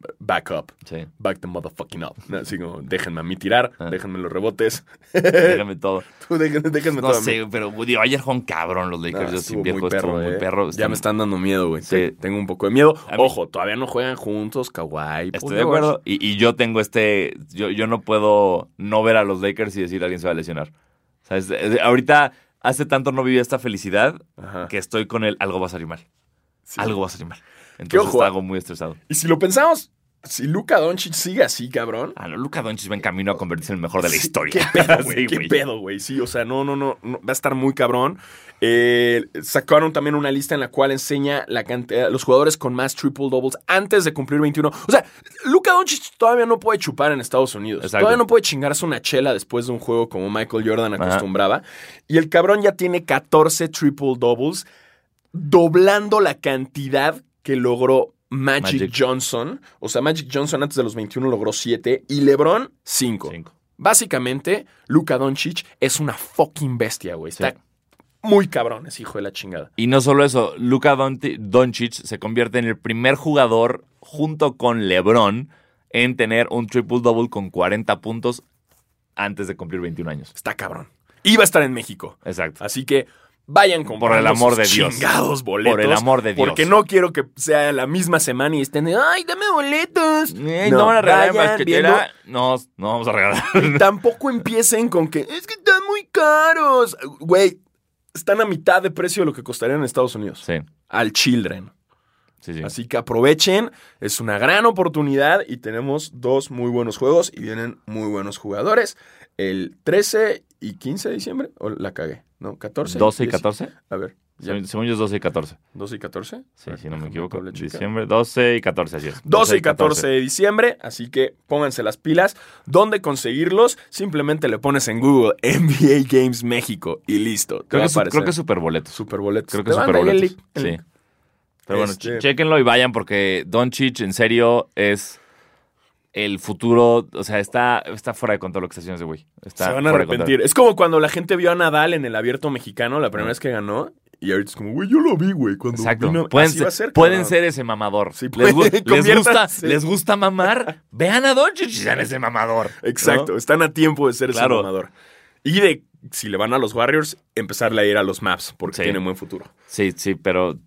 [SPEAKER 1] Eh, back up.
[SPEAKER 2] Sí,
[SPEAKER 1] Back the motherfucking up. No, Así como, déjenme a mí tirar,
[SPEAKER 2] Ah.
[SPEAKER 1] déjenme los rebotes.
[SPEAKER 2] déjame todo.
[SPEAKER 1] Tú déjenme, déjenme
[SPEAKER 2] No
[SPEAKER 1] todo a mí.
[SPEAKER 2] sé, pero güey, digo, ayer jugaron cabrón los
[SPEAKER 1] No,
[SPEAKER 2] Lakers. yo sí,
[SPEAKER 1] estuvo
[SPEAKER 2] viejo, estuvo muy
[SPEAKER 1] eh.
[SPEAKER 2] perro.
[SPEAKER 1] Ya me están dando miedo, güey.
[SPEAKER 2] Sí.
[SPEAKER 1] Tengo un poco de miedo.
[SPEAKER 2] A mí-
[SPEAKER 1] Ojo, todavía no juegan juntos, Kawhi.
[SPEAKER 2] Estoy
[SPEAKER 1] Paul
[SPEAKER 2] de
[SPEAKER 1] George.
[SPEAKER 2] acuerdo. Y, y yo tengo este. Yo, yo no puedo no ver a los Lakers y decir alguien se va a lesionar. O sea, es- es- ahorita hace tanto no viví esta felicidad
[SPEAKER 1] Ajá.
[SPEAKER 2] que estoy con el algo va a salir mal.
[SPEAKER 1] Sí.
[SPEAKER 2] Algo va a salir mal. Entonces
[SPEAKER 1] ojo.
[SPEAKER 2] hago muy estresado.
[SPEAKER 1] Y si lo pensamos, si Luka Doncic sigue así, cabrón.
[SPEAKER 2] Ah, no, Luca Doncic va en camino a convertirse en el mejor de la
[SPEAKER 1] sí,
[SPEAKER 2] historia.
[SPEAKER 1] ¿Qué pedo, güey?
[SPEAKER 2] Sí,
[SPEAKER 1] ¿Qué pedo, güey? Sí, o sea, no, no, no, no, Va a estar muy cabrón. Eh, sacaron también una lista en la cual enseña la cantidad, los jugadores con más triple doubles antes de cumplir 21. O sea, Luka Doncic todavía no puede chupar en Estados Unidos.
[SPEAKER 2] Exacto.
[SPEAKER 1] Todavía no puede chingarse una chela después de un juego como Michael Jordan
[SPEAKER 2] Ajá.
[SPEAKER 1] acostumbraba. Y el cabrón ya tiene 14 triple doubles, doblando la cantidad que logró. Magic,
[SPEAKER 2] Magic.
[SPEAKER 1] Johnson, o sea, Magic Johnson antes de los 21 logró 7 y LeBron 5.
[SPEAKER 2] Cinco.
[SPEAKER 1] Básicamente, Luka Doncic es una fucking bestia, güey. Está
[SPEAKER 2] Sí.
[SPEAKER 1] muy cabrón ese hijo de la chingada.
[SPEAKER 2] Y no solo eso, Luca Doncic se convierte en el primer jugador junto con LeBron en tener un triple-double con 40 puntos antes de cumplir 21 años.
[SPEAKER 1] Está cabrón. Y va a estar en México.
[SPEAKER 2] Exacto.
[SPEAKER 1] Así que Vayan con
[SPEAKER 2] Por el amor de Dios.
[SPEAKER 1] Chingados boletos.
[SPEAKER 2] Por el amor de Dios.
[SPEAKER 1] Porque no quiero que sea la misma semana y estén de, ay, dame boletos.
[SPEAKER 2] Eh, no, van a regalar
[SPEAKER 1] vayan
[SPEAKER 2] más que
[SPEAKER 1] viendo-
[SPEAKER 2] era. No, no vamos a regalar.
[SPEAKER 1] Y tampoco empiecen con que es que están muy caros. Güey, están a mitad de precio de lo que costarían en Estados Unidos.
[SPEAKER 2] Sí,
[SPEAKER 1] Al Children.
[SPEAKER 2] sí, sí.
[SPEAKER 1] Así que aprovechen, es una gran oportunidad y tenemos dos muy buenos juegos y vienen muy buenos jugadores. El 13 y 15 de diciembre, o la cagué, ¿no? 14.
[SPEAKER 2] 12 y
[SPEAKER 1] 10.
[SPEAKER 2] 14.
[SPEAKER 1] A ver, ya.
[SPEAKER 2] Según- Según yo es 12 y 14.
[SPEAKER 1] 12 y 14. A
[SPEAKER 2] Sí,
[SPEAKER 1] ver,
[SPEAKER 2] si no me
[SPEAKER 1] déjame
[SPEAKER 2] equivoco.
[SPEAKER 1] doble checar.
[SPEAKER 2] Diciembre, 12 y 14, así es.
[SPEAKER 1] 12 y 14 de diciembre, así que pónganse las pilas. ¿Dónde conseguirlos? Simplemente le pones en Google NBA Games México y listo. te
[SPEAKER 2] Creo
[SPEAKER 1] va
[SPEAKER 2] que,
[SPEAKER 1] a
[SPEAKER 2] es su- creo
[SPEAKER 1] aparecer.
[SPEAKER 2] que es superboletos.
[SPEAKER 1] Superboletos.
[SPEAKER 2] Creo
[SPEAKER 1] Te
[SPEAKER 2] que es
[SPEAKER 1] van ahí el
[SPEAKER 2] superboletos.
[SPEAKER 1] link, el
[SPEAKER 2] Sí.
[SPEAKER 1] link.
[SPEAKER 2] Pero bueno,
[SPEAKER 1] Este-
[SPEAKER 2] ch- chéquenlo y vayan porque Doncic, en serio, es el futuro. O sea, está, está fuera de control lo que está haciendo ese güey. Está
[SPEAKER 1] Se van a
[SPEAKER 2] fuera de control.
[SPEAKER 1] arrepentir. Es como cuando la gente vio a Nadal en el abierto mexicano la primera
[SPEAKER 2] Mm.
[SPEAKER 1] vez que ganó. Y ahorita es como, güey, yo lo vi, güey. Cuando
[SPEAKER 2] Exacto.
[SPEAKER 1] vino-
[SPEAKER 2] pueden
[SPEAKER 1] así va a
[SPEAKER 2] ser,
[SPEAKER 1] ser,
[SPEAKER 2] pueden
[SPEAKER 1] cabrón.
[SPEAKER 2] ser ese mamador.
[SPEAKER 1] Sí,
[SPEAKER 2] les, gu-
[SPEAKER 1] pueden-
[SPEAKER 2] les gusta,
[SPEAKER 1] conviértanse.
[SPEAKER 2] les gusta mamar. Vean a Doncic y sean ese mamador. ¿no?
[SPEAKER 1] Exacto. Están a tiempo de ser ese
[SPEAKER 2] Claro.
[SPEAKER 1] ganador. Y de, si le van a los Warriors, empezarle a ir a los Maps, porque
[SPEAKER 2] Sí.
[SPEAKER 1] tienen buen futuro.
[SPEAKER 2] Sí, sí, pero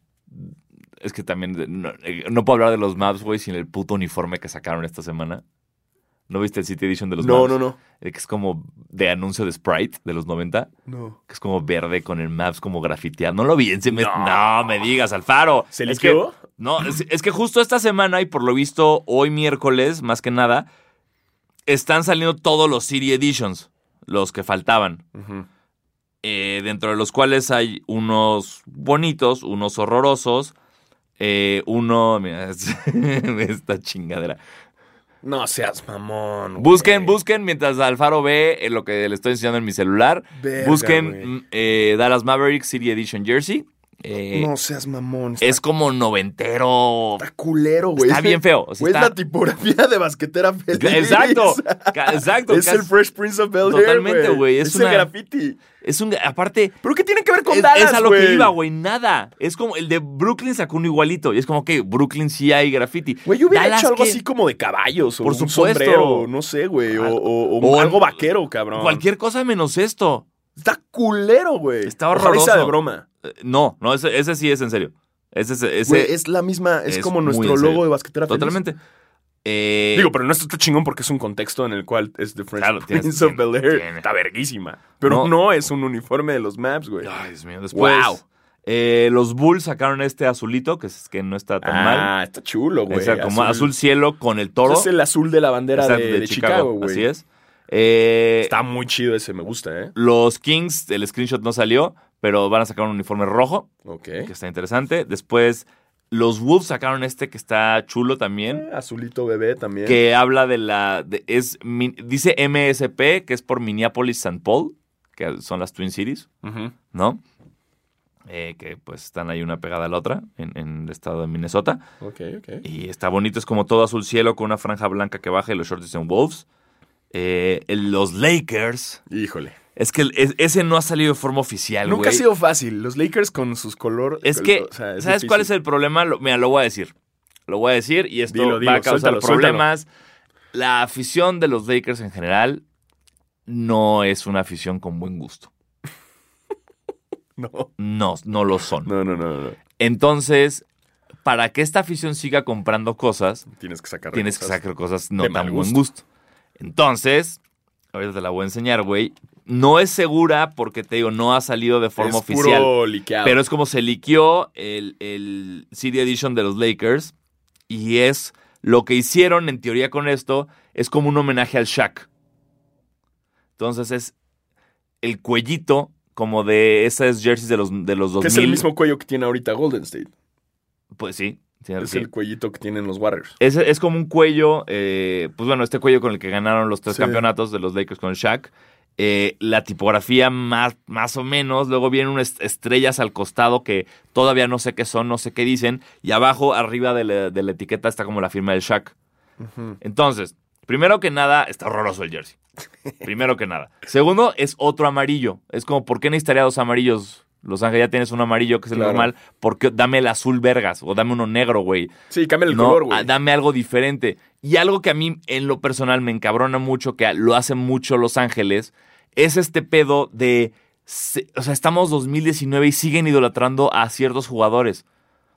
[SPEAKER 2] es que también de- no, eh, no puedo hablar de los maps, güey, sin el puto uniforme que sacaron esta semana. ¿No viste el City Edition de los
[SPEAKER 1] no,
[SPEAKER 2] maps?
[SPEAKER 1] no, no,
[SPEAKER 2] El que es como de anuncio de Sprite de los 90,
[SPEAKER 1] no.
[SPEAKER 2] que es como verde con el maps como grafiteado. No lo vi en sí me- No. me digas, Alfaro.
[SPEAKER 1] ¿Se
[SPEAKER 2] Es que-
[SPEAKER 1] liqueó?
[SPEAKER 2] no, es, es que justo esta semana y por lo visto hoy miércoles, más que nada, están saliendo todos los City Editions, los que faltaban
[SPEAKER 1] Ujú.
[SPEAKER 2] eh, dentro de los cuales hay unos bonitos, unos horrorosos, eh, uno... Mira, es- esta chingadera.
[SPEAKER 1] No seas mamón. güey.
[SPEAKER 2] Busquen, busquen, mientras Alfaro ve eh, lo que le estoy enseñando en mi celular,
[SPEAKER 1] Verga, güey.
[SPEAKER 2] busquen mm, eh, Dallas Mavericks City Edition Jersey. Eh,
[SPEAKER 1] No seas mamón. Está,
[SPEAKER 2] es como noventero.
[SPEAKER 1] está culero, güey.
[SPEAKER 2] Está bien feo. o sea,
[SPEAKER 1] Güey,
[SPEAKER 2] está-
[SPEAKER 1] es la tipografía de basquetera feliz.
[SPEAKER 2] Exacto, ca- exacto.
[SPEAKER 1] Es el
[SPEAKER 2] casi-
[SPEAKER 1] Fresh Prince of Bel Air.
[SPEAKER 2] Totalmente, güey, es
[SPEAKER 1] Es,
[SPEAKER 2] una-
[SPEAKER 1] el graffiti.
[SPEAKER 2] es un, aparte,
[SPEAKER 1] ¿Pero qué tiene que ver con
[SPEAKER 2] es,
[SPEAKER 1] Dallas,
[SPEAKER 2] es a lo que iba, güey. Nada. Es como el de Brooklyn sacó un igualito. Y es como que Brooklyn sí hay graffiti.
[SPEAKER 1] Güey, yo hubiera
[SPEAKER 2] Dallas,
[SPEAKER 1] hecho algo
[SPEAKER 2] ¿qué?
[SPEAKER 1] así como de caballos o
[SPEAKER 2] Por
[SPEAKER 1] un
[SPEAKER 2] supuesto.
[SPEAKER 1] sombrero, no sé, güey, o, o- o
[SPEAKER 2] O
[SPEAKER 1] algo vaquero, cabrón.
[SPEAKER 2] Cualquier cosa menos esto.
[SPEAKER 1] Está culero, güey.
[SPEAKER 2] Está
[SPEAKER 1] Ojalá y
[SPEAKER 2] horroroso.
[SPEAKER 1] sea de broma.
[SPEAKER 2] Eh, No, no, ese, ese sí es en serio. Ese, ese, ese-
[SPEAKER 1] Güey, es la misma, es,
[SPEAKER 2] es
[SPEAKER 1] como
[SPEAKER 2] muy
[SPEAKER 1] nuestro
[SPEAKER 2] en serio.
[SPEAKER 1] logo de basquetera feliz.
[SPEAKER 2] totalmente. Eh,
[SPEAKER 1] Digo, pero no esto está chingón porque es un contexto en el cual es The Fresh
[SPEAKER 2] Claro, tienes-
[SPEAKER 1] Prince of
[SPEAKER 2] tiene-
[SPEAKER 1] Bel Air.
[SPEAKER 2] tiene.
[SPEAKER 1] Está verguísima. Pero
[SPEAKER 2] No.
[SPEAKER 1] no. es un uniforme de los maps, güey.
[SPEAKER 2] Ay, Dios mío, después.
[SPEAKER 1] Wow.
[SPEAKER 2] eh, los Bulls sacaron este azulito, que es que no está tan mal.
[SPEAKER 1] Ah, está chulo, güey.
[SPEAKER 2] Exacto, como azul cielo con el toro.
[SPEAKER 1] Es el azul de la bandera
[SPEAKER 2] Exacto,
[SPEAKER 1] de, de Chicago, güey.
[SPEAKER 2] Así es. Eh,
[SPEAKER 1] Está muy chido ese, me gusta, ¿eh?
[SPEAKER 2] Los Kings, el screenshot no salió, pero van a sacar un uniforme rojo,
[SPEAKER 1] Ok. Eh,
[SPEAKER 2] que está interesante. Después, los Wolves sacaron este que está chulo también,
[SPEAKER 1] Azulito bebé también.
[SPEAKER 2] que habla de la... de- es, mi- dice MSP, que es por Minneapolis St. Paul, que son las Twin Cities,
[SPEAKER 1] Ujú.
[SPEAKER 2] ¿no? Eh, que pues están ahí una pegada a la otra en, en el estado de Minnesota.
[SPEAKER 1] Ok, ok.
[SPEAKER 2] Y está bonito, es como todo azul cielo con una franja blanca que baja y los shorts dicen Wolves. Eh, el- los Lakers.
[SPEAKER 1] Híjole.
[SPEAKER 2] Es que el- es- ese no ha salido de forma oficial, güey.
[SPEAKER 1] Nunca ha sido fácil. Los Lakers con sus colores.
[SPEAKER 2] Es que, ¿sabes cuál es el problema? Lo- mira, lo voy a decir. Lo voy a decir y esto
[SPEAKER 1] Dilo, dilo,
[SPEAKER 2] va a causar
[SPEAKER 1] suéltalo, suéltalo.
[SPEAKER 2] problemas. La afición de los Lakers en general no es una afición con buen gusto.
[SPEAKER 1] No.
[SPEAKER 2] No, no lo son.
[SPEAKER 1] no, no, no, no.
[SPEAKER 2] Entonces, para que esta afición siga comprando cosas,
[SPEAKER 1] Tienes que sacar.
[SPEAKER 2] tienes que sacar cosas no
[SPEAKER 1] de
[SPEAKER 2] tan
[SPEAKER 1] mal
[SPEAKER 2] buen gusto. Entonces, ahorita te la voy a enseñar, güey. No es segura porque te digo, no ha salido de forma
[SPEAKER 1] forma
[SPEAKER 2] oficial.
[SPEAKER 1] Puro liqueado.
[SPEAKER 2] Pero es como se liqueó el, el CD Edition de los Lakers. Y es lo que hicieron en teoría con esto. Es como un homenaje al Shaq. Entonces es el cuellito como de esas jerseys de los, de los 2000.
[SPEAKER 1] que es el mismo cuello que tiene ahorita Golden State.
[SPEAKER 2] Pues sí. sí,
[SPEAKER 1] Es
[SPEAKER 2] sí.
[SPEAKER 1] el cuellito que tienen los Warriors.
[SPEAKER 2] Es, es como un cuello, eh, pues bueno, este cuello con el que ganaron los tres
[SPEAKER 1] Sí.
[SPEAKER 2] campeonatos de los Lakers con Shaq. Eh, la tipografía más, más o menos, luego vienen unas estrellas al costado que todavía no sé qué son, no sé qué dicen, y abajo, arriba de la, de la etiqueta, está como la firma del Shaq. Entonces, primero que nada, está horroroso el jersey. Primero que nada. Segundo, es otro amarillo. Es como, ¿por qué necesitaría dos amarillos? Los Ángeles ya tienes un amarillo que es el
[SPEAKER 1] Claro.
[SPEAKER 2] normal. ¿Por qué dame el azul vergas? O dame uno negro, güey.
[SPEAKER 1] Sí, cambia el
[SPEAKER 2] No,
[SPEAKER 1] color,
[SPEAKER 2] ah,
[SPEAKER 1] güey.
[SPEAKER 2] Dame algo diferente. Y algo que a mí, en lo personal, me encabrona mucho, que lo hacen mucho Los Ángeles, es este pedo de se- o sea, estamos 2019 y siguen idolatrando a ciertos jugadores.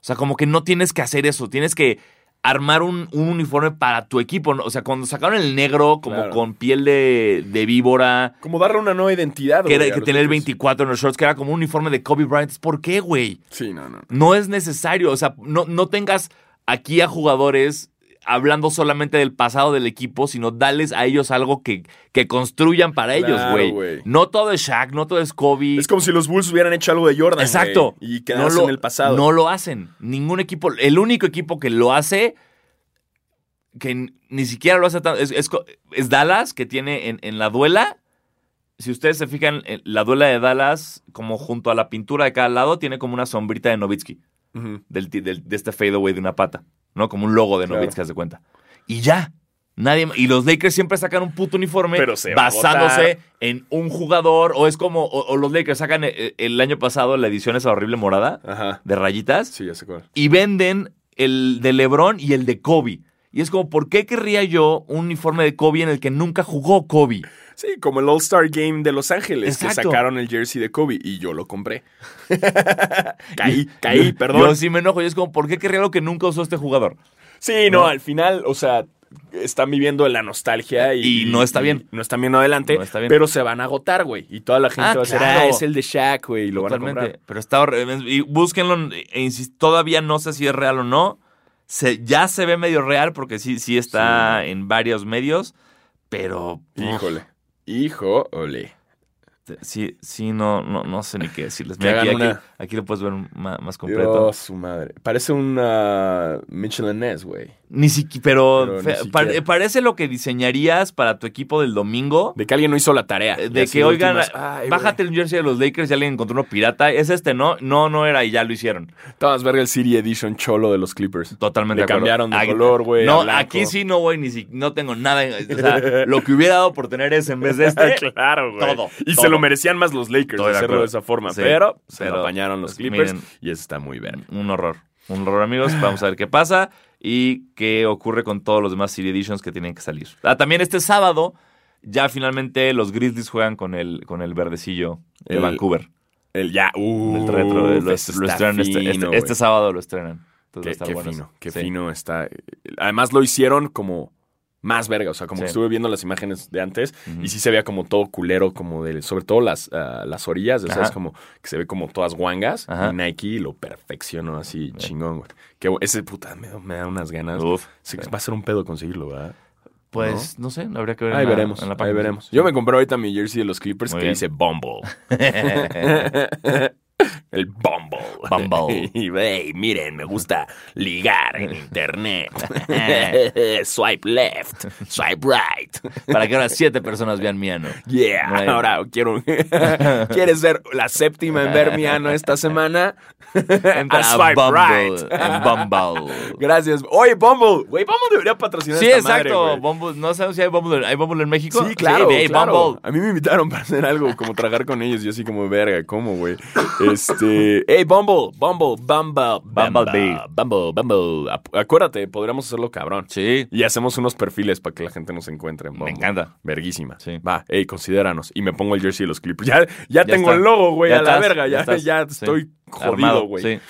[SPEAKER 2] O sea, como que no tienes que hacer eso, tienes que armar un, un uniforme para tu equipo. ¿no? O sea, cuando sacaron el negro como
[SPEAKER 1] Claro.
[SPEAKER 2] con piel de, de víbora,
[SPEAKER 1] Como darle una nueva identidad. güey,
[SPEAKER 2] que, era,
[SPEAKER 1] a
[SPEAKER 2] que
[SPEAKER 1] los
[SPEAKER 2] tenía el
[SPEAKER 1] Lakers.
[SPEAKER 2] 24 en los shorts, que era como un uniforme de Kobe Bryant. ¿Por qué, güey?
[SPEAKER 1] Sí, no, no.
[SPEAKER 2] No es necesario. O sea, no, no tengas aquí a jugadores hablando solamente del pasado del equipo, sino dales a ellos algo que, que construyan para
[SPEAKER 1] Claro,
[SPEAKER 2] ellos,
[SPEAKER 1] güey.
[SPEAKER 2] güey. No todo es Shaq, no todo es Kobe.
[SPEAKER 1] Es como si los Bulls hubieran hecho algo de Jordan.
[SPEAKER 2] Exacto.
[SPEAKER 1] güey, y quedarse en el pasado.
[SPEAKER 2] No lo hacen. Ningún equipo, el único equipo que lo hace, que n- ni siquiera lo hace tan- es, es co- es Dallas, que tiene en, en la duela. Si ustedes se fijan, en la duela de Dallas, como junto a la pintura de cada lado, tiene como una sombrita de Novitsky
[SPEAKER 1] Ujú.
[SPEAKER 2] del, ti- del- de este fadeaway de una pata, ¿no? Como un logo de
[SPEAKER 1] Claro.
[SPEAKER 2] Novitsky, haz de cuenta. Y ya. Nadie, ma- y los Lakers siempre sacan un puto uniforme
[SPEAKER 1] Pero se va a
[SPEAKER 2] basándose
[SPEAKER 1] agotar.
[SPEAKER 2] en un jugador, o es como, o, o los Lakers sacan eh, el, año pasado la edición esa horrible morada
[SPEAKER 1] Ajá.
[SPEAKER 2] de rayitas,
[SPEAKER 1] Sí, ya sé cuál.
[SPEAKER 2] y venden el de LeBron y el de Kobe. Y es como, ¿por qué querría yo un uniforme de Kobe en el que nunca jugó Kobe?
[SPEAKER 1] Sí, como el All-Star Game de Los Ángeles, que
[SPEAKER 2] Exacto.
[SPEAKER 1] sacaron el jersey de Kobe y yo lo compré. caí, caí,
[SPEAKER 2] Yo-
[SPEAKER 1] perdón.
[SPEAKER 2] Yo sí me enojo, y es como, ¿por qué querría algo que nunca usó este jugador?
[SPEAKER 1] Sí, no,
[SPEAKER 2] No.
[SPEAKER 1] al final, o sea, están viviendo la nostalgia y,
[SPEAKER 2] Y no está bien.
[SPEAKER 1] No están bien adelante,
[SPEAKER 2] No está bien.
[SPEAKER 1] pero se van a agotar, güey. Y toda la gente
[SPEAKER 2] Ah,
[SPEAKER 1] va a decir,
[SPEAKER 2] claro.
[SPEAKER 1] ah, es el de Shaq, güey, y lo van a comprar.
[SPEAKER 2] Totalmente. Pero está horrible. Y búsquenlo. e insisto, todavía no sé si es real o no. Se, ya se ve medio real porque sí, sí está en varios medios. Pero. uf,
[SPEAKER 1] Híjole. Híjole.
[SPEAKER 2] Sí, sí, no, no, no sé ni qué decirles.
[SPEAKER 1] Que
[SPEAKER 2] Mira, aquí,
[SPEAKER 1] hagan
[SPEAKER 2] aquí-
[SPEAKER 1] una.
[SPEAKER 2] aquí lo puedes ver ma- más completo.
[SPEAKER 1] Dios, su madre. Parece una Michelinés, güey.
[SPEAKER 2] Ni siquiera. Pero,
[SPEAKER 1] Pero ni
[SPEAKER 2] fe-
[SPEAKER 1] siquiera.
[SPEAKER 2] pare- parece lo que diseñarías para tu equipo del domingo.
[SPEAKER 1] De que alguien no hizo la tarea.
[SPEAKER 2] eh,
[SPEAKER 1] Y
[SPEAKER 2] De
[SPEAKER 1] así
[SPEAKER 2] que, oigan,
[SPEAKER 1] últimas,
[SPEAKER 2] ah,
[SPEAKER 1] "Ay,
[SPEAKER 2] bájate el jersey de los Lakers y alguien encontró uno pirata. Es este, ¿no? No, no era y ya lo hicieron.
[SPEAKER 1] güey". Estabas verga el City Edition cholo de los Clippers.
[SPEAKER 2] Totalmente
[SPEAKER 1] Le
[SPEAKER 2] de acuerdo. Ah,
[SPEAKER 1] cambiaron de
[SPEAKER 2] Aquí-
[SPEAKER 1] color, güey, a
[SPEAKER 2] No,
[SPEAKER 1] blanco.
[SPEAKER 2] aquí sí no voy ni si no tengo nada. en- O sea, lo que hubiera dado por tener es en vez de este.
[SPEAKER 1] claro, güey.
[SPEAKER 2] Todo,
[SPEAKER 1] Y
[SPEAKER 2] todo.
[SPEAKER 1] se lo merecían más los Lakers
[SPEAKER 2] Estoy
[SPEAKER 1] de
[SPEAKER 2] de
[SPEAKER 1] hacerlo de
[SPEAKER 2] acuerdo.
[SPEAKER 1] esa forma.
[SPEAKER 2] Sí,
[SPEAKER 1] pero se lo
[SPEAKER 2] pero,
[SPEAKER 1] apañaron los
[SPEAKER 2] pues,
[SPEAKER 1] Clippers
[SPEAKER 2] miren.
[SPEAKER 1] y eso está muy verga.
[SPEAKER 2] Un horror. Un horror, amigos. Vamos a ver qué pasa y qué ocurre con todos los demás City Editions que tienen que salir. Ah, también este sábado, ya finalmente los Grizzlies juegan con el, con el verdecillo de
[SPEAKER 1] El-
[SPEAKER 2] Vancouver.
[SPEAKER 1] El ya, uh,
[SPEAKER 2] El retro de- lo,
[SPEAKER 1] eso
[SPEAKER 2] lo
[SPEAKER 1] está
[SPEAKER 2] estrenan este, este-
[SPEAKER 1] fino,
[SPEAKER 2] este
[SPEAKER 1] güey.
[SPEAKER 2] sábado lo estrenan. Entonces va a
[SPEAKER 1] Qué,
[SPEAKER 2] estar
[SPEAKER 1] qué
[SPEAKER 2] bueno eso.
[SPEAKER 1] fino, qué
[SPEAKER 2] Sí.
[SPEAKER 1] fino está. Además lo hicieron como más verga, o sea, como
[SPEAKER 2] Sí.
[SPEAKER 1] que estuve viendo las imágenes de antes
[SPEAKER 2] Ujú.
[SPEAKER 1] y sí se veía como todo culero, como de, sobre todo las, ah, las orillas, o sea,
[SPEAKER 2] Ajá.
[SPEAKER 1] es como que se ve como todas guangas
[SPEAKER 2] Ajá.
[SPEAKER 1] y Nike lo perfeccionó así chingón, güey. Qué bu- ese puta me, da- me da unas ganas.
[SPEAKER 2] Uf.
[SPEAKER 1] Sí, Va a ser un pedo conseguirlo, ¿verdad?
[SPEAKER 2] Pues no, sé, habría que ver. en
[SPEAKER 1] Ahí
[SPEAKER 2] la-
[SPEAKER 1] veremos,
[SPEAKER 2] en la
[SPEAKER 1] ahí
[SPEAKER 2] página.
[SPEAKER 1] veremos. Yo me compré ahorita mi jersey de los Clippers
[SPEAKER 2] Muy
[SPEAKER 1] que
[SPEAKER 2] bien.
[SPEAKER 1] dice Bumble. El Bumble.
[SPEAKER 2] Bumble.
[SPEAKER 1] Y hey, miren, me gusta ligar en internet. swipe left, swipe right.
[SPEAKER 2] Para que ahora siete personas vean mi ano.
[SPEAKER 1] Yeah.
[SPEAKER 2] Muy bien.
[SPEAKER 1] Ahora quiero ¿Quieres ser la séptima en ver mi ano esta semana?
[SPEAKER 2] Entra
[SPEAKER 1] A
[SPEAKER 2] a
[SPEAKER 1] swipe
[SPEAKER 2] Bumble,
[SPEAKER 1] right.
[SPEAKER 2] en Bumble.
[SPEAKER 1] Gracias. Oye, Bumble. Güey, Bumble debería patrocinar
[SPEAKER 2] Sí,
[SPEAKER 1] esta
[SPEAKER 2] exacto.
[SPEAKER 1] madre, güey.
[SPEAKER 2] Bumble, no sabemos si hay Bumble, ¿hay Bumble en México.
[SPEAKER 1] Sí, claro,
[SPEAKER 2] hey,
[SPEAKER 1] claro.
[SPEAKER 2] Bumble.
[SPEAKER 1] A mí me invitaron para hacer algo, como tragar con ellos. Yo así como, verga, ¿cómo, güey? Este... Hey, Bumble, Bumble, Bumble,
[SPEAKER 2] Bumblebee.
[SPEAKER 1] Bumble, Bumble. Acu- Acuérdate, podríamos hacerlo cabrón.
[SPEAKER 2] Sí.
[SPEAKER 1] Y hacemos unos perfiles para que la gente nos encuentre. en
[SPEAKER 2] Me
[SPEAKER 1] Bumble.
[SPEAKER 2] encanta.
[SPEAKER 1] Verguísima.
[SPEAKER 2] Sí.
[SPEAKER 1] Va, hey, considéranos. Y me pongo el jersey de los Clippers. Ya, ya,
[SPEAKER 2] Ya
[SPEAKER 1] tengo
[SPEAKER 2] está.
[SPEAKER 1] el logo, güey,
[SPEAKER 2] Ya
[SPEAKER 1] a la
[SPEAKER 2] estás,
[SPEAKER 1] verga.
[SPEAKER 2] ya
[SPEAKER 1] Ya, ya,
[SPEAKER 2] estás. Sí.
[SPEAKER 1] estoy
[SPEAKER 2] Armado,
[SPEAKER 1] jodido, güey.
[SPEAKER 2] Sí.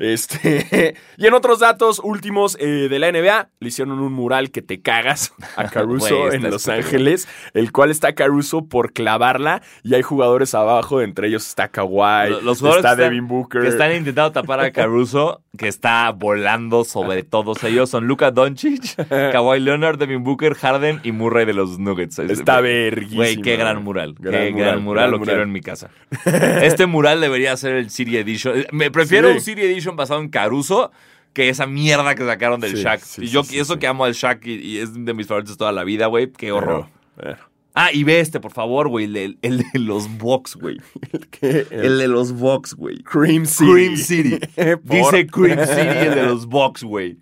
[SPEAKER 1] Este, y en otros datos últimos eh, de la NBA, le hicieron un mural que te cagas a Caruso
[SPEAKER 2] Güey, está
[SPEAKER 1] en Los
[SPEAKER 2] espectacular.
[SPEAKER 1] Ángeles, el cual está Caruso por clavarla y hay jugadores abajo, entre ellos está Kawhi,
[SPEAKER 2] Lo- Los jugadores
[SPEAKER 1] está
[SPEAKER 2] que están-
[SPEAKER 1] Devin Booker.
[SPEAKER 2] que están intentando tapar a Caruso, que está volando sobre todos ellos, son Luka Doncic, Kawhi Leonard, Devin Booker, Harden y Murray de los Nuggets.
[SPEAKER 1] Está verguísima.
[SPEAKER 2] Güey, qué gran mural.
[SPEAKER 1] Gran
[SPEAKER 2] qué
[SPEAKER 1] mural,
[SPEAKER 2] gran mural.
[SPEAKER 1] gran
[SPEAKER 2] lo
[SPEAKER 1] mural.
[SPEAKER 2] quiero en mi casa. Este mural debería ser el City Edition. Me prefiero
[SPEAKER 1] Sí.
[SPEAKER 2] un City Edition basado en Caruso que esa mierda que sacaron del
[SPEAKER 1] Sí,
[SPEAKER 2] Shaq.
[SPEAKER 1] sí,
[SPEAKER 2] y yo,
[SPEAKER 1] sí, sí,
[SPEAKER 2] y eso
[SPEAKER 1] sí.
[SPEAKER 2] que amo al Shaq y, y es de mis favoritos toda la vida, güey. Qué horror.
[SPEAKER 1] Pero, pero,
[SPEAKER 2] Ah, y ve este, por favor, güey. El, de- el de los Vox, güey.
[SPEAKER 1] ¿qué?
[SPEAKER 2] El de los Vox, güey.
[SPEAKER 1] Cream City.
[SPEAKER 2] Cream City.
[SPEAKER 1] Por-
[SPEAKER 2] Dice Cream City el de los Vox, güey.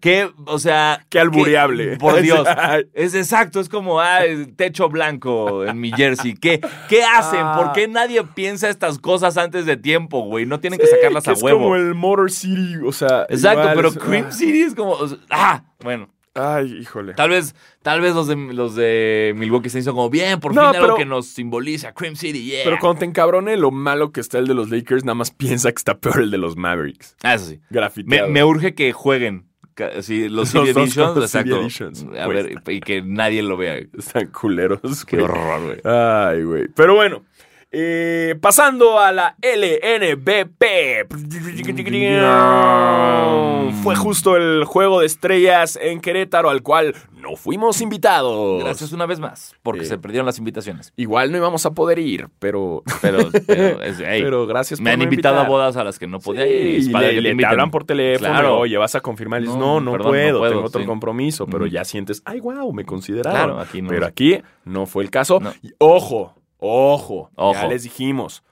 [SPEAKER 2] Qué, o sea.
[SPEAKER 1] Qué albureable.
[SPEAKER 2] por Dios.
[SPEAKER 1] Ay.
[SPEAKER 2] Es exacto, es como, ah, el techo blanco en mi jersey. ¿Qué, qué hacen?
[SPEAKER 1] Ah.
[SPEAKER 2] ¿Por qué nadie piensa estas cosas antes de tiempo, güey? No tienen que sacarlas
[SPEAKER 1] Que
[SPEAKER 2] a
[SPEAKER 1] es
[SPEAKER 2] huevo.
[SPEAKER 1] como el Motor City, o sea.
[SPEAKER 2] Exacto,
[SPEAKER 1] igual
[SPEAKER 2] pero
[SPEAKER 1] es-
[SPEAKER 2] Cream City es como. o sea, ah, bueno.
[SPEAKER 1] Ay, híjole.
[SPEAKER 2] Tal vez, tal vez los de, los de Milwaukee se hizo como bien, por
[SPEAKER 1] No,
[SPEAKER 2] fin algo
[SPEAKER 1] pero-
[SPEAKER 2] que nos simboliza Cream City, yeah.
[SPEAKER 1] Pero cuando te encabrone lo malo que está el de los Lakers, nada más piensa que está peor el de los Mavericks.
[SPEAKER 2] Ah, eso sí. Me,
[SPEAKER 1] Grafiteado.
[SPEAKER 2] me urge que jueguen ca- sí, los,
[SPEAKER 1] Los
[SPEAKER 2] CD
[SPEAKER 1] dos con
[SPEAKER 2] Editions,
[SPEAKER 1] los CD
[SPEAKER 2] exacto.
[SPEAKER 1] Editions,
[SPEAKER 2] A
[SPEAKER 1] güey.
[SPEAKER 2] ver, y que nadie lo vea.
[SPEAKER 1] Están culeros,
[SPEAKER 2] Qué
[SPEAKER 1] güey.
[SPEAKER 2] horror, güey.
[SPEAKER 1] Ay, güey. Pero bueno. eh, pasando a la LNBP. Fue justo el juego de estrellas en Querétaro al cual no fuimos invitados.
[SPEAKER 2] Gracias una vez más, porque
[SPEAKER 1] Eh.
[SPEAKER 2] se perdieron las invitaciones.
[SPEAKER 1] Igual no íbamos a poder ir, pero.
[SPEAKER 2] Pero, pero, es- hey,
[SPEAKER 1] Pero gracias
[SPEAKER 2] me
[SPEAKER 1] por
[SPEAKER 2] han
[SPEAKER 1] no
[SPEAKER 2] invitado
[SPEAKER 1] invitar.
[SPEAKER 2] a bodas a las que no podía ir.
[SPEAKER 1] Sí,
[SPEAKER 2] es
[SPEAKER 1] y
[SPEAKER 2] padre
[SPEAKER 1] le-
[SPEAKER 2] que
[SPEAKER 1] le- te
[SPEAKER 2] inviten.
[SPEAKER 1] hablan por teléfono,
[SPEAKER 2] Claro.
[SPEAKER 1] oye, vas a confirmar, y dices, no,
[SPEAKER 2] No,
[SPEAKER 1] no,
[SPEAKER 2] perdón, no
[SPEAKER 1] puedo,
[SPEAKER 2] puedo,
[SPEAKER 1] tengo otro
[SPEAKER 2] sí.
[SPEAKER 1] compromiso, pero
[SPEAKER 2] Ujú.
[SPEAKER 1] ya sientes, ay, wow, me consideraron.
[SPEAKER 2] Claro, aquí no.
[SPEAKER 1] Pero aquí no fue el caso.
[SPEAKER 2] No.
[SPEAKER 1] Y ojo, ojo, ya
[SPEAKER 2] Ojo.
[SPEAKER 1] les dijimos,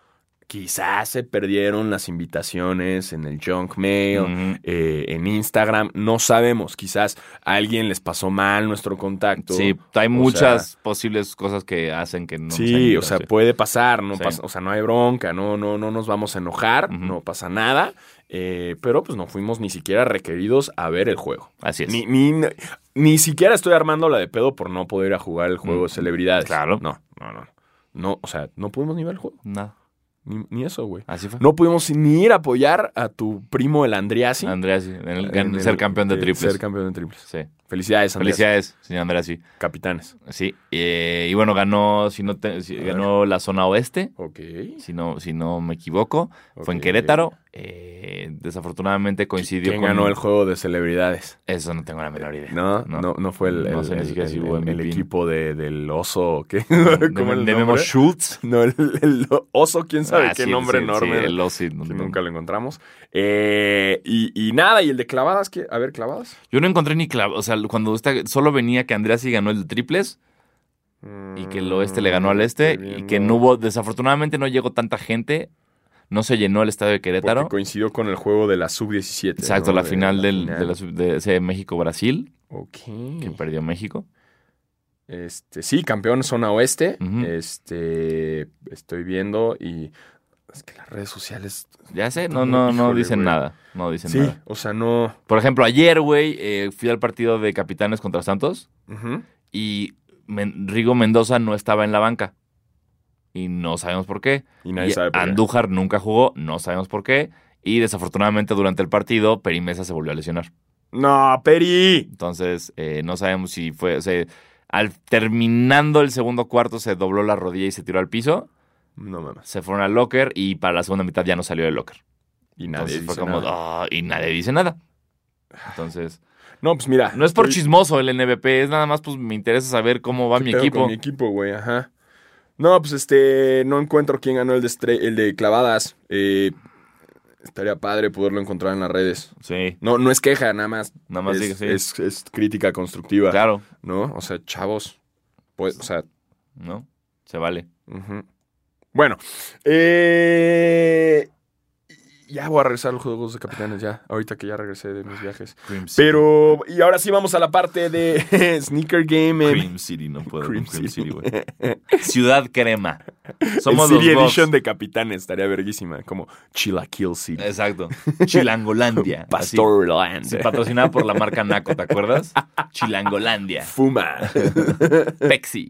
[SPEAKER 1] quizás se perdieron las invitaciones en el junk mail,
[SPEAKER 2] Ujú.
[SPEAKER 1] eh, en Instagram, no sabemos, quizás a alguien les pasó mal nuestro contacto.
[SPEAKER 2] Sí, hay
[SPEAKER 1] O
[SPEAKER 2] muchas posibles cosas que hacen que no. nos hayan
[SPEAKER 1] Sí,
[SPEAKER 2] invitado,
[SPEAKER 1] o sea,
[SPEAKER 2] sí.
[SPEAKER 1] puede pasar, no
[SPEAKER 2] Sí.
[SPEAKER 1] pasa- o sea, no hay bronca, no, no, no nos vamos a enojar,
[SPEAKER 2] Ujú.
[SPEAKER 1] no pasa nada, eh, pero pues no fuimos ni siquiera requeridos a ver el juego.
[SPEAKER 2] Así es.
[SPEAKER 1] Ni, ni, ni siquiera estoy armando la de pedo por no poder ir a jugar el juego
[SPEAKER 2] Mm,
[SPEAKER 1] de celebridades.
[SPEAKER 2] claro.
[SPEAKER 1] No, no, no. No, o sea, no pudimos ni ver el juego.
[SPEAKER 2] No,
[SPEAKER 1] Ni, ni eso, güey.
[SPEAKER 2] así fue.
[SPEAKER 1] No pudimos ni ir a apoyar a tu primo el Andreasi.
[SPEAKER 2] Andrea, sí, en el-
[SPEAKER 1] en
[SPEAKER 2] en ser
[SPEAKER 1] el-
[SPEAKER 2] campeón de
[SPEAKER 1] eh,
[SPEAKER 2] triples.
[SPEAKER 1] Ser campeón de triples.
[SPEAKER 2] Sí.
[SPEAKER 1] Felicidades, Andreas.
[SPEAKER 2] Felicidades, señor Andrea, sí.
[SPEAKER 1] Capitanes.
[SPEAKER 2] Sí, eh, y bueno, ganó, si no te- si-
[SPEAKER 1] A ver.
[SPEAKER 2] ganó la zona oeste,
[SPEAKER 1] Ok.
[SPEAKER 2] si no, si no me equivoco. Fue en
[SPEAKER 1] Ok.
[SPEAKER 2] Querétaro. Eh, desafortunadamente coincidió
[SPEAKER 1] ¿Quién
[SPEAKER 2] con...
[SPEAKER 1] ganó el juego de celebridades?
[SPEAKER 2] Eso no tengo la menor idea.
[SPEAKER 1] No,
[SPEAKER 2] No.
[SPEAKER 1] no, no, fue el,
[SPEAKER 2] No
[SPEAKER 1] el-
[SPEAKER 2] sé ni
[SPEAKER 1] el-
[SPEAKER 2] siquiera si
[SPEAKER 1] el-
[SPEAKER 2] hubo
[SPEAKER 1] el- el
[SPEAKER 2] MVP.
[SPEAKER 1] equipo de- del oso. ¿qué?
[SPEAKER 2] De-
[SPEAKER 1] ¿Cómo
[SPEAKER 2] de,
[SPEAKER 1] el
[SPEAKER 2] Memo
[SPEAKER 1] nombre?
[SPEAKER 2] Schultz.
[SPEAKER 1] No, el, el oso, quién sabe
[SPEAKER 2] Ah,
[SPEAKER 1] qué
[SPEAKER 2] sí,
[SPEAKER 1] nombre
[SPEAKER 2] sí,
[SPEAKER 1] enorme.
[SPEAKER 2] sí, el Ossi, no,
[SPEAKER 1] que
[SPEAKER 2] no.
[SPEAKER 1] nunca lo encontramos. Eh, y, y nada, y el de clavadas, ¿qué? A ver, clavadas.
[SPEAKER 2] Yo no encontré ni clavo. O sea, cuando esta- solo venía que Andrea sí ganó el de triples y que el oeste le
[SPEAKER 1] Mm,
[SPEAKER 2] ganó al este
[SPEAKER 1] Estoy
[SPEAKER 2] y que
[SPEAKER 1] viendo.
[SPEAKER 2] no hubo, desafortunadamente no llegó tanta gente. No se llenó el estadio de Querétaro.
[SPEAKER 1] Porque coincidió con el juego de la sub-17.
[SPEAKER 2] Exacto,
[SPEAKER 1] ¿no?
[SPEAKER 2] la
[SPEAKER 1] De-
[SPEAKER 2] final del,
[SPEAKER 1] final. Mm.
[SPEAKER 2] de la sub- de ese México-Brasil,
[SPEAKER 1] Ok.
[SPEAKER 2] que perdió México.
[SPEAKER 1] Este, sí, campeón zona oeste.
[SPEAKER 2] Ujú.
[SPEAKER 1] Este, estoy viendo y... Es que las redes sociales...
[SPEAKER 2] Ya sé, no, no, no
[SPEAKER 1] Híjole,
[SPEAKER 2] dicen
[SPEAKER 1] güey.
[SPEAKER 2] nada. No dicen
[SPEAKER 1] Sí,
[SPEAKER 2] nada.
[SPEAKER 1] o sea, no...
[SPEAKER 2] Por ejemplo, ayer, güey, eh, fui al partido de Capitanes contra Santos
[SPEAKER 1] Ujú.
[SPEAKER 2] y Men- Rigo Mendoza no estaba en la banca. Y no sabemos por qué.
[SPEAKER 1] Y nadie
[SPEAKER 2] Y
[SPEAKER 1] sabe por qué.
[SPEAKER 2] Andújar nunca jugó, no sabemos por qué. Y desafortunadamente durante el partido, Peri Mesa se volvió a lesionar.
[SPEAKER 1] No, Peri.
[SPEAKER 2] Entonces, eh, no sabemos si fue. O sea, al terminando el segundo cuarto, se dobló la rodilla y se tiró al piso.
[SPEAKER 1] No mames.
[SPEAKER 2] Se fueron al locker y para la segunda mitad ya no salió del locker.
[SPEAKER 1] Y nadie
[SPEAKER 2] Entonces fue
[SPEAKER 1] dice
[SPEAKER 2] como,
[SPEAKER 1] nada.
[SPEAKER 2] "Ah", y nadie dice nada. Entonces,
[SPEAKER 1] No, pues mira.
[SPEAKER 2] no es por
[SPEAKER 1] estoy-
[SPEAKER 2] chismoso el NBP, es nada más, pues me interesa saber cómo va
[SPEAKER 1] ¿qué
[SPEAKER 2] mi
[SPEAKER 1] pedo
[SPEAKER 2] equipo.
[SPEAKER 1] con mi equipo, güey, ajá. No, pues este, no encuentro quién ganó el de, estre- el de clavadas. Eh, estaría padre poderlo encontrar en las redes.
[SPEAKER 2] Sí,
[SPEAKER 1] No, no es queja, nada más.
[SPEAKER 2] nada más
[SPEAKER 1] es,
[SPEAKER 2] digo, sí.
[SPEAKER 1] es- es crítica constructiva,
[SPEAKER 2] claro,
[SPEAKER 1] ¿no? O sea, chavos, pues, o sea,
[SPEAKER 2] ¿no? Se vale.
[SPEAKER 1] ujú. bueno. eh, ya voy a regresar a los juegos de capitanes ya, ahorita que ya regresé de mis viajes. Pero, y ahora sí vamos a la parte de Sneaker Game. em,
[SPEAKER 2] Cream City, no puedo
[SPEAKER 1] Cream
[SPEAKER 2] con Cream City,
[SPEAKER 1] City.
[SPEAKER 2] güey. Ciudad Crema. Somos
[SPEAKER 1] el City
[SPEAKER 2] los Bucks.
[SPEAKER 1] Edition de Capitanes estaría verguísima, como Chilaquil City.
[SPEAKER 2] Exacto. Chilangolandia. así.
[SPEAKER 1] Pastorland.
[SPEAKER 2] Eh, Sí, patrocinada por la marca Naco, ¿te acuerdas? Chilangolandia.
[SPEAKER 1] Fuma.
[SPEAKER 2] Pepsi.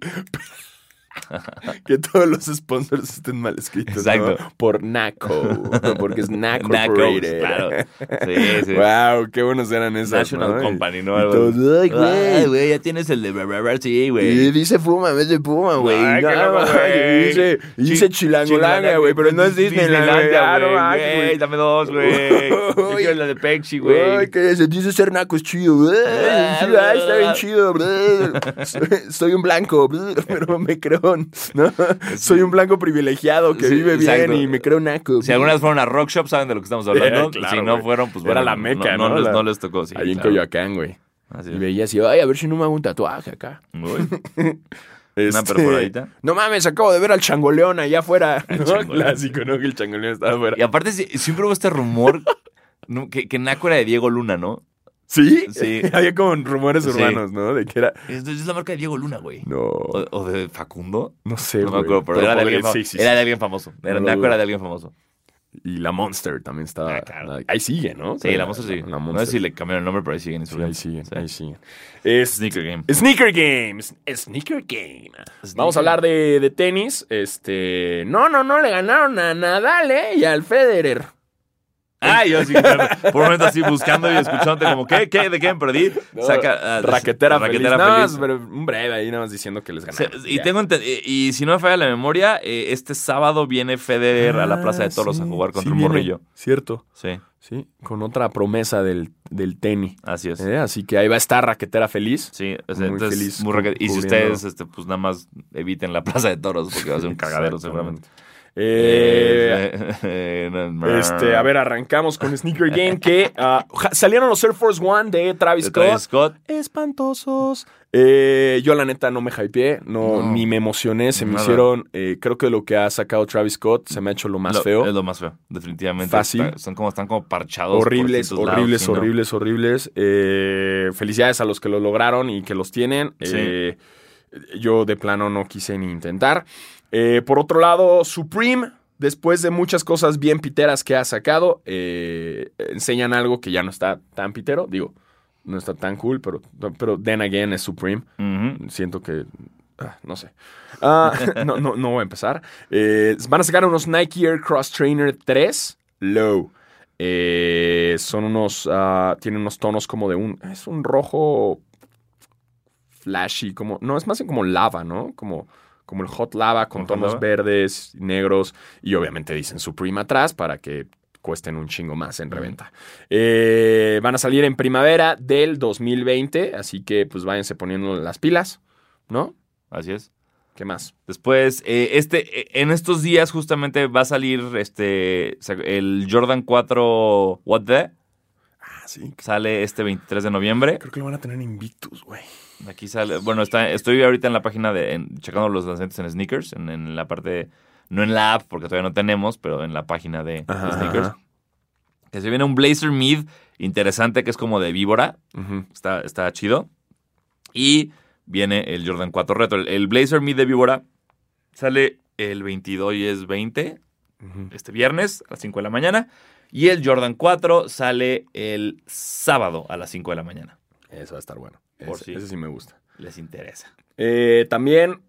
[SPEAKER 1] que todos los sponsors estén mal escritos.
[SPEAKER 2] Exacto.
[SPEAKER 1] ¿no? Por Naco. Porque es Naco.
[SPEAKER 2] Nacos,
[SPEAKER 1] Corporated.
[SPEAKER 2] claro. Sí, sí.
[SPEAKER 1] Wow, qué buenos eran esas.
[SPEAKER 2] National
[SPEAKER 1] ¿no?
[SPEAKER 2] Company, ¿no?
[SPEAKER 1] y
[SPEAKER 2] Algo-
[SPEAKER 1] todo, ay, güey.
[SPEAKER 2] Ay, güey, ya tienes el de bla, bla, bla, sí,
[SPEAKER 1] Y
[SPEAKER 2] güey.
[SPEAKER 1] dice Fuma, en vez de Puma, güey.
[SPEAKER 2] Ay, qué
[SPEAKER 1] No,
[SPEAKER 2] loco,
[SPEAKER 1] güey.
[SPEAKER 2] güey.
[SPEAKER 1] Dice, dice Chilangolandia, güey, pero no es Disneylandia,
[SPEAKER 2] Disneylandia,
[SPEAKER 1] Ah, no,
[SPEAKER 2] güey.
[SPEAKER 1] ah,
[SPEAKER 2] Güey, Dame dos, güey. Yo quiero la de Pepsi,
[SPEAKER 1] Ay,
[SPEAKER 2] güey. Ah,
[SPEAKER 1] que se dice ser naco es chido. güey. Sí, ay, está bien chido. bro. Soy, soy un blanco, bro, pero me creo. ¿no? Soy un blanco privilegiado que
[SPEAKER 2] Sí,
[SPEAKER 1] vive bien
[SPEAKER 2] exacto.
[SPEAKER 1] y me creo naco.
[SPEAKER 2] Si alguna vez fueron a Rock Shop, saben de lo que estamos hablando.
[SPEAKER 1] Eh, claro,
[SPEAKER 2] si no
[SPEAKER 1] güey.
[SPEAKER 2] fueron, pues
[SPEAKER 1] Era
[SPEAKER 2] bueno,
[SPEAKER 1] la meca,
[SPEAKER 2] No,
[SPEAKER 1] ¿no?
[SPEAKER 2] les,
[SPEAKER 1] La-
[SPEAKER 2] no les tocó, sí.
[SPEAKER 1] Ahí en
[SPEAKER 2] claro.
[SPEAKER 1] Coyoacán, güey.
[SPEAKER 2] Así
[SPEAKER 1] Y
[SPEAKER 2] es.
[SPEAKER 1] veía así, ay, a ver si no me hago un tatuaje acá.
[SPEAKER 2] Uy,
[SPEAKER 1] Este,
[SPEAKER 2] Una perforadita.
[SPEAKER 1] No mames, acabo de ver al changoleón allá afuera.
[SPEAKER 2] Al
[SPEAKER 1] ¿no?
[SPEAKER 2] changoleón,
[SPEAKER 1] Clásico, ¿no? Que el changoleón estaba
[SPEAKER 2] Y
[SPEAKER 1] afuera.
[SPEAKER 2] aparte, sí, siempre hubo este rumor ¿no? que, que Naco era de Diego Luna, ¿no?
[SPEAKER 1] ¿Sí?
[SPEAKER 2] Sí.
[SPEAKER 1] Había como rumores
[SPEAKER 2] Sí.
[SPEAKER 1] urbanos, ¿no? De que era.
[SPEAKER 2] Es, es la marca de Diego Luna, güey.
[SPEAKER 1] No.
[SPEAKER 2] O, o de Facundo.
[SPEAKER 1] No sé,
[SPEAKER 2] No me
[SPEAKER 1] güey.
[SPEAKER 2] acuerdo, pero, era, de
[SPEAKER 1] podría-
[SPEAKER 2] alguien, fa-
[SPEAKER 1] sí, sí, sí.
[SPEAKER 2] era de alguien famoso. Era,
[SPEAKER 1] No lo
[SPEAKER 2] Naco
[SPEAKER 1] dudo.
[SPEAKER 2] era de alguien famoso.
[SPEAKER 1] Y la Monster también estaba.
[SPEAKER 2] Ah, claro.
[SPEAKER 1] Ahí sigue, ¿no?
[SPEAKER 2] Sí, la Monster sí.
[SPEAKER 1] La
[SPEAKER 2] No
[SPEAKER 1] Monster.
[SPEAKER 2] sé si le cambiaron el nombre, pero ahí siguen en su
[SPEAKER 1] Sí, ahí siguen,
[SPEAKER 2] Sí.
[SPEAKER 1] ahí siguen. Es-
[SPEAKER 2] Sneaker Game.
[SPEAKER 1] Sneaker Games. Sneaker Game. Vamos a hablar de, de tenis. Este. No, no, no, le ganaron a Nadal, ¿eh? Y al Federer.
[SPEAKER 2] Ah, yo sí, claro. por un momento así buscando y escuchándote como, ¿qué? ¿Qué? ¿De qué me perdí? Saca, ah,
[SPEAKER 1] raquetera,
[SPEAKER 2] raquetera
[SPEAKER 1] feliz. Nada
[SPEAKER 2] feliz.
[SPEAKER 1] más, pero un breve ahí nada más diciendo que les
[SPEAKER 2] Se-
[SPEAKER 1] ganaron.
[SPEAKER 2] y,
[SPEAKER 1] Ya.
[SPEAKER 2] tengo enten- y- y si no me falla la memoria, eh, este sábado viene Federer a la Plaza de Toros
[SPEAKER 1] Ah,
[SPEAKER 2] a
[SPEAKER 1] sí,
[SPEAKER 2] jugar contra
[SPEAKER 1] sí
[SPEAKER 2] un
[SPEAKER 1] viene.
[SPEAKER 2] morrillo.
[SPEAKER 1] Cierto.
[SPEAKER 2] Sí,
[SPEAKER 1] Sí, con otra promesa del, del tenis.
[SPEAKER 2] así es.
[SPEAKER 1] ¿eh? Así que ahí va a estar Raquetera Feliz.
[SPEAKER 2] Sí, o sea,
[SPEAKER 1] Muy
[SPEAKER 2] entonces,
[SPEAKER 1] feliz
[SPEAKER 2] muy raquet- Y si
[SPEAKER 1] cubriendo.
[SPEAKER 2] ustedes, este, pues nada más eviten la Plaza de Toros porque va a ser un cagadero seguramente.
[SPEAKER 1] Eh,
[SPEAKER 2] Eh, eh,
[SPEAKER 1] este, a ver, arrancamos con Sneaker Game que ah, ja- salieron los Air Force One de Travis
[SPEAKER 2] de
[SPEAKER 1] Scott.
[SPEAKER 2] Travis Scott.
[SPEAKER 1] Espantosos. Eh, yo la neta no me hypeé, no,
[SPEAKER 2] No.
[SPEAKER 1] ni me emocioné, se me
[SPEAKER 2] Nada.
[SPEAKER 1] hicieron, eh, creo que lo que ha sacado Travis Scott se me ha hecho lo más
[SPEAKER 2] Lo-
[SPEAKER 1] feo.
[SPEAKER 2] Es lo más feo, definitivamente.
[SPEAKER 1] Fácil.
[SPEAKER 2] Está- son como, están como parchados. por
[SPEAKER 1] Horribles,
[SPEAKER 2] distintos lados,
[SPEAKER 1] horribles,
[SPEAKER 2] sí, ¿no?
[SPEAKER 1] horribles, horribles. Eh, felicidades a los que lo lograron y que los tienen.
[SPEAKER 2] Sí.
[SPEAKER 1] Eh, yo de plano no quise ni intentar. Eh, por otro lado, Supreme, después de muchas cosas bien piteras que ha sacado, eh, enseñan algo que ya no está tan pitero. Digo, no está tan cool, pero, pero then again es Supreme.
[SPEAKER 2] Ujú.
[SPEAKER 1] Siento que. ah, no sé. Ah, no, no, no voy a empezar. Eh, van a sacar unos Nike Air Cross Trainer 3 Low. Eh, son unos. ah, tienen unos tonos como de un. Es un rojo. Flashy, como. No, es más bien como lava, ¿no? Como. Como el hot lava con
[SPEAKER 2] ¿Como hot
[SPEAKER 1] tonos
[SPEAKER 2] lava?
[SPEAKER 1] verdes, negros y obviamente dicen Supreme atrás para que cuesten un chingo más en reventa. Eh, van a salir en primavera del 2020, así que pues váyanse poniendo las pilas, ¿no?
[SPEAKER 2] Así es.
[SPEAKER 1] ¿Qué más?
[SPEAKER 2] Después, eh, este, eh, en estos días justamente va a salir este sa- el Jordan 4 What The.
[SPEAKER 1] Ah, sí.
[SPEAKER 2] Sale este 23 de noviembre.
[SPEAKER 1] Creo que lo van a tener invictus, güey.
[SPEAKER 2] Aquí sale. Bueno, está, estoy ahorita en la página de. en- checando los lanzamientos en sneakers. En, en la parte. No en la app, porque todavía no tenemos, pero en la página de, de
[SPEAKER 1] Ajá,
[SPEAKER 2] sneakers.
[SPEAKER 1] ajá.
[SPEAKER 2] Que se viene un Blazer Mid interesante, que es como de víbora. Está, está chido. Y viene el Jordan 4 Retro. El, el Blazer Mid de Víbora sale el 22 y es 20, este viernes a las 5 de la mañana. Y el Jordan 4 sale el sábado a las 5 de la mañana.
[SPEAKER 1] Eso va a estar bueno.
[SPEAKER 2] Por
[SPEAKER 1] Ese-
[SPEAKER 2] sí.
[SPEAKER 1] ese sí me gusta.
[SPEAKER 2] Les interesa.
[SPEAKER 1] Eh, también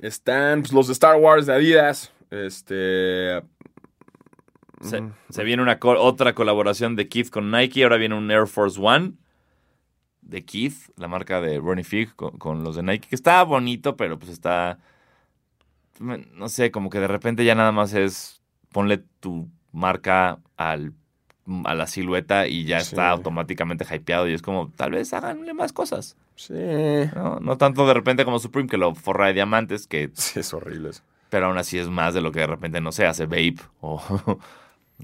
[SPEAKER 1] están pues, los de Star Wars de Adidas. Este. mm,
[SPEAKER 2] Se,
[SPEAKER 1] Ujú.
[SPEAKER 2] se viene una col- otra colaboración de Keith con Nike. Ahora viene un Air Force One de Keith, la marca de Ronnie Fig con, con los de Nike, que está bonito, pero pues está. me- No sé, como que de repente ya nada más es ponle tu marca al, a la silueta y ya
[SPEAKER 1] Sí.
[SPEAKER 2] está automáticamente hypeado. Y es como, tal vez háganle más cosas.
[SPEAKER 1] Sí.
[SPEAKER 2] No, no tanto de repente como Supreme, que lo forra de diamantes, que
[SPEAKER 1] Sí, es horrible eso.
[SPEAKER 2] pero aún así es más de lo que de repente no sé, hace vape o,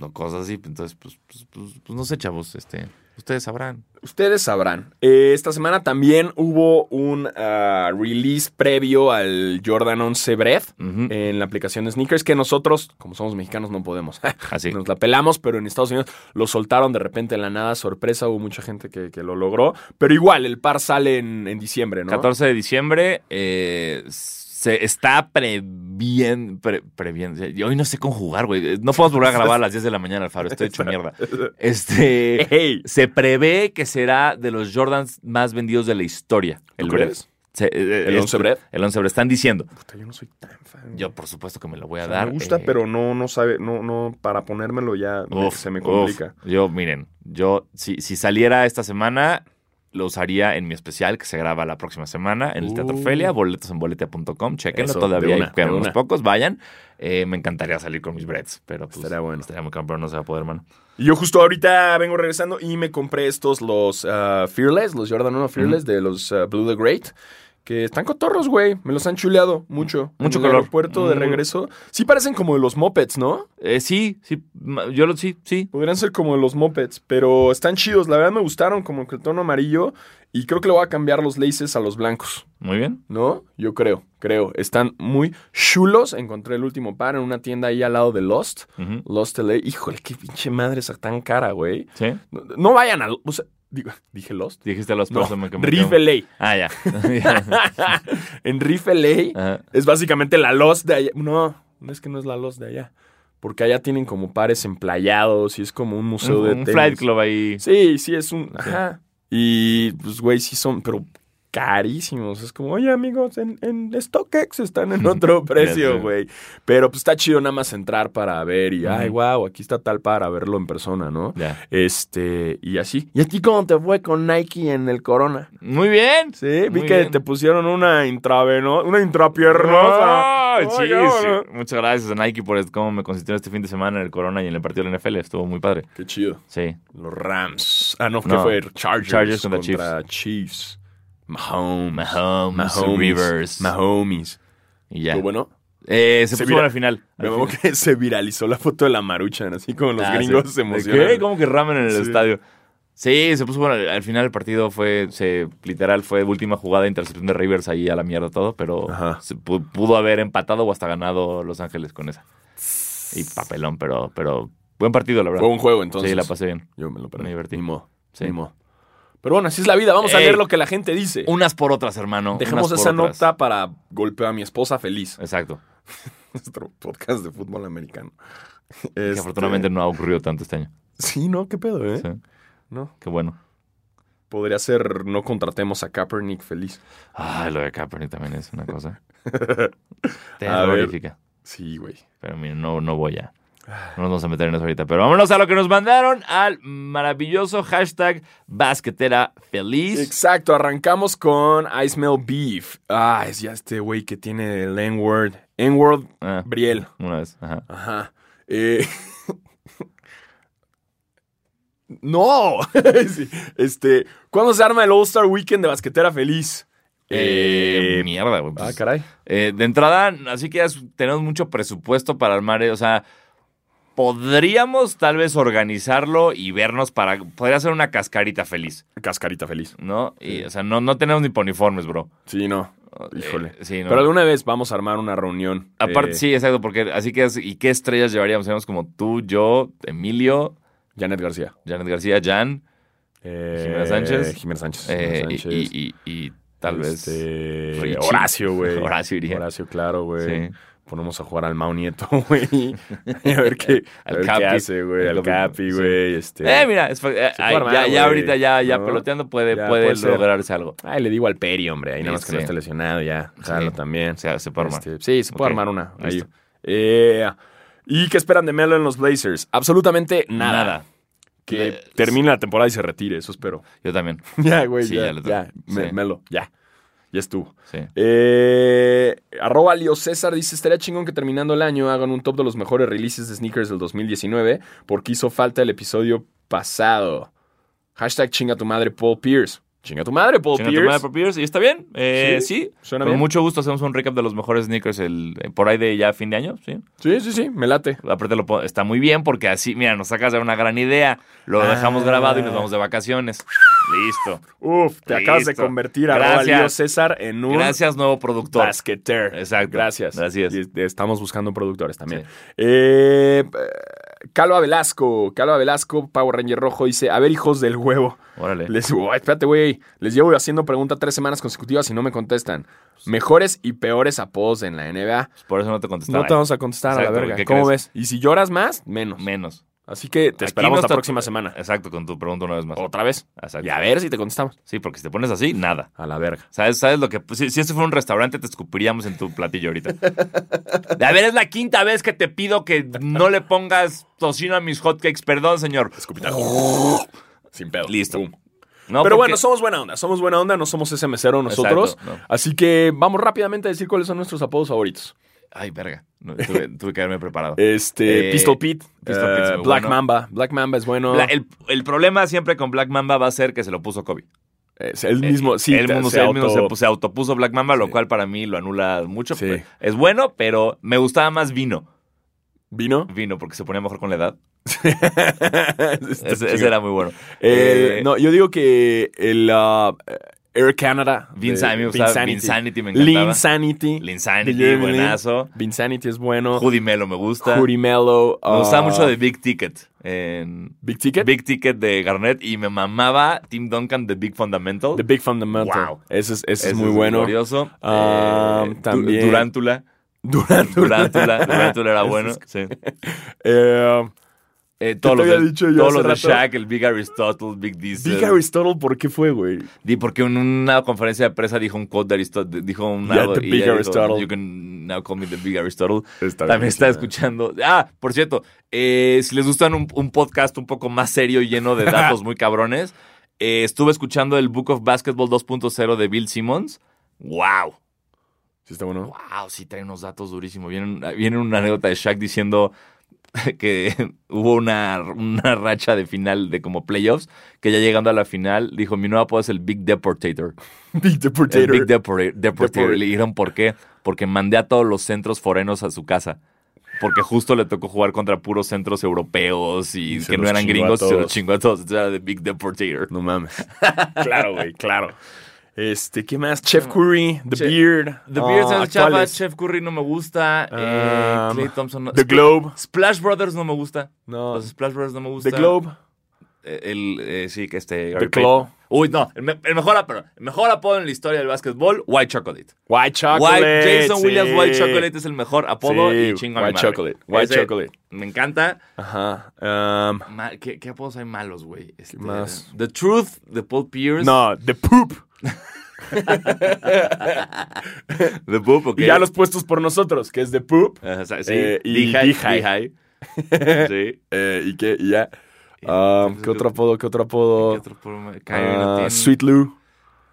[SPEAKER 2] o cosas así. Entonces, pues, pues, pues, pues, no sé, chavos, este, ustedes sabrán.
[SPEAKER 1] Ustedes sabrán. Eh, esta semana también hubo un ah, release previo al Jordan 11 Breath
[SPEAKER 2] Ujú.
[SPEAKER 1] en la aplicación de sneakers que nosotros, como somos mexicanos, no podemos.
[SPEAKER 2] así.
[SPEAKER 1] Nos la pelamos, pero en Estados Unidos lo soltaron de repente en la nada, sorpresa, hubo mucha gente que, que lo logró. Pero igual, el par sale en, en diciembre, ¿no?
[SPEAKER 2] 14 de diciembre eh, se está previendo. previendo. Hoy no sé conjugar, güey. No podemos volver a grabar a las 10 de la mañana, Alfaro. Estoy hecho mierda. Este.
[SPEAKER 1] ¡Ey!
[SPEAKER 2] Se prevé que será de los Jordans más vendidos de la historia. El
[SPEAKER 1] ¿Tú
[SPEAKER 2] Bread.
[SPEAKER 1] crees?
[SPEAKER 2] ¿El
[SPEAKER 1] ¿El 11 Bread?
[SPEAKER 2] eh, El 11 Bread. Están diciendo.
[SPEAKER 1] Este, Puta, yo no soy tan fan.
[SPEAKER 2] Yo, por supuesto, que me lo voy a
[SPEAKER 1] O sea,
[SPEAKER 2] dar.
[SPEAKER 1] me gusta,
[SPEAKER 2] eh,
[SPEAKER 1] pero no, no sabe, no, no, para ponérmelo ya me-
[SPEAKER 2] Uf,
[SPEAKER 1] se me
[SPEAKER 2] uf.
[SPEAKER 1] complica.
[SPEAKER 2] Yo, miren, yo, si, si saliera esta semana, lo usaría en mi especial que se graba la próxima semana en el
[SPEAKER 1] Uh.
[SPEAKER 2] Teatro Felia, boletos en bolete.com, chequenlo,
[SPEAKER 1] Eso, de
[SPEAKER 2] todavía
[SPEAKER 1] una,
[SPEAKER 2] hay quedan
[SPEAKER 1] de
[SPEAKER 2] unos
[SPEAKER 1] una.
[SPEAKER 2] pocos, vayan. Eh, me encantaría salir con mis breads, pero pues,
[SPEAKER 1] Estaría bueno.
[SPEAKER 2] Estaría muy campeón, no se va a poder, hermano.
[SPEAKER 1] Y yo justo ahorita vengo regresando y me compré estos, los ah, Fearless, los Jordan 1 Fearless de los ah, Blue the Great. Que están cotorros, güey. Me los han chuleado mucho.
[SPEAKER 2] Mucho
[SPEAKER 1] en
[SPEAKER 2] color.
[SPEAKER 1] El aeropuerto de
[SPEAKER 2] Mm.
[SPEAKER 1] regreso. Sí parecen como de los mopeds, ¿no?
[SPEAKER 2] Eh, sí, sí, ma- yo lo sí, sí.
[SPEAKER 1] Podrían ser como de los mopeds, pero están chidos. La verdad me gustaron, como que el tono amarillo. Y creo que le voy a cambiar los laces a los blancos.
[SPEAKER 2] Muy bien.
[SPEAKER 1] ¿No? Yo creo, creo. Están muy chulos. Encontré el último par en una tienda ahí al lado de Lost.
[SPEAKER 2] Ujú.
[SPEAKER 1] Lost LA. Híjole, qué pinche madre esa tan cara, güey.
[SPEAKER 2] Sí.
[SPEAKER 1] No, no vayan a... o sea, digo, dije Lost.
[SPEAKER 2] Dijiste los
[SPEAKER 1] No,
[SPEAKER 2] pasos me me-
[SPEAKER 1] Reef LA.
[SPEAKER 2] Ah, ya.
[SPEAKER 1] en Reef LA
[SPEAKER 2] Ajá. Ah.
[SPEAKER 1] es básicamente la Lost de allá. No, no es que no es la Lost de allá. porque allá tienen como pares emplayados y es como un museo
[SPEAKER 2] Un,
[SPEAKER 1] de
[SPEAKER 2] un
[SPEAKER 1] tenis.
[SPEAKER 2] flight club ahí.
[SPEAKER 1] Sí, sí, es un. Ajá. Y pues, güey, sí son, pero carísimos. Es como, oye, amigos, en, en StockX están en otro
[SPEAKER 2] Ya sé.
[SPEAKER 1] precio, güey. Pero pues está chido nada más entrar para ver y, ay,
[SPEAKER 2] Ujú.
[SPEAKER 1] wow, aquí está tal para verlo en persona, ¿no?
[SPEAKER 2] Ya.
[SPEAKER 1] Este, y así. ¿Y a ti cómo te fue con Nike en el Corona?
[SPEAKER 2] Muy bien.
[SPEAKER 1] Sí, vi
[SPEAKER 2] Muy
[SPEAKER 1] que
[SPEAKER 2] bien.
[SPEAKER 1] te pusieron una intraveno, una intrapiernosa.
[SPEAKER 2] Ay, sí,
[SPEAKER 1] Ay, cabrón.
[SPEAKER 2] sí. Muchas gracias a Nike por cómo me consintió este fin de semana en el Corona y en el partido de la NFL. Estuvo muy padre.
[SPEAKER 1] Qué chido.
[SPEAKER 2] Sí.
[SPEAKER 1] Los Rams. Ah, no, ¿qué
[SPEAKER 2] No.
[SPEAKER 1] fue? Chargers,
[SPEAKER 2] Chargers contra
[SPEAKER 1] contra Chiefs. Mahomes.
[SPEAKER 2] Mahomes,
[SPEAKER 1] Mahomes.
[SPEAKER 2] Rivers.
[SPEAKER 1] Mahomes.
[SPEAKER 2] Y ya.
[SPEAKER 1] Lo bueno,
[SPEAKER 2] Eh, se
[SPEAKER 1] Se
[SPEAKER 2] puso
[SPEAKER 1] vira-
[SPEAKER 2] bueno al final.
[SPEAKER 1] me
[SPEAKER 2] Al
[SPEAKER 1] mamó
[SPEAKER 2] final.
[SPEAKER 1] que se viralizó la foto de la maruchan, así como los
[SPEAKER 2] Ah,
[SPEAKER 1] gringos
[SPEAKER 2] sí.
[SPEAKER 1] se
[SPEAKER 2] ¿De
[SPEAKER 1] emocionan.
[SPEAKER 2] qué? ¿Cómo que ramen en el
[SPEAKER 1] Sí.
[SPEAKER 2] estadio? Sí, se puso bueno. Al al final el partido fue, se, literal, fue última jugada, intercepción de Rivers ahí a la mierda todo, pero
[SPEAKER 1] Ajá.
[SPEAKER 2] se pu- pudo haber empatado o hasta ganado Los Ángeles con esa. Y papelón, pero, pero buen partido, la verdad.
[SPEAKER 1] Fue un juego, entonces.
[SPEAKER 2] Sí, la pasé bien.
[SPEAKER 1] Yo me lo perdí.
[SPEAKER 2] Me divertí.
[SPEAKER 1] Ni modo,
[SPEAKER 2] Sí.
[SPEAKER 1] ni modo. Pero bueno, así es la vida. Vamos a
[SPEAKER 2] Ey.
[SPEAKER 1] leer lo que la gente dice.
[SPEAKER 2] Unas por otras, hermano.
[SPEAKER 1] Dejemos
[SPEAKER 2] unas por
[SPEAKER 1] esa
[SPEAKER 2] otras.
[SPEAKER 1] nota para golpear a mi esposa feliz.
[SPEAKER 2] Exacto.
[SPEAKER 1] Nuestro podcast de fútbol americano.
[SPEAKER 2] Que
[SPEAKER 1] Este,
[SPEAKER 2] afortunadamente no ha ocurrido tanto este año.
[SPEAKER 1] Sí, no, qué pedo, ¿eh?
[SPEAKER 2] Sí.
[SPEAKER 1] No.
[SPEAKER 2] Qué bueno.
[SPEAKER 1] Podría ser no contratemos a Kaepernick feliz.
[SPEAKER 2] Ay, lo de Kaepernick también es una cosa
[SPEAKER 1] A ver.
[SPEAKER 2] terrorífica.
[SPEAKER 1] Sí, güey.
[SPEAKER 2] Pero mira, no, no voy a. No nos vamos a meter en eso ahorita. Pero vámonos a lo que nos mandaron al maravilloso hashtag basquetera feliz.
[SPEAKER 1] Exacto, arrancamos con I smell beef. Ah, es ya este güey que tiene el N-word. N-word
[SPEAKER 2] Ah,
[SPEAKER 1] Briel.
[SPEAKER 2] una vez. Ajá.
[SPEAKER 1] Ajá. Eh, no. Sí, Este, ¿cuándo se arma el All-Star Weekend de basquetera feliz?
[SPEAKER 2] Eh,
[SPEAKER 1] Eh,
[SPEAKER 2] mierda, güey.
[SPEAKER 1] ah,
[SPEAKER 2] pues,
[SPEAKER 1] caray.
[SPEAKER 2] eh, de entrada, así que ya es- tenemos mucho presupuesto para armar. eh, O sea, podríamos tal vez organizarlo y vernos para. Podría ser una cascarita feliz,
[SPEAKER 1] Cascarita feliz.
[SPEAKER 2] ¿no? Y, o sea, no, no tenemos ni poniformes, bro.
[SPEAKER 1] Sí, no.
[SPEAKER 2] Eh,
[SPEAKER 1] Híjole.
[SPEAKER 2] sí, no.
[SPEAKER 1] Pero alguna vez vamos a armar una reunión.
[SPEAKER 2] Aparte,
[SPEAKER 1] eh,
[SPEAKER 2] sí, exacto, porque así que, es- ¿y qué estrellas llevaríamos? Seríamos como tú, yo, Emilio,
[SPEAKER 1] Janet García.
[SPEAKER 2] Janet García, Jan,
[SPEAKER 1] Eh,
[SPEAKER 2] Jimena Sánchez.
[SPEAKER 1] Jimena Sánchez.
[SPEAKER 2] eh,
[SPEAKER 1] Jimena
[SPEAKER 2] y-
[SPEAKER 1] Sánchez.
[SPEAKER 2] y, y- y tal vez.
[SPEAKER 1] Este,
[SPEAKER 2] Richie.
[SPEAKER 1] Horacio, güey.
[SPEAKER 2] Horacio iría.
[SPEAKER 1] Horacio, claro, güey.
[SPEAKER 2] Sí.
[SPEAKER 1] Ponemos a jugar al Mao Nieto, güey. a ver qué, a
[SPEAKER 2] Al
[SPEAKER 1] ver
[SPEAKER 2] Capi.
[SPEAKER 1] qué hace, güey.
[SPEAKER 2] Al
[SPEAKER 1] Al
[SPEAKER 2] Capi,
[SPEAKER 1] Capi, güey. Este.
[SPEAKER 2] Eh, mira, es fa- eh,
[SPEAKER 1] Se
[SPEAKER 2] ay,
[SPEAKER 1] puede armar,
[SPEAKER 2] ya, ya
[SPEAKER 1] güey,
[SPEAKER 2] ahorita, ya, ya
[SPEAKER 1] ¿no?
[SPEAKER 2] peloteando puede,
[SPEAKER 1] Ya,
[SPEAKER 2] puede
[SPEAKER 1] puede ser.
[SPEAKER 2] lograrse algo.
[SPEAKER 1] Ay, le digo al Peri, hombre. Ahí nada más que no
[SPEAKER 2] Sí.
[SPEAKER 1] esté lesionado ya. Claro,
[SPEAKER 2] Sí.
[SPEAKER 1] también.
[SPEAKER 2] O sea, se puede armar.
[SPEAKER 1] Este, sí, se puede
[SPEAKER 2] Ok,
[SPEAKER 1] armar una. ahí.
[SPEAKER 2] listo.
[SPEAKER 1] Eh, ¿Y qué esperan de Melo en los Blazers? Absolutamente nada.
[SPEAKER 2] Nada.
[SPEAKER 1] Que
[SPEAKER 2] Eh,
[SPEAKER 1] termine la temporada y se retire, eso espero.
[SPEAKER 2] Yo también.
[SPEAKER 1] ya, güey,
[SPEAKER 2] Sí,
[SPEAKER 1] ya.
[SPEAKER 2] ya
[SPEAKER 1] Ya,
[SPEAKER 2] lo tengo.
[SPEAKER 1] Me-
[SPEAKER 2] Sí.
[SPEAKER 1] Melo, ya. Ya estuvo.
[SPEAKER 2] Sí.
[SPEAKER 1] Eh, arroba Leo César dice, estaría chingón que terminando el año hagan un top de los mejores releases de sneakers del 2019 porque hizo falta el episodio pasado. Hashtag chinga tu madre Paul Pierce. Chinga tu madre Paul
[SPEAKER 2] Chinga tu
[SPEAKER 1] Pierce.
[SPEAKER 2] madre, Paul Pierce. Y está bien. eh,
[SPEAKER 1] Sí,
[SPEAKER 2] sí.
[SPEAKER 1] suena
[SPEAKER 2] Con
[SPEAKER 1] bien.
[SPEAKER 2] mucho gusto hacemos un recap de los mejores sneakers el, eh, por ahí de ya fin de año. Sí.
[SPEAKER 1] Sí, sí, sí, me late.
[SPEAKER 2] Aparte, lo, po- está muy bien porque así, mira, nos sacas de una gran idea. Lo dejamos
[SPEAKER 1] Ah.
[SPEAKER 2] grabado y nos vamos de vacaciones. Listo.
[SPEAKER 1] Uf, te acabas de
[SPEAKER 2] Listo.
[SPEAKER 1] convertir a
[SPEAKER 2] Gracias.
[SPEAKER 1] Leo César en un
[SPEAKER 2] Gracias, nuevo productor.
[SPEAKER 1] basqueter.
[SPEAKER 2] Exacto.
[SPEAKER 1] Gracias.
[SPEAKER 2] Gracias.
[SPEAKER 1] Y estamos buscando productores también.
[SPEAKER 2] Sí.
[SPEAKER 1] Eh, eh, Calva Velasco, Calva Velasco, Power Ranger Rojo dice, a ver hijos del huevo.
[SPEAKER 2] Órale.
[SPEAKER 1] Les, Uy, espérate, güey. Les llevo haciendo pregunta tres semanas consecutivas y no me contestan. Mejores y peores apodos en la NBA.
[SPEAKER 2] Por eso no te contestaba.
[SPEAKER 1] a contestar
[SPEAKER 2] Exacto, ¿qué crees?
[SPEAKER 1] ves? Y si lloras más, menos.
[SPEAKER 2] Menos.
[SPEAKER 1] Así que
[SPEAKER 2] Aquí
[SPEAKER 1] te esperamos
[SPEAKER 2] no
[SPEAKER 1] la
[SPEAKER 2] está-
[SPEAKER 1] próxima semana.
[SPEAKER 2] Exacto, con tu pregunta una vez más.
[SPEAKER 1] Otra vez.
[SPEAKER 2] Exacto.
[SPEAKER 1] Y a ver si te contestamos.
[SPEAKER 2] Sí, porque si te pones así, nada.
[SPEAKER 1] A la verga.
[SPEAKER 2] ¿Sabes, ¿Sabes lo que.? pues, Si, si esto fuera un restaurante, te escupiríamos en tu platillo ahorita. A ver, es la quinta vez que te pido que no le pongas tocino a mis hotcakes. Perdón, señor.
[SPEAKER 1] Sin pedo.
[SPEAKER 2] Listo.
[SPEAKER 1] Pum. Pero
[SPEAKER 2] No, porque-
[SPEAKER 1] bueno, somos buena onda. Somos buena onda, no somos ese mesero nosotros.
[SPEAKER 2] Exacto, no.
[SPEAKER 1] Así que vamos rápidamente a decir cuáles son nuestros apodos favoritos.
[SPEAKER 2] Ay, verga. No, tuve, tuve que haberme preparado.
[SPEAKER 1] Este,
[SPEAKER 2] Eh,
[SPEAKER 1] Pistol Pete,
[SPEAKER 2] Pistol
[SPEAKER 1] eh,
[SPEAKER 2] Pete es muy
[SPEAKER 1] Black
[SPEAKER 2] bueno.
[SPEAKER 1] Mamba. Black Mamba es bueno.
[SPEAKER 2] La- el, el problema siempre con Black Mamba va a ser que se lo puso Kobe.
[SPEAKER 1] Es el mismo, sí,
[SPEAKER 2] él, mismo,
[SPEAKER 1] se
[SPEAKER 2] él mismo se,
[SPEAKER 1] auto-
[SPEAKER 2] pu- se autopuso Black Mamba, lo cual para mí lo anula mucho.
[SPEAKER 1] Sí.
[SPEAKER 2] Pe- Es bueno, pero me gustaba más vino.
[SPEAKER 1] ¿Vino?
[SPEAKER 2] Vino, porque se ponía mejor con la edad.
[SPEAKER 1] Está
[SPEAKER 2] Ese, ese
[SPEAKER 1] chido.
[SPEAKER 2] era muy bueno.
[SPEAKER 1] Este El-
[SPEAKER 2] Eh,
[SPEAKER 1] no, yo digo que el ah, Air Canada.
[SPEAKER 2] Vince-
[SPEAKER 1] eh,
[SPEAKER 2] a mí me gustaba Vinsanity, me encantaba.
[SPEAKER 1] Linsanity.
[SPEAKER 2] Linsanity, buenazo.
[SPEAKER 1] Vinsanity es bueno.
[SPEAKER 2] Judy Melo me gusta.
[SPEAKER 1] Judy Mello.
[SPEAKER 2] Me gustaba
[SPEAKER 1] ah,
[SPEAKER 2] mucho de Big Ticket. En
[SPEAKER 1] Big Ticket.
[SPEAKER 2] Big Ticket de Garnett. Y me mamaba Tim Duncan de Big Fundamental.
[SPEAKER 1] The Big Fundamental.
[SPEAKER 2] Wow.
[SPEAKER 1] Ese es, ese es
[SPEAKER 2] Ese
[SPEAKER 1] muy bueno.
[SPEAKER 2] glorioso.
[SPEAKER 1] Ah,
[SPEAKER 2] Eh, Du-
[SPEAKER 1] también.
[SPEAKER 2] Durántula.
[SPEAKER 1] Durántula.
[SPEAKER 2] Durántula, Durántula era bueno. Sí.
[SPEAKER 1] Eh,
[SPEAKER 2] Eh, todos
[SPEAKER 1] te
[SPEAKER 2] los,
[SPEAKER 1] había
[SPEAKER 2] de,
[SPEAKER 1] dicho yo
[SPEAKER 2] todos
[SPEAKER 1] hace
[SPEAKER 2] los de
[SPEAKER 1] rato?
[SPEAKER 2] Shaq, el Big Aristotle, Big Diesel.
[SPEAKER 1] Big Aristotle, ¿por qué fue, güey?
[SPEAKER 2] Di porque en una conferencia de prensa dijo un quote de Aristotle, dijo un
[SPEAKER 1] Yeah,
[SPEAKER 2] algo
[SPEAKER 1] the
[SPEAKER 2] y
[SPEAKER 1] Big
[SPEAKER 2] ella dijo,
[SPEAKER 1] Aristotle.
[SPEAKER 2] you can now call me the Big Aristotle.
[SPEAKER 1] Está
[SPEAKER 2] También
[SPEAKER 1] bien,
[SPEAKER 2] está
[SPEAKER 1] sí,
[SPEAKER 2] escuchando. Ah, por cierto, eh, si les gustan un, un podcast un poco más serio y lleno de datos muy cabrones, eh, estuve escuchando el Book of Basketball 2.0 de Bill Simmons. ¡Wow!
[SPEAKER 1] Sí, está bueno.
[SPEAKER 2] ¡Wow! Sí trae unos datos durísimos. Viene, viene una anécdota de Shaq diciendo que hubo una, una racha de final de como playoffs, que ya llegando a la final dijo, mi nuevo apodo es el Big Deportator.
[SPEAKER 1] Big Deportator.
[SPEAKER 2] El Big Deportator.
[SPEAKER 1] Deportator.
[SPEAKER 2] Le dijeron por qué. Porque mandé a todos los centros forenos a su casa. Porque justo le tocó jugar contra puros centros europeos y,
[SPEAKER 1] Y se
[SPEAKER 2] que no
[SPEAKER 1] los
[SPEAKER 2] eran
[SPEAKER 1] chingó a
[SPEAKER 2] gringos, y se los
[SPEAKER 1] todos.
[SPEAKER 2] chingó a todos. Entonces era de Big Deportator.
[SPEAKER 1] No mames. claro, güey, claro. Este, ¿qué más? Chef Curry, The
[SPEAKER 2] Che-
[SPEAKER 1] Beard.
[SPEAKER 2] The
[SPEAKER 1] ah,
[SPEAKER 2] Beards and Chava,
[SPEAKER 1] ¿cuáles?
[SPEAKER 2] Chef Curry no me gusta. eh,
[SPEAKER 1] Um,
[SPEAKER 2] Clay Thompson no.
[SPEAKER 1] The
[SPEAKER 2] Spl-
[SPEAKER 1] Globe.
[SPEAKER 2] Splash Brothers no me gusta.
[SPEAKER 1] No.
[SPEAKER 2] Los Splash Brothers no me
[SPEAKER 1] The
[SPEAKER 2] gustan.
[SPEAKER 1] Globe.
[SPEAKER 2] Eh, El, eh, sí, que este.
[SPEAKER 1] The
[SPEAKER 2] Gary
[SPEAKER 1] Claw.
[SPEAKER 2] Payton. Uy, no. El, me- el mejor, apodo, el mejor apodo en la historia del básquetbol, White Chocolate.
[SPEAKER 1] White Chocolate.
[SPEAKER 2] White, Jason
[SPEAKER 1] sí.
[SPEAKER 2] Williams White Chocolate es el mejor apodo
[SPEAKER 1] Sí,
[SPEAKER 2] y chingo a mi
[SPEAKER 1] White
[SPEAKER 2] madre.
[SPEAKER 1] Chocolate, White Chocolate.
[SPEAKER 2] Me encanta.
[SPEAKER 1] Ajá. Um,
[SPEAKER 2] Ma- ¿qué, qué apodos hay malos, güey? Este,
[SPEAKER 1] más?
[SPEAKER 2] The Truth de Paul Pierce.
[SPEAKER 1] no, The Poop.
[SPEAKER 2] The Boop, ok.
[SPEAKER 1] Y ya los puestos por nosotros, que es The Poop.
[SPEAKER 2] Ajá, o sea, sí.
[SPEAKER 1] Eh, y
[SPEAKER 2] Beehive,
[SPEAKER 1] Beehive.
[SPEAKER 2] Beehive. Sí.
[SPEAKER 1] Eh, ¿Y qué? Y ya. Ah, ¿Qué otro apodo? ¿Qué otro apodo?
[SPEAKER 2] ¿Qué otro apodo? Kyrie no
[SPEAKER 1] Ah,
[SPEAKER 2] tiene.
[SPEAKER 1] Sweet Lou.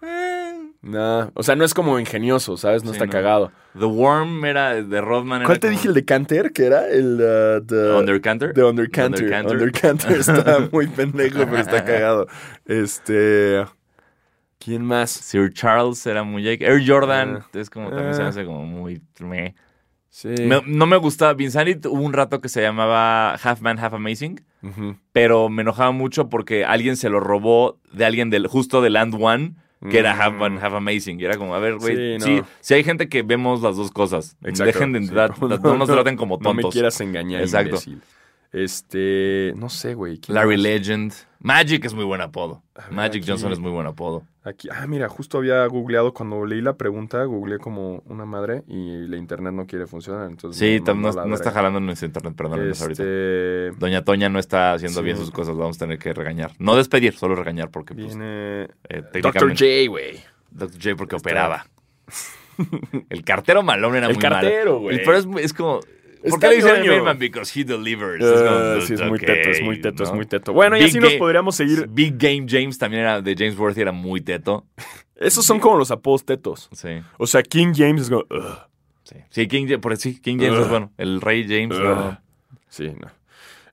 [SPEAKER 2] Eh,
[SPEAKER 1] Nah, o sea, no es como ingenioso, ¿sabes? No
[SPEAKER 2] Sí,
[SPEAKER 1] está
[SPEAKER 2] no.
[SPEAKER 1] cagado.
[SPEAKER 2] The Worm era de Rodman.
[SPEAKER 1] ¿Cuál te dije el de Canter? Que era el uh, de
[SPEAKER 2] Undercanter.
[SPEAKER 1] de Undercanter.
[SPEAKER 2] Undercanter.
[SPEAKER 1] Undercanter está muy pendejo, pero está cagado. Este. ¿Quién más?
[SPEAKER 2] Sir Charles era muy... Air Jordan es como también se
[SPEAKER 1] Eh.
[SPEAKER 2] hace como muy... meh.
[SPEAKER 1] Sí.
[SPEAKER 2] Me- no me gustaba. Vinsanit hubo un rato que se llamaba Half Man, Half Amazing.
[SPEAKER 1] Ujú.
[SPEAKER 2] pero me enojaba mucho porque alguien se lo robó de alguien del, justo del And One, que era
[SPEAKER 1] Mm.
[SPEAKER 2] Half One, Half Amazing. Y era como, a ver, güey, sí,
[SPEAKER 1] Sí,
[SPEAKER 2] sí,
[SPEAKER 1] no.
[SPEAKER 2] hay gente que vemos las dos cosas.
[SPEAKER 1] Exacto,
[SPEAKER 2] Dejen de
[SPEAKER 1] sí.
[SPEAKER 2] tratar, no, nos traten como
[SPEAKER 1] No
[SPEAKER 2] tontos.
[SPEAKER 1] me quieras engañar,
[SPEAKER 2] Exacto.
[SPEAKER 1] imbécil. Este. No sé, güey. ¿quién
[SPEAKER 2] Larry
[SPEAKER 1] más?
[SPEAKER 2] Legend. Magic es muy buen apodo.
[SPEAKER 1] ver,
[SPEAKER 2] Magic
[SPEAKER 1] aquí.
[SPEAKER 2] Johnson es muy buen apodo.
[SPEAKER 1] Aquí. Ah, mira, justo había googleado cuando leí la pregunta, googleé como una madre y la internet no quiere funcionar. Entonces
[SPEAKER 2] Sí,
[SPEAKER 1] me
[SPEAKER 2] tam-
[SPEAKER 1] mandó
[SPEAKER 2] no,
[SPEAKER 1] a la
[SPEAKER 2] no está
[SPEAKER 1] verga.
[SPEAKER 2] jalando en nuestro internet, perdónenos ahorita.
[SPEAKER 1] Este.
[SPEAKER 2] Doña Toña no está haciendo
[SPEAKER 1] Sí.
[SPEAKER 2] bien sus cosas, vamos a tener que regañar. No despedir, solo regañar porque pues,
[SPEAKER 1] Viene.
[SPEAKER 2] eh,
[SPEAKER 1] Dr.
[SPEAKER 2] técnicamente-
[SPEAKER 1] J, güey.
[SPEAKER 2] Dr. J porque operaba. El cartero malón era
[SPEAKER 1] El
[SPEAKER 2] muy malo.
[SPEAKER 1] cartero, güey.
[SPEAKER 2] El- Pero es, muy- es como.
[SPEAKER 1] Es
[SPEAKER 2] ¿Por qué le dicen
[SPEAKER 1] cañoño.
[SPEAKER 2] Mailman? Because he delivers.
[SPEAKER 1] Ah,
[SPEAKER 2] como,
[SPEAKER 1] sí, es muy
[SPEAKER 2] ok,
[SPEAKER 1] teto, es muy teto, es
[SPEAKER 2] ¿no?
[SPEAKER 1] muy teto. Bueno, y
[SPEAKER 2] Big
[SPEAKER 1] así nos
[SPEAKER 2] Ga-
[SPEAKER 1] podríamos seguir.
[SPEAKER 2] Big Game James también era de James Worthy, era muy teto.
[SPEAKER 1] Esos son como los apodos tetos.
[SPEAKER 2] Sí.
[SPEAKER 1] O sea, King James es como. "Ugh".
[SPEAKER 2] Sí, sí, King, Ja- por sí, King James
[SPEAKER 1] Ugh.
[SPEAKER 2] es bueno. El Rey James.
[SPEAKER 1] Ugh.
[SPEAKER 2] no.
[SPEAKER 1] Sí, no.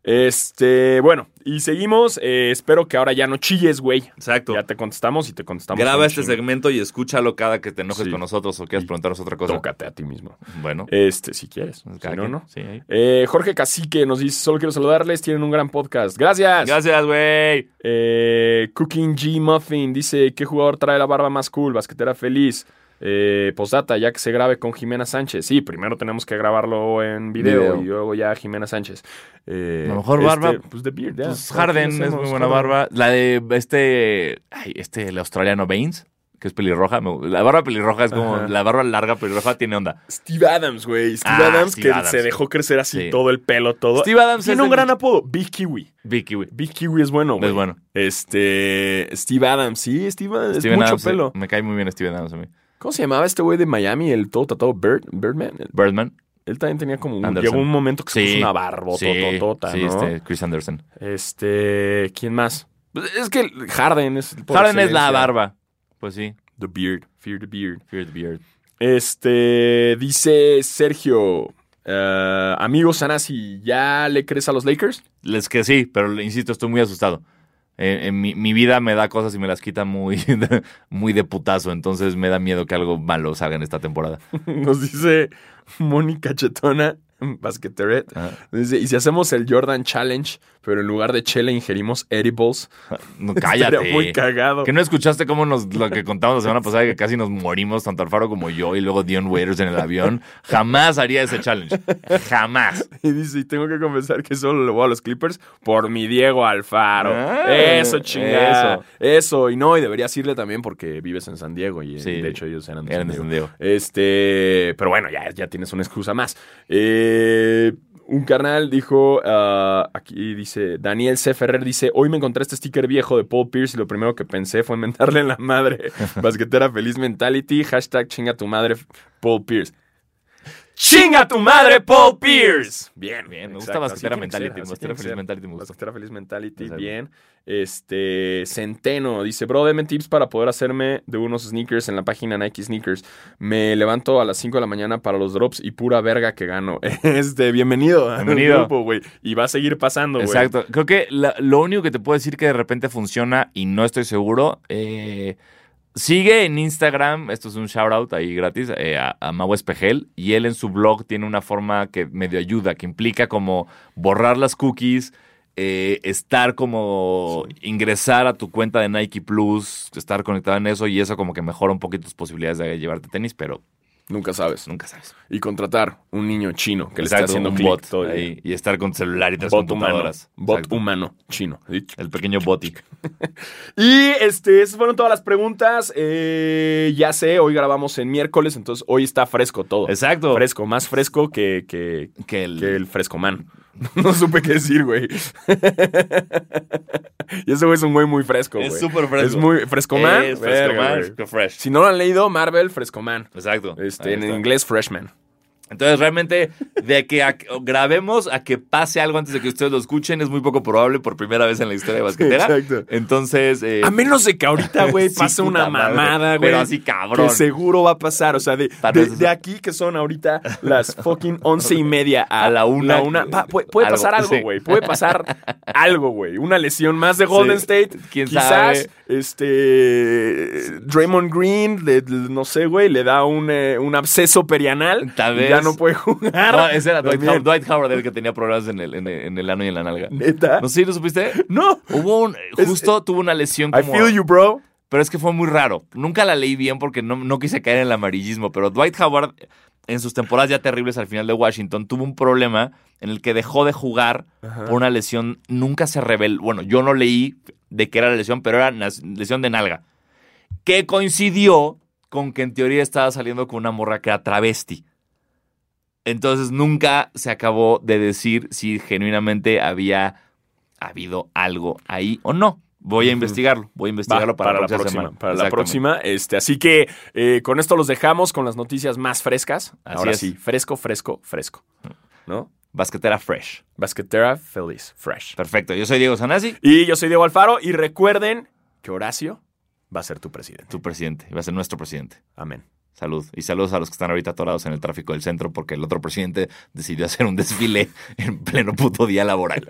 [SPEAKER 1] Este, bueno, y seguimos. eh, espero que ahora ya no chilles, güey.
[SPEAKER 2] Exacto.
[SPEAKER 1] Ya te contestamos y te contestamos.
[SPEAKER 2] Graba
[SPEAKER 1] un
[SPEAKER 2] este
[SPEAKER 1] chingo.
[SPEAKER 2] segmento y escúchalo cada que te enojes
[SPEAKER 1] Sí.
[SPEAKER 2] con nosotros o quieras preguntarnos otra cosa.
[SPEAKER 1] Tócate a ti mismo.
[SPEAKER 2] Bueno,
[SPEAKER 1] Este, si quieres. Si
[SPEAKER 2] cada
[SPEAKER 1] no,
[SPEAKER 2] quien.
[SPEAKER 1] no.
[SPEAKER 2] Sí, ahí.
[SPEAKER 1] Eh, Jorge Cacique nos dice: Solo quiero saludarles, tienen un gran podcast. Gracias.
[SPEAKER 2] Gracias, güey.
[SPEAKER 1] Eh, Cooking G Muffin dice: ¿Qué jugador trae la barba más cool? Basquetera feliz. Eh, postdata, ya que se grabe con Jimena Sánchez. Sí, primero tenemos que grabarlo en video,
[SPEAKER 2] Video.
[SPEAKER 1] y luego ya Jimena Sánchez. Eh,
[SPEAKER 2] A lo mejor
[SPEAKER 1] este,
[SPEAKER 2] barba,
[SPEAKER 1] Pues The Beard, ya.
[SPEAKER 2] Pues
[SPEAKER 1] ¿Qué le
[SPEAKER 2] Harden es
[SPEAKER 1] hacemos?
[SPEAKER 2] muy buena
[SPEAKER 1] Harden.
[SPEAKER 2] barba. La de este. Ay, este, el australiano Baines, que es pelirroja. me- La barba pelirroja es como.
[SPEAKER 1] Ajá.
[SPEAKER 2] La barba larga pelirroja tiene onda.
[SPEAKER 1] Steve Adams, güey. Steve
[SPEAKER 2] Ah,
[SPEAKER 1] Adams
[SPEAKER 2] Steve
[SPEAKER 1] que
[SPEAKER 2] Adams.
[SPEAKER 1] se dejó crecer así
[SPEAKER 2] Sí.
[SPEAKER 1] todo el pelo, todo.
[SPEAKER 2] Steve Adams es
[SPEAKER 1] Tiene un
[SPEAKER 2] de-
[SPEAKER 1] gran apodo, Big Kiwi.
[SPEAKER 2] Vicky, güey.
[SPEAKER 1] Big Kiwi es bueno, güey.
[SPEAKER 2] Es bueno.
[SPEAKER 1] Este, Steve Adams, sí, Steve Adams, es
[SPEAKER 2] Steven
[SPEAKER 1] mucho
[SPEAKER 2] Adams, eh,
[SPEAKER 1] pelo.
[SPEAKER 2] Me cae muy bien Steven Adams a mí.
[SPEAKER 1] ¿Cómo se llamaba este güey de Miami, el todo tatuado Bird, Birdman?
[SPEAKER 2] Birdman.
[SPEAKER 1] Él también tenía como un,
[SPEAKER 2] Anderson.
[SPEAKER 1] llegó un momento que se
[SPEAKER 2] Sí.
[SPEAKER 1] puso una barbota,
[SPEAKER 2] sí,
[SPEAKER 1] totota,
[SPEAKER 2] sí,
[SPEAKER 1] ¿no?
[SPEAKER 2] este, Chris Anderson.
[SPEAKER 1] Este, ¿quién más? Pues Es que Harden es por
[SPEAKER 2] Harden es la
[SPEAKER 1] excelencia.
[SPEAKER 2] barba. Pues sí.
[SPEAKER 1] The beard, fear the beard.
[SPEAKER 2] Fear the Beard.
[SPEAKER 1] Este, dice Sergio, eh, amigo Sanasi, ¿ya le crees a los Lakers?
[SPEAKER 2] Es que sí, pero le insisto, estoy muy asustado. Eh, en mi, mi vida me da cosas y me las quita muy, muy de putazo. Entonces me da miedo que algo malo salga en esta temporada.
[SPEAKER 1] Nos dice Mónica Chetona. Basqueteret. Dice, y si hacemos el Jordan Challenge, pero en lugar de chela ingerimos edibles.
[SPEAKER 2] No, cállate.
[SPEAKER 1] Estaría muy cagado.
[SPEAKER 2] Que no escuchaste cómo nos, lo que contamos la semana pasada, que casi nos morimos, tanto Alfaro como yo, y luego Dion Waiters en el avión. Jamás haría ese challenge. Jamás.
[SPEAKER 1] Y dice, y tengo que confesar que solo le voy a los Clippers por mi Diego Alfaro.
[SPEAKER 2] Ah,
[SPEAKER 1] eso, chingada.
[SPEAKER 2] eso.
[SPEAKER 1] Eso. Y no, y deberías irle también porque vives en San Diego. Y eh,
[SPEAKER 2] Sí.
[SPEAKER 1] de hecho ellos eran de
[SPEAKER 2] Eran de San Diego.
[SPEAKER 1] Este, pero bueno, ya, ya tienes una excusa más. Eh, un carnal dijo, ah, aquí dice, Daniel C. Ferrer dice, hoy me encontré este sticker viejo de Paul Pierce y lo primero que pensé fue mentarle en la madre. Basquetera feliz mentality, hashtag chinga tu madre Paul Pierce. ¡Chinga tu madre, Paul Pierce! Bien,
[SPEAKER 2] Bien, me gusta
[SPEAKER 1] exacto,
[SPEAKER 2] Basquetera
[SPEAKER 1] así tiene que
[SPEAKER 2] Mentality,
[SPEAKER 1] ser, así
[SPEAKER 2] Basquetera
[SPEAKER 1] tiene que
[SPEAKER 2] Feliz
[SPEAKER 1] ser.
[SPEAKER 2] Mentality me gusta.
[SPEAKER 1] Basquetera Feliz Mentality,
[SPEAKER 2] Exacto.
[SPEAKER 1] bien. Este, Centeno dice, bro, deme tips para poder hacerme de unos sneakers en la página Nike Sneakers. Me levanto a las 5 de la mañana para los drops y pura verga que gano. Este, bienvenido. al
[SPEAKER 2] Bienvenido.
[SPEAKER 1] grupo, güey. Y va a seguir pasando, güey.
[SPEAKER 2] Exacto. Creo que la- lo único que te puedo decir que de repente funciona y no estoy seguro. eh, sigue en Instagram, esto es un shout out ahí gratis, eh, a, a Mau Espejel. Y él en su blog tiene una forma que medio ayuda, que implica como borrar las cookies. eh, estar como ingresar a tu cuenta de Nike Plus, estar conectado en eso y eso como que mejora un poquito tus posibilidades de llevarte tenis, pero
[SPEAKER 1] Nunca sabes.
[SPEAKER 2] nunca sabes.
[SPEAKER 1] Y contratar un niño chino que le está
[SPEAKER 2] Exacto,
[SPEAKER 1] haciendo
[SPEAKER 2] un
[SPEAKER 1] clic
[SPEAKER 2] bot
[SPEAKER 1] todo el día.
[SPEAKER 2] ahí, y estar con celular y tres
[SPEAKER 1] Bot humano.
[SPEAKER 2] computadoras.
[SPEAKER 1] Bot
[SPEAKER 2] Exacto.
[SPEAKER 1] humano chino.
[SPEAKER 2] El pequeño boti.
[SPEAKER 1] Y este, esas fueron todas las preguntas. Eh, ya sé, hoy grabamos en miércoles, entonces hoy está fresco todo.
[SPEAKER 2] Exacto.
[SPEAKER 1] Fresco, más fresco que, que,
[SPEAKER 2] que el,
[SPEAKER 1] que el frescomán. No supe qué decir, güey. y ese güey es un güey muy fresco, güey.
[SPEAKER 2] Es súper fresco.
[SPEAKER 1] Es muy frescomán.
[SPEAKER 2] Es
[SPEAKER 1] verga,
[SPEAKER 2] frescomán,
[SPEAKER 1] güey.
[SPEAKER 2] que fresh.
[SPEAKER 1] Si no lo han leído, Marvel frescomán.
[SPEAKER 2] Exacto.
[SPEAKER 1] Este,
[SPEAKER 2] Ahí
[SPEAKER 1] en
[SPEAKER 2] está.
[SPEAKER 1] inglés, freshman.
[SPEAKER 2] Entonces, realmente, de que a- grabemos a que pase algo antes de que ustedes lo escuchen es muy poco probable por primera vez en la historia de basquetera.
[SPEAKER 1] Exacto. Ah,
[SPEAKER 2] Entonces, eh,
[SPEAKER 1] A menos de que ahorita, güey,
[SPEAKER 2] Sí,
[SPEAKER 1] pase una
[SPEAKER 2] puta madre.
[SPEAKER 1] mamada, güey.
[SPEAKER 2] Pero así cabrón.
[SPEAKER 1] Que seguro va a pasar. O sea, de,
[SPEAKER 2] Tal
[SPEAKER 1] de-
[SPEAKER 2] vez-
[SPEAKER 1] de aquí que son ahorita las fucking once y media a,
[SPEAKER 2] A la una.
[SPEAKER 1] va- puede, puede
[SPEAKER 2] Algo,
[SPEAKER 1] pasar algo,
[SPEAKER 2] sí.
[SPEAKER 1] güey. Puede pasar algo, güey. Una lesión más de Golden
[SPEAKER 2] Sí,
[SPEAKER 1] State.
[SPEAKER 2] quién
[SPEAKER 1] Quizás,
[SPEAKER 2] sabe.
[SPEAKER 1] este. Draymond Green, le- le- no sé, güey, le da un, eh, un absceso perianal.
[SPEAKER 2] Tal
[SPEAKER 1] y Ya
[SPEAKER 2] vez.
[SPEAKER 1] no puede jugar.
[SPEAKER 2] no, ese era Dwight
[SPEAKER 1] También.
[SPEAKER 2] Howard, Dwight Howard, el que tenía problemas en el, en el- en el ano y en la nalga.
[SPEAKER 1] Neta.
[SPEAKER 2] No sé si lo supiste.
[SPEAKER 1] No. eh,
[SPEAKER 2] Hubo un. Justo tuvo una lesión
[SPEAKER 1] I
[SPEAKER 2] como.
[SPEAKER 1] feel you, bro.
[SPEAKER 2] Pero es que fue muy raro. Nunca la leí bien porque no, no quise caer en el amarillismo. Pero Dwight Howard, en sus temporadas ya terribles al final de Washington, tuvo un problema en el que dejó de jugar por una lesión. Nunca se reveló. Bueno, yo no leí de qué era la lesión, pero era una lesión de nalga. Que coincidió con que en teoría estaba saliendo con una morra que era travesti. Entonces nunca se acabó de decir si genuinamente había habido algo ahí o no. Voy a investigarlo,
[SPEAKER 1] Va,
[SPEAKER 2] voy a investigarlo para, la próxima. semana.
[SPEAKER 1] Para la
[SPEAKER 2] Exactamente.
[SPEAKER 1] próxima. Este, así que eh, con esto los dejamos con las noticias más frescas.
[SPEAKER 2] Así
[SPEAKER 1] Ahora
[SPEAKER 2] es. Mm.
[SPEAKER 1] sí, fresco, fresco, fresco. ¿No?
[SPEAKER 2] Basquetera Fresh.
[SPEAKER 1] Basquetera feliz, fresh.
[SPEAKER 2] Perfecto. Yo soy Diego Sanasi,
[SPEAKER 1] Y yo soy Diego Alfaro y recuerden que Horacio va a ser tu presidente.
[SPEAKER 2] tu presidente. Va a ser nuestro presidente.
[SPEAKER 1] Amén.
[SPEAKER 2] Salud. Y saludos a los que están ahorita atorados en el tráfico del centro porque el otro presidente decidió hacer un desfile en pleno puto día laboral.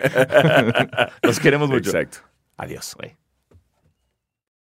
[SPEAKER 2] los queremos mucho.
[SPEAKER 1] Exacto. Adiós.
[SPEAKER 2] Bye.